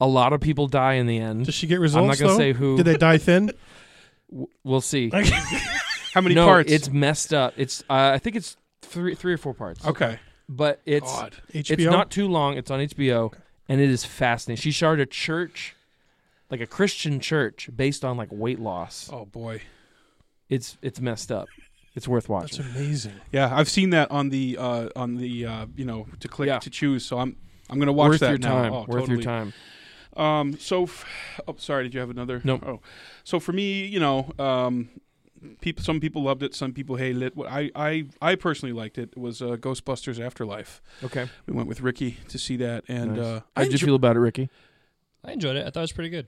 B: A lot of people die in the end.
A: Does she get
B: I'm
A: results?
B: not gonna
A: though?
B: say who.
A: Did they die <laughs> thin?
B: W- we'll see.
C: how many
B: no,
C: parts?
B: it's messed up. It's uh, I think it's three three or four parts.
C: okay.
B: But it's
C: God.
A: HBO.
B: it's not too long. It's on HBO, and it is fascinating. She started a church, like a Christian church, based on like weight loss.
C: Oh boy.
B: It's it's messed up. It's worth
A: That's
B: watching.
A: amazing.
C: Yeah, I've seen that on the uh, on the uh, you know to click
B: Yeah.
C: to choose. So I'm I'm gonna watch
B: worth
C: that
B: your
C: now.
B: time.
C: Oh,
B: worth
C: totally.
B: your time.
C: Um, so, f- oh, sorry, did you have another?
B: Nope.
C: Oh, so for me, you know, um, people. Some people loved it. Some people hated it. What I I I personally liked it was uh, Ghostbusters Afterlife.
B: Okay.
C: We went with Ricky to see that, and
B: Nice.
C: uh,
B: How
C: I
B: did you
C: enjoy-
B: feel about it, Ricky?
D: I enjoyed it. I thought it was pretty good.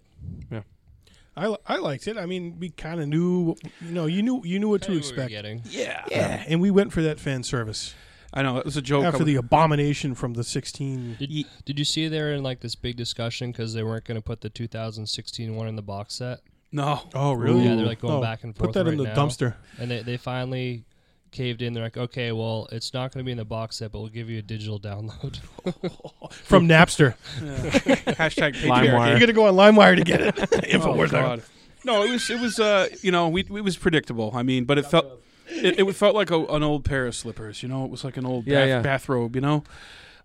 A: I, li- I liked it. I mean, we kind of knew, you know, you knew you knew what
D: Kinda
A: to
D: what we were
A: expect.
D: getting.
C: yeah.
A: Yeah, and we went for that fan service
C: I know that was a
D: Oh,
C: joke. I
A: after
C: was-
A: the abomination from the 16.
D: Did, did you see they were in like this big discussion because they weren't going to put the 2016 one in the box set?
C: <laughs> no,
A: Oh,
B: really?
D: Yeah, they're like going
A: Oh,
D: back and forth.
A: Put that
D: right
A: in the
D: now.
A: dumpster.
D: And they, they finally caved in. They're like, okay, well, it's not going to be in the box set, but we'll give you a digital
C: <laughs>
D: download.
A: From Napster.
C: hashtag
B: <laughs> LimeWire.
C: patriarchy.
A: You're going to go on LimeWire to get it. <laughs> Infowars.
C: Oh, God. No, it was it was uh you know we it was predictable. I mean, but it felt it, it felt like a, an old pair of slippers. You know, it was like an old
B: Yeah,
C: bath,
B: yeah.
C: bathrobe. You know,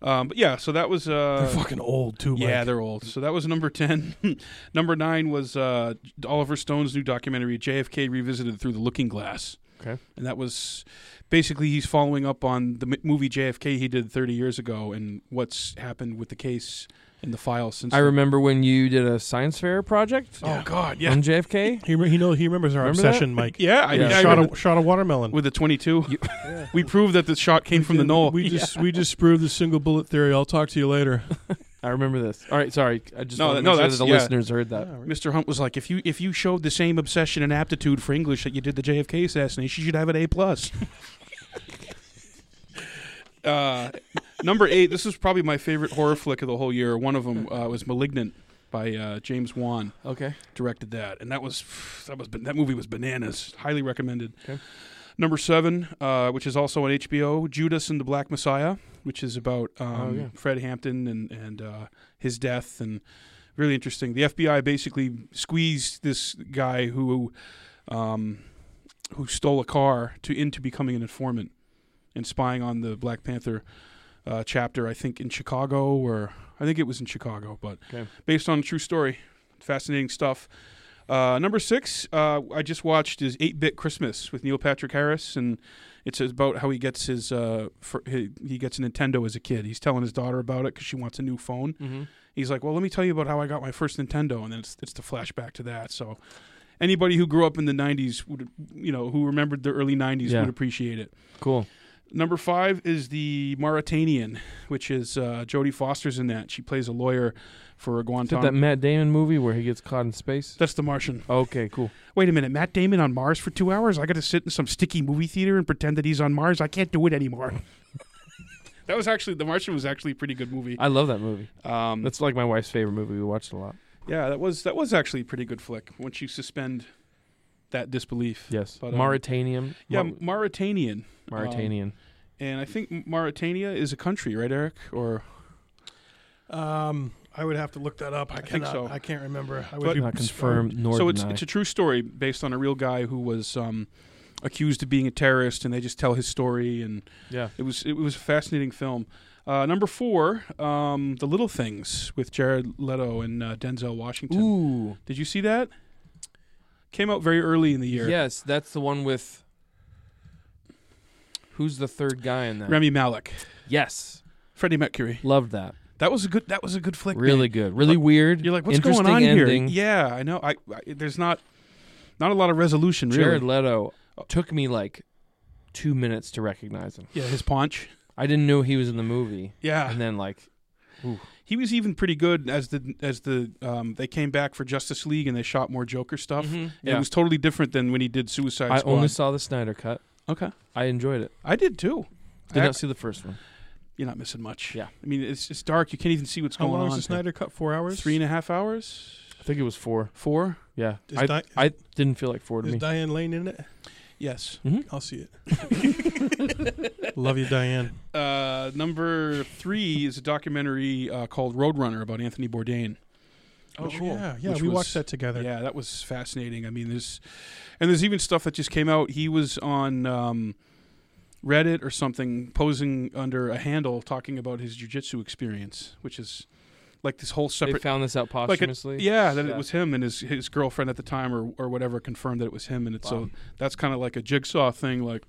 C: um, but yeah. So that was
A: they're
C: uh
A: fucking old, too, Mike.
C: yeah they're old. So that was number ten. <laughs> number nine was uh Oliver Stone's new documentary JFK revisited through the Looking Glass.
B: Okay.
C: and that was basically he's following up on the m- movie JFK he did 30 years ago and what's happened with the case in the file since
B: I remember when you did a science fair project
C: Oh God, yeah,
B: on
C: <laughs>
B: JFK.
A: He, re- he know he remembers our
B: Remember that?
A: obsession, Mike.
C: yeah. I,
B: Yeah.
A: He
C: I
A: shot
C: remember-
A: a shot a watermelon.
C: with the twenty-two. <laughs> We proved that the shot came from the knoll.
A: We just we just proved the single bullet theory. I'll talk to you later. <laughs>
B: I remember this. All right, sorry. I just
C: No,
B: wanna
C: that-
B: make
C: no,
B: sure
C: that's-
B: that the
C: yeah.
B: listeners heard that.
C: Mr. Hunt was like, if you if you showed the same obsession and aptitude for English that you did the JFK assassination, you should have an A plus. <laughs> uh, number eight. This is probably my favorite horror flick of the whole year. One of them uh, was *Malignant* by uh, James Wan.
B: Okay.
C: Directed that, and that was <sighs> that was that movie was bananas. Highly recommended.
B: Okay.
C: Number seven, uh, which is also on HBO, *Judas and the Black Messiah*, which is about um,
B: Oh, yeah.
C: Fred Hampton and and uh, his death and really interesting. The FBI basically squeezed this guy who um, who stole a car to into becoming an informant and spying on the Black Panther uh, chapter. I think in Chicago, or I think it was in Chicago, but
B: Okay.
C: based on a true story. Fascinating stuff. Uh, number six, uh, I just watched is Eight Bit Christmas with Neil Patrick Harris, and it's about how he gets his, uh, fir- he, he gets a Nintendo as a kid. He's telling his daughter about it because she wants a new phone,
B: Mm-hmm.
C: he's like, "Well, let me tell you about how I got my first Nintendo," and then it's it's the flashback to that. So anybody who grew up in the '90s would, you know, who remembered the early '90s
B: Yeah.
C: would appreciate it.
B: Cool.
C: Number five is the Mauritanian, which is uh, Jodie Foster's in that. She plays a lawyer for a
B: Is that that
C: Guantanamo.
B: Matt Damon movie where he gets caught in space?
C: That's the Martian.
B: Okay, cool.
C: Wait a minute, Matt Damon on Mars for two hours? I got to sit in some sticky movie theater and pretend that he's on Mars. I can't do it anymore. <laughs> that was actually The Martian was actually a pretty good movie.
B: I love that movie.
C: Um,
B: That's like my wife's favorite movie. We watched it a lot.
C: Yeah, that was that was actually a pretty good flick once you suspend that disbelief.
B: Yes.
C: But, um,
B: Mauritanian.
C: Yeah, um,
B: Mau-
C: Mauritanian,
B: Mauritanian.
C: and I think Mauritania is a country, right, Eric? Or
A: Um, I would have to look that up. I,
C: I think
A: cannot.
C: so.
A: I can't remember. I
C: But-
A: would be
B: Not confirmed nor
C: so it's
B: denied.
C: it's a true story based on a real guy who was um, accused of being a terrorist, and they just tell his story, and
B: yeah.
C: it was it was a fascinating film. Uh, number four, um, The Little Things with Jared Leto and uh, Denzel Washington.
B: Ooh.
C: Did you see that? Came out very early in the year.
B: Yes, that's the one with. Who's the third guy in that?
C: Remy Malik,
B: yes,
C: Freddie Mercury.
B: loved that.
C: That was a good. That was a good flick. man.
B: Really good. Really weird.
C: You're like, what's
B: Interesting
C: going on
B: ending.
C: here? Yeah, I know. I, I there's not not a lot of resolution. Really. Oh.
B: Jared Leto took me like two minutes to recognize him.
C: yeah, his paunch.
B: I didn't know he was in the movie,
C: Yeah,
B: and then like,
C: he was even pretty good as the as the um, they came back for Justice League and they shot more Joker stuff.
B: mhm,
C: And It was totally different than when he did Suicide
B: I
C: Squad.
B: only saw the Snyder cut.
C: okay,
B: I enjoyed it.
C: I did too.
B: Did
C: I-
B: not see the first one.
C: You're not missing much.
B: Yeah.
C: I mean it's it's dark. You can't even see what's
A: How
C: going
A: long is
C: on.
A: the Snyder Cut? Four hours.
C: Three and a half hours.
B: I think it was four.
C: Four.
B: Yeah,
A: Is,
B: I,
A: Di-
B: I didn't feel like four to
A: is
B: me.
A: Diane Lane in it?
C: Yes.
A: I'll see
C: <laughs>
A: it. <laughs> Love you, Diane.
C: Uh, number three is a documentary uh, called Roadrunner about Anthony Bourdain.
B: Oh,
C: Which-
A: Yeah, yeah.
C: which
A: we
C: was-
A: watched that together.
C: Yeah, that was fascinating. I mean, there's and there's even stuff that just came out. He was on um, Reddit or something, posing under a handle talking about his jujitsu experience, which is like this whole
B: they
C: separate.
B: found this out
C: like a-
B: posthumously.
C: yeah, that it
B: Yeah.
C: was him and his his girlfriend at the time or or whatever confirmed that it was him, and it's
B: Wow.
C: so that's kind of like a jigsaw thing. Like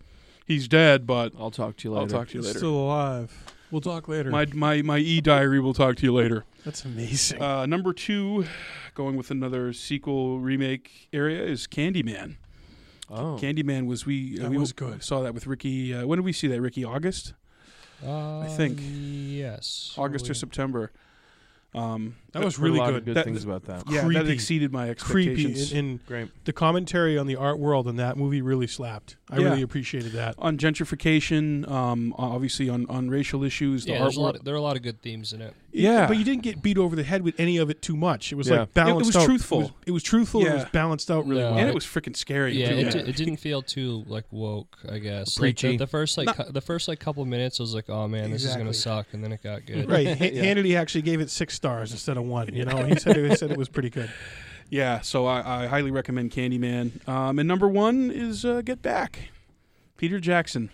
C: he's dead, but
B: I'll talk to you later.
C: I'll talk to you
A: He's
C: later.
A: still alive. We'll talk later.
C: my my my e diary will talk to you later.
A: That's amazing.
C: Uh, number two, going with another sequel remake area is Candyman.
B: Oh,
C: Candyman was we uh,
A: That
C: we
A: was good.
C: saw that with Ricky. Uh, when did we see that? Ricky August,
D: Uh,
C: think.
D: Yes.
C: August or
D: September.
C: September. Um,
A: that was
B: Heard a
A: really
B: lot
A: good.
B: Of good
C: That-
B: things about that.
C: yeah, that
A: creepy.
C: exceeded my
A: Creepy.
C: expectations.
A: And, and
B: Great.
A: the commentary on the art world in that movie really slapped. I
C: Yeah.
A: really appreciated that.
C: on gentrification, um, obviously on, on racial issues, the
D: Yeah,
C: art
D: there's a lot of- there are a lot of good themes in it.
C: yeah,
A: But you didn't get beat over the head with any of it too much. It was
B: Yeah. It-
A: like
B: it
A: balanced
C: was
A: out.
C: truthful.
A: It was, it was truthful and it
C: Yeah.
A: was balanced out really
D: No.
A: well.
C: and it was freaking scary.
D: Yeah,
C: too.
D: it, di- it didn't feel too like woke. I guess like,
B: Preachy.
D: the, the first like
C: No.
D: cou- the first like couple minutes I was like, oh man, this is gonna suck, and then it got good.
C: <laughs>
A: Right. Ha- Hannity actually gave it six stars instead of one. You know, he said, he said it was pretty good.
C: Yeah, so I, I highly recommend Candyman. Um, and number one is uh, Get Back, Peter Jackson.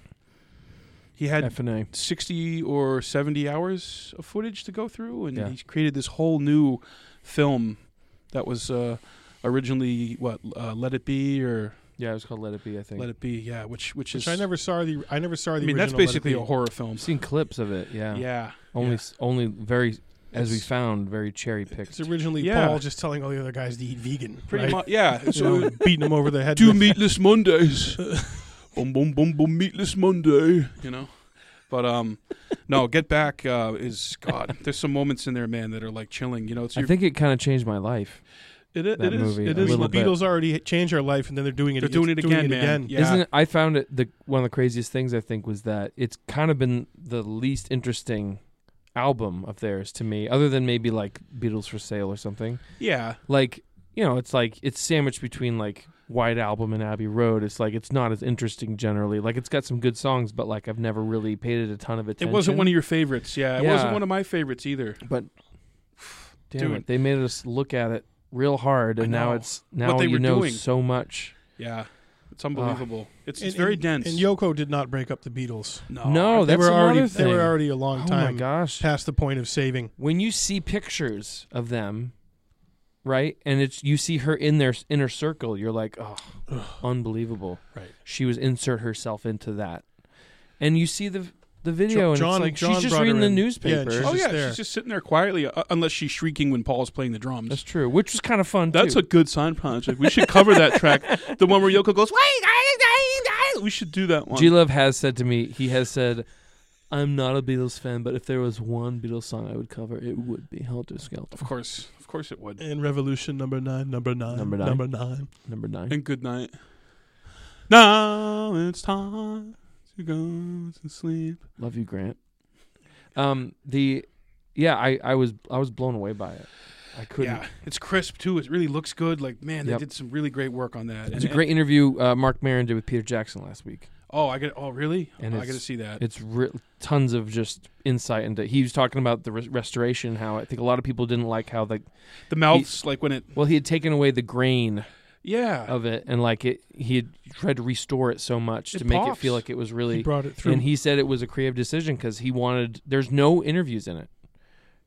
C: He had
B: FNA.
C: 60 or 70 hours of footage to go through and
B: Yeah.
C: he's created this whole new film that was uh, originally what uh, let it be or
B: Yeah, it was called Let It Be. I think.
C: let it be yeah which which
A: Which
C: is
A: I never saw the. I never saw
C: I
A: the.
C: mean that's
A: original Let It
C: basically
A: Be.
C: a horror film
B: I've seen clips of it. Yeah.
C: yeah
B: Only
C: Yeah.
B: s only very as we
A: It's-
B: found, very cherry picked.
A: It's originally
C: Yeah.
A: Paul just telling all the other guys to eat vegan.
C: Pretty
A: right?
C: much, yeah.
A: You know,
C: So
A: beating them over the head.
C: do
A: with-
C: meatless Mondays. <laughs> boom, boom, boom, boom, meatless Monday. You know, but um, no, get back uh, is God. There's some moments in there, man, that are like chilling. You know, it's
B: I
C: your,
B: think it kind of changed my life.
A: It, i-
B: that
A: it is.
B: movie
A: It
B: a
A: is. The
B: little bit.
A: Beatles already changed our life, and then they're doing it.
C: they're doing it again, man. Yeah,
B: Isn't it, I found it the one of the craziest things I think was that it's kind of been the least interesting album of theirs to me, other than maybe like Beatles for Sale or something.
C: yeah.
B: Like you know, it's like it's sandwiched between like White Album and Abbey Road. It's like it's not as interesting generally. Like it's got some good songs, but like I've never really paid it a ton of
C: It
B: attention.
C: wasn't one of your favorites. Yeah, it wasn't
B: Yeah.
C: one of my favorites either.
B: but damn
C: Dude.
B: it, they made us look at it real hard,
C: I
B: and now
C: know.
B: it's now
C: they
B: you
C: were
B: know
C: doing.
B: so much.
C: Yeah, it's unbelievable. it's it's very dense.
A: And Yoko did not break up the Beatles.
C: no,
B: no,
A: they
B: that's
A: were already.
B: another
A: They were
B: thing.
A: already a long
B: Oh my
A: time
B: gosh!
A: past the point of saving.
B: when you see pictures of them, right, and it's you see her in their s- inner circle, you're like, oh, unbelievable.
A: Right.
B: She was insert herself into that, and you see the the video, and
A: John-
B: it's like
A: John
B: she's just
A: brought
B: reading
A: her
B: the
A: in. Yeah,
B: newspaper.
A: and she's
C: Oh
A: just
C: yeah,
A: there.
C: she's just sitting there quietly, uh, unless she's shrieking when Paul's playing the drums.
B: that's true, which was kind of fun.
C: That's
B: too.
C: a good sign project. We should cover that track. The one where Yoko goes, "Wait, I- I- I-" we should do that one.
B: G Love has said to me, he has said, I'm not a Beatles fan, but if there was one Beatles song I would cover, it would be Helter Skelter.
C: of course, of course it would.
A: And Revolution number nine, number nine,
B: Number nine.
A: number nine.
B: Number nine.
C: And good night. Now it's time to go to sleep.
B: Love you, Grant. Um, the yeah, I, I was I was blown away by it. I couldn't.
C: Yeah, it's crisp too. It really looks good. Like man,
B: Yep.
C: they did some really great work on that.
B: It's a
C: And-
B: great interview uh, Mark Maron did with Peter Jackson last week.
C: oh, I get. Oh, really?
B: And
C: Oh, I
B: it's-
C: got to see that.
B: It's re- tons of just insight into. He was talking about the res- restoration, how I think a lot of people didn't like how the
C: The mouths, like when it.
B: well he Oh. had taken away the grain
C: Yeah.
B: of it and like it he had tried to restore it so much
C: It
B: to make it
C: pops.
B: feel like it was really
A: He brought it through.
B: And he said it was a creative decision because he wanted. There's no interviews in it.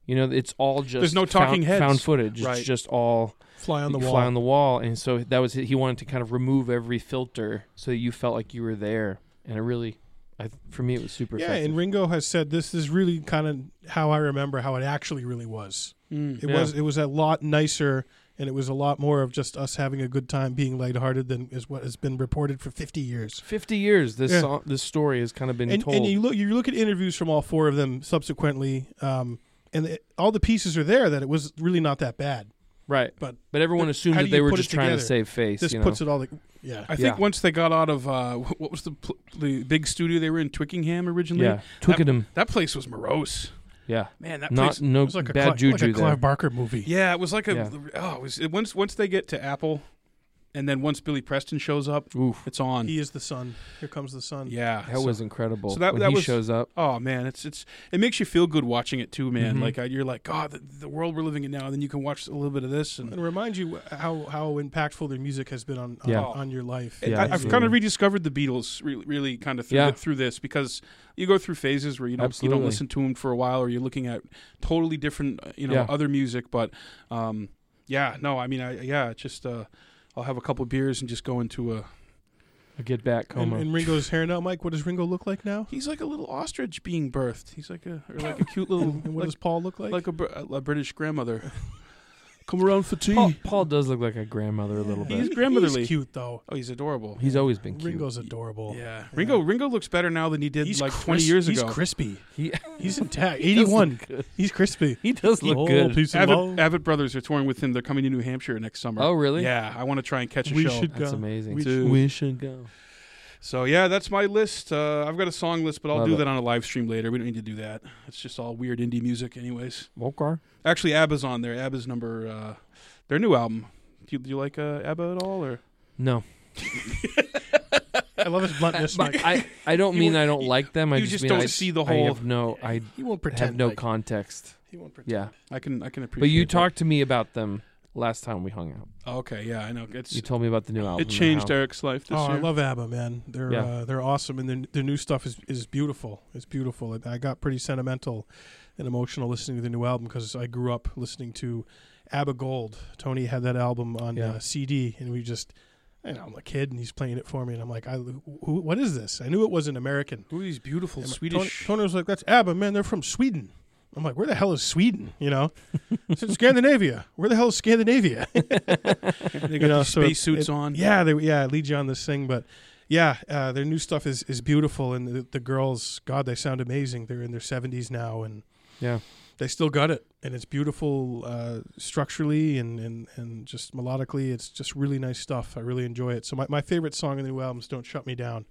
B: You know, it's all just
C: There's no talking
B: found,
C: heads.
B: found footage.
C: Right.
B: It's just all
A: fly on the
B: you
A: wall.
B: fly on the wall, and so that was he wanted to kind of remove every filter so you felt like you were there, and it really, I, for me, it was super.
A: yeah,
B: effective.
A: and Ringo has said this is really kind of how I remember how it actually really was.
C: Mm.
A: It
B: Yeah.
A: was it was a lot nicer, and it was a lot more of just us having a good time, being lighthearted than is what has been reported for fifty years.
B: fifty years this
A: Yeah.
B: song, this story has kind of been
A: and,
B: told.
A: and you look you look at interviews from all four of them subsequently, um, and it, all the pieces are there that it was really not that bad.
B: right,
A: but
B: but everyone
A: th-
B: assumed
A: how
B: that
A: do
B: they
A: you
B: were
A: put it
B: just trying to
A: together?
B: save face.
A: This
B: you know?
A: puts it all like yeah.
C: I
B: Yeah.
C: think once they got out of uh, <laughs> wh- what was the pl- the big studio they were in Twickenham originally?
B: yeah, Twickenham.
C: That place was morose.
B: Yeah,
C: Man, that
B: not
C: place.
B: no
A: It was like a
B: bad
A: Cli-
B: juju
A: like a
B: there.
A: Clive Barker movie.
C: Yeah, it was like a.
B: Yeah.
C: Oh, it was it, once once they get to Apple, and then once Billy Preston shows up,
B: Oof,
C: it's on.
A: He is the sun. Here comes the sun.
C: yeah,
B: that
C: so-
B: was incredible.
C: so that-
B: when
C: that
B: he
C: was-
B: shows up.
C: Oh man, it's it's it makes you feel good watching it too, man.
B: Mhm.
C: Like uh, you're like, God, the, the world we're living in now. And then you can watch a little bit of this, and
A: And remind you how how impactful their music has been on on,
B: Yeah.
A: on your life.
B: Yeah,
C: I, I've
B: absolutely.
C: kind of rediscovered the Beatles, really, really kind of through,
B: Yeah.
C: th- through this because you go through phases where you don't you
B: Absolutely.
C: don't listen to them for a while, or you're looking at totally different, uh, you know,
B: Yeah.
C: other music. But um, yeah, no, I mean, I yeah, it's just uh, I'll have a couple beers and just go into a.
B: A get back
A: And,
B: coma.
A: and Ringo's hair now, Mike. What does Ringo look like now?
C: He's like a little ostrich being birthed. He's like a or like a cute little
A: <laughs> And what
C: like,
A: does Paul look like?
C: like a, Br- a British grandmother. Come around for tea.
B: Paul, Paul does look like a grandmother a little
A: Yeah.
B: bit.
C: He's
B: He's,
C: grandmotherly.
A: He's cute though.
C: Oh, he's adorable.
B: always been cute.
A: Ringo's adorable.
C: Yeah, Ringo. Ringo looks better now than he did
A: He's
C: like
A: crisp-
C: twenty years ago.
A: He's crispy.
B: He, <laughs>
A: He's intact.
B: he does look
A: Eighty-one.
B: good.
A: He's crispy.
B: He does look
A: Oh,
B: good.
A: piece of love.
C: Abbott, Abbott Brothers are touring with him. They're coming to New Hampshire next summer.
B: Oh, really?
C: Yeah, I want to try and catch a
A: We
C: show.
A: should-
B: That's
A: go.
B: amazing.
A: We
C: should-
B: we should go.
C: So yeah, that's my list. Uh, I've got a song list, but I'll
B: Love
C: do
B: it.
C: that on a live stream later. We don't need to do that. It's just all weird indie music, anyways.
B: Volcar?
C: Actually, ABBA's on there. ABBA's number, uh, their new album. Do you, do you like uh, ABBA at all? Or
B: No.
A: I love his bluntness. Mike.
B: I, I don't
C: You
B: mean
C: won't-
B: I don't
C: you-
B: like them. I
C: you
B: just,
C: just
B: mean
C: don't
B: I,
C: see the
B: I
C: whole-
B: have no,
C: <laughs>
B: I
A: He won't pretend.
B: have no
A: Mike.
B: context.
A: He won't pretend.
B: Yeah.
C: I can I can
B: But
C: appreciate.
B: you
C: that.
B: talked to me about them last time we hung out.
C: Oh, okay, yeah, I know. It's
B: You told me about the new album.
C: it
B: and
C: changed
B: how-
C: Eric's life this
A: oh,
C: year.
A: I love ABBA, man. They're
B: Yeah.
A: uh, they're awesome, and their their new stuff is, is beautiful. It's beautiful. And I got pretty sentimental and emotional listening to the new album because I grew up listening to ABBA Gold. Tony had that album on
B: Yeah.
A: uh, CD, and we just, you know, I'm a kid, and he's playing it for me, and I'm like, I, who, what is this? I knew it wasn't American. <laughs>
C: Ooh, these beautiful
A: And my-
C: Swedish.
A: Tony, Tony was like, that's ABBA, man. They're from Sweden. I'm like, where the hell is Sweden? You know, <laughs> I said, Scandinavia. Where the hell is Scandinavia?
C: They got
A: know,
C: these
A: so it-
C: space suits
A: it-
C: on.
A: yeah, they yeah it leads you on this thing, but yeah, uh, their new stuff is is beautiful, and the, the girls, God, they sound amazing. They're in their 70s now, and
B: Yeah.
A: they still got it, and it's beautiful uh, structurally and, and and just melodically. It's just really nice stuff. I really enjoy it. So my, my favorite song in the new album is "Don't Shut Me Down."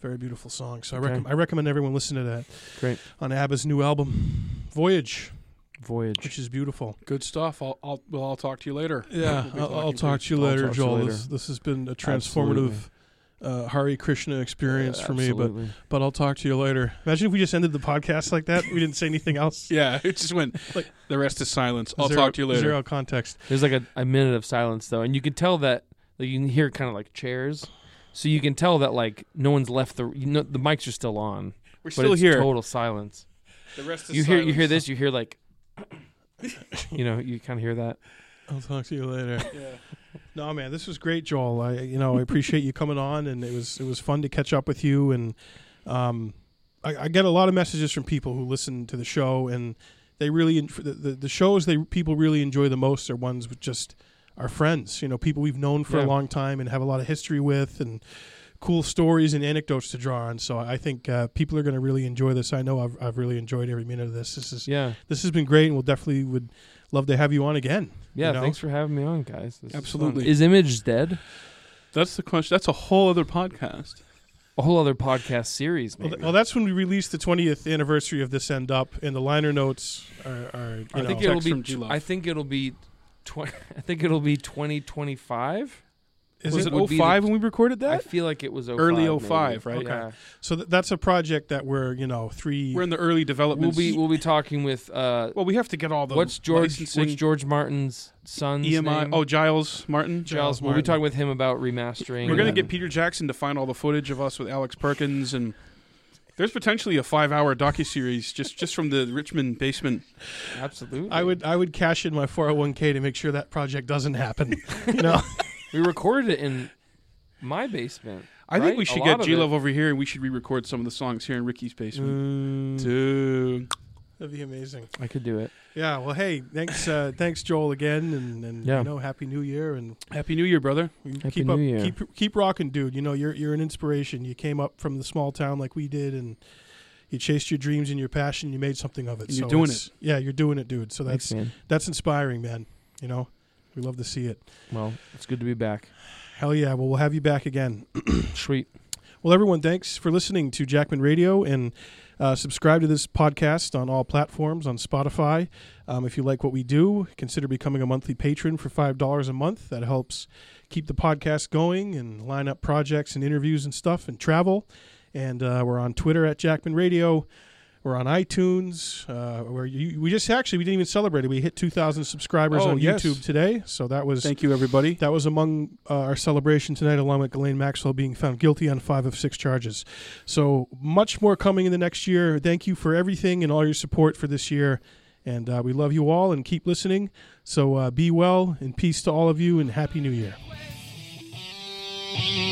A: Very beautiful song. So I,
B: Okay.
A: recommend I recommend everyone listen to that.
B: Great.
A: On ABBA's new album, Voyage,
B: Voyage.
A: which is beautiful.
C: Good stuff. I'll, I'll well, I'll talk to you later.
A: Yeah,
C: We'll be
A: I'll, I'll
C: talking
A: talk to you
B: I'll
A: later,
B: talk to you
A: Joel.
B: later.
A: This, this has been a
B: Absolutely.
A: transformative uh, Hari Krishna experience for me, but
B: Absolutely.
A: but I'll talk to you later. Imagine if we just ended the podcast like that. We didn't say anything <laughs> else.
C: Yeah, it just went.
A: Like-
C: the rest is silence. I'll
A: Zero-
C: talk to you later.
A: Zero context.
B: There's like a, a minute of silence though, and you can tell that like you can hear kind of like chairs, so you can tell that like no one's left the you know the mics are still on,
C: We're
B: but
C: still
B: it's
C: here.
B: total silence.
C: The rest is
B: you hear you hear
C: silence.
B: this, you hear like, <coughs> you know, you kind of hear
C: <laughs>
B: that.
A: I'll talk to you later.
C: Yeah.
A: No, man, this was great, Joel. I, you know, I appreciate you coming on, and it was it was fun to catch up with you. And um, I, I get a lot of messages from people who listen to the show, and they really en- the, the, the shows they people really enjoy the most are ones with just our friends. You know, people we've known for a
B: Yeah.
A: long time and have a lot of history with, and cool stories and anecdotes to draw on. So I think uh, people are going to really enjoy this. I know I've, I've really enjoyed every minute of this. This is
B: Yeah,
A: this has been great, and we'll definitely would love to have you on again.
B: yeah.
A: You know?
B: Thanks for having me on, guys. This is fun.
C: Absolutely.
B: Is Image dead?
C: That's the question. That's a whole other podcast.
B: A whole other podcast series,
A: Well,
B: maybe.
A: th- oh, well, that's when we release the 20th anniversary of this end up, and the liner notes are. are you
C: I
A: know,
C: think
B: it'll
C: Text
B: be.
C: from G-Love.
B: I think it'll be. Tw- <laughs> I think it'll be 2025.
A: is
C: was
A: it-
C: it,
B: would be
C: 05
B: the-
C: when we recorded
B: I
C: that?
B: feel like it was 05,
C: Early
B: maybe.
C: 05, right?
A: Okay.
B: Yeah.
A: so th- that's a project that we're you know three.
C: We're in the early
B: We'll
C: development.
B: be we'll be talking with uh,
C: well, we have to get all the
B: what's George
C: licensing,
B: what's George Martin's son's
C: EMI.
B: name?
C: Oh, Giles Martin.
A: Giles
B: We'll be
A: Martin.
B: talking with him about remastering.
C: We're gonna
B: and-
C: get Peter Jackson to find all the footage of us with Alex Perkins, and there's potentially a five-hour docu series just just from the Richmond basement.
B: absolutely.
A: I would I would cash in my 401k to make sure that project doesn't happen. <laughs> you know,
B: We recorded it in my basement.
C: I
B: Right?
C: think we
B: A
C: should
B: lot
C: get
B: of
C: G Love over here, and we should re-record some of the songs here in Ricky's basement.
B: Mm.
C: Mm. Dude,
A: that'd be amazing.
B: I could do it.
A: Yeah. Well, hey, thanks uh, thanks Joel again, and and
B: Yeah.
A: you know, happy New Year, and
C: Happy New Year, brother.
A: we
B: Happy
A: keep
B: New
A: up
B: Year.
A: keep keep rocking, dude. You know, you're you're an inspiration. You came up from the small town like we did, and. You chased your dreams and your passion. You made something of it.
C: And you're
A: so
C: doing
A: it's- Yeah, you're doing it, dude. So that's
B: Thanks, man.
A: that's inspiring, man. You know, we love to see it.
B: Well, it's good to be back.
A: Hell yeah. Well, we'll have you back again.
B: Sweet.
A: Well, everyone, thanks for listening to Jackman Radio and uh, subscribe to this podcast on all platforms on Spotify. Um, if you like what we do, consider becoming a monthly patron for $5 a month. That helps keep the podcast going and line up projects and interviews and stuff and travel. And uh, we're on Twitter at Jackman Radio. We're on iTunes. Uh, where you, we just actually we didn't even celebrate it. We hit 2,000 subscribers
C: Oh,
A: on
C: yes.
A: YouTube today, so that was
C: Thank you, everybody.
A: that was among uh, our celebration tonight, along with Ghislaine Maxwell being found guilty on five of six charges. So much more coming in the next year. Thank you for everything and all your support for this year. And uh, we love you all and keep listening. So uh, be well and peace to all of you and Happy New Year.
F: Thank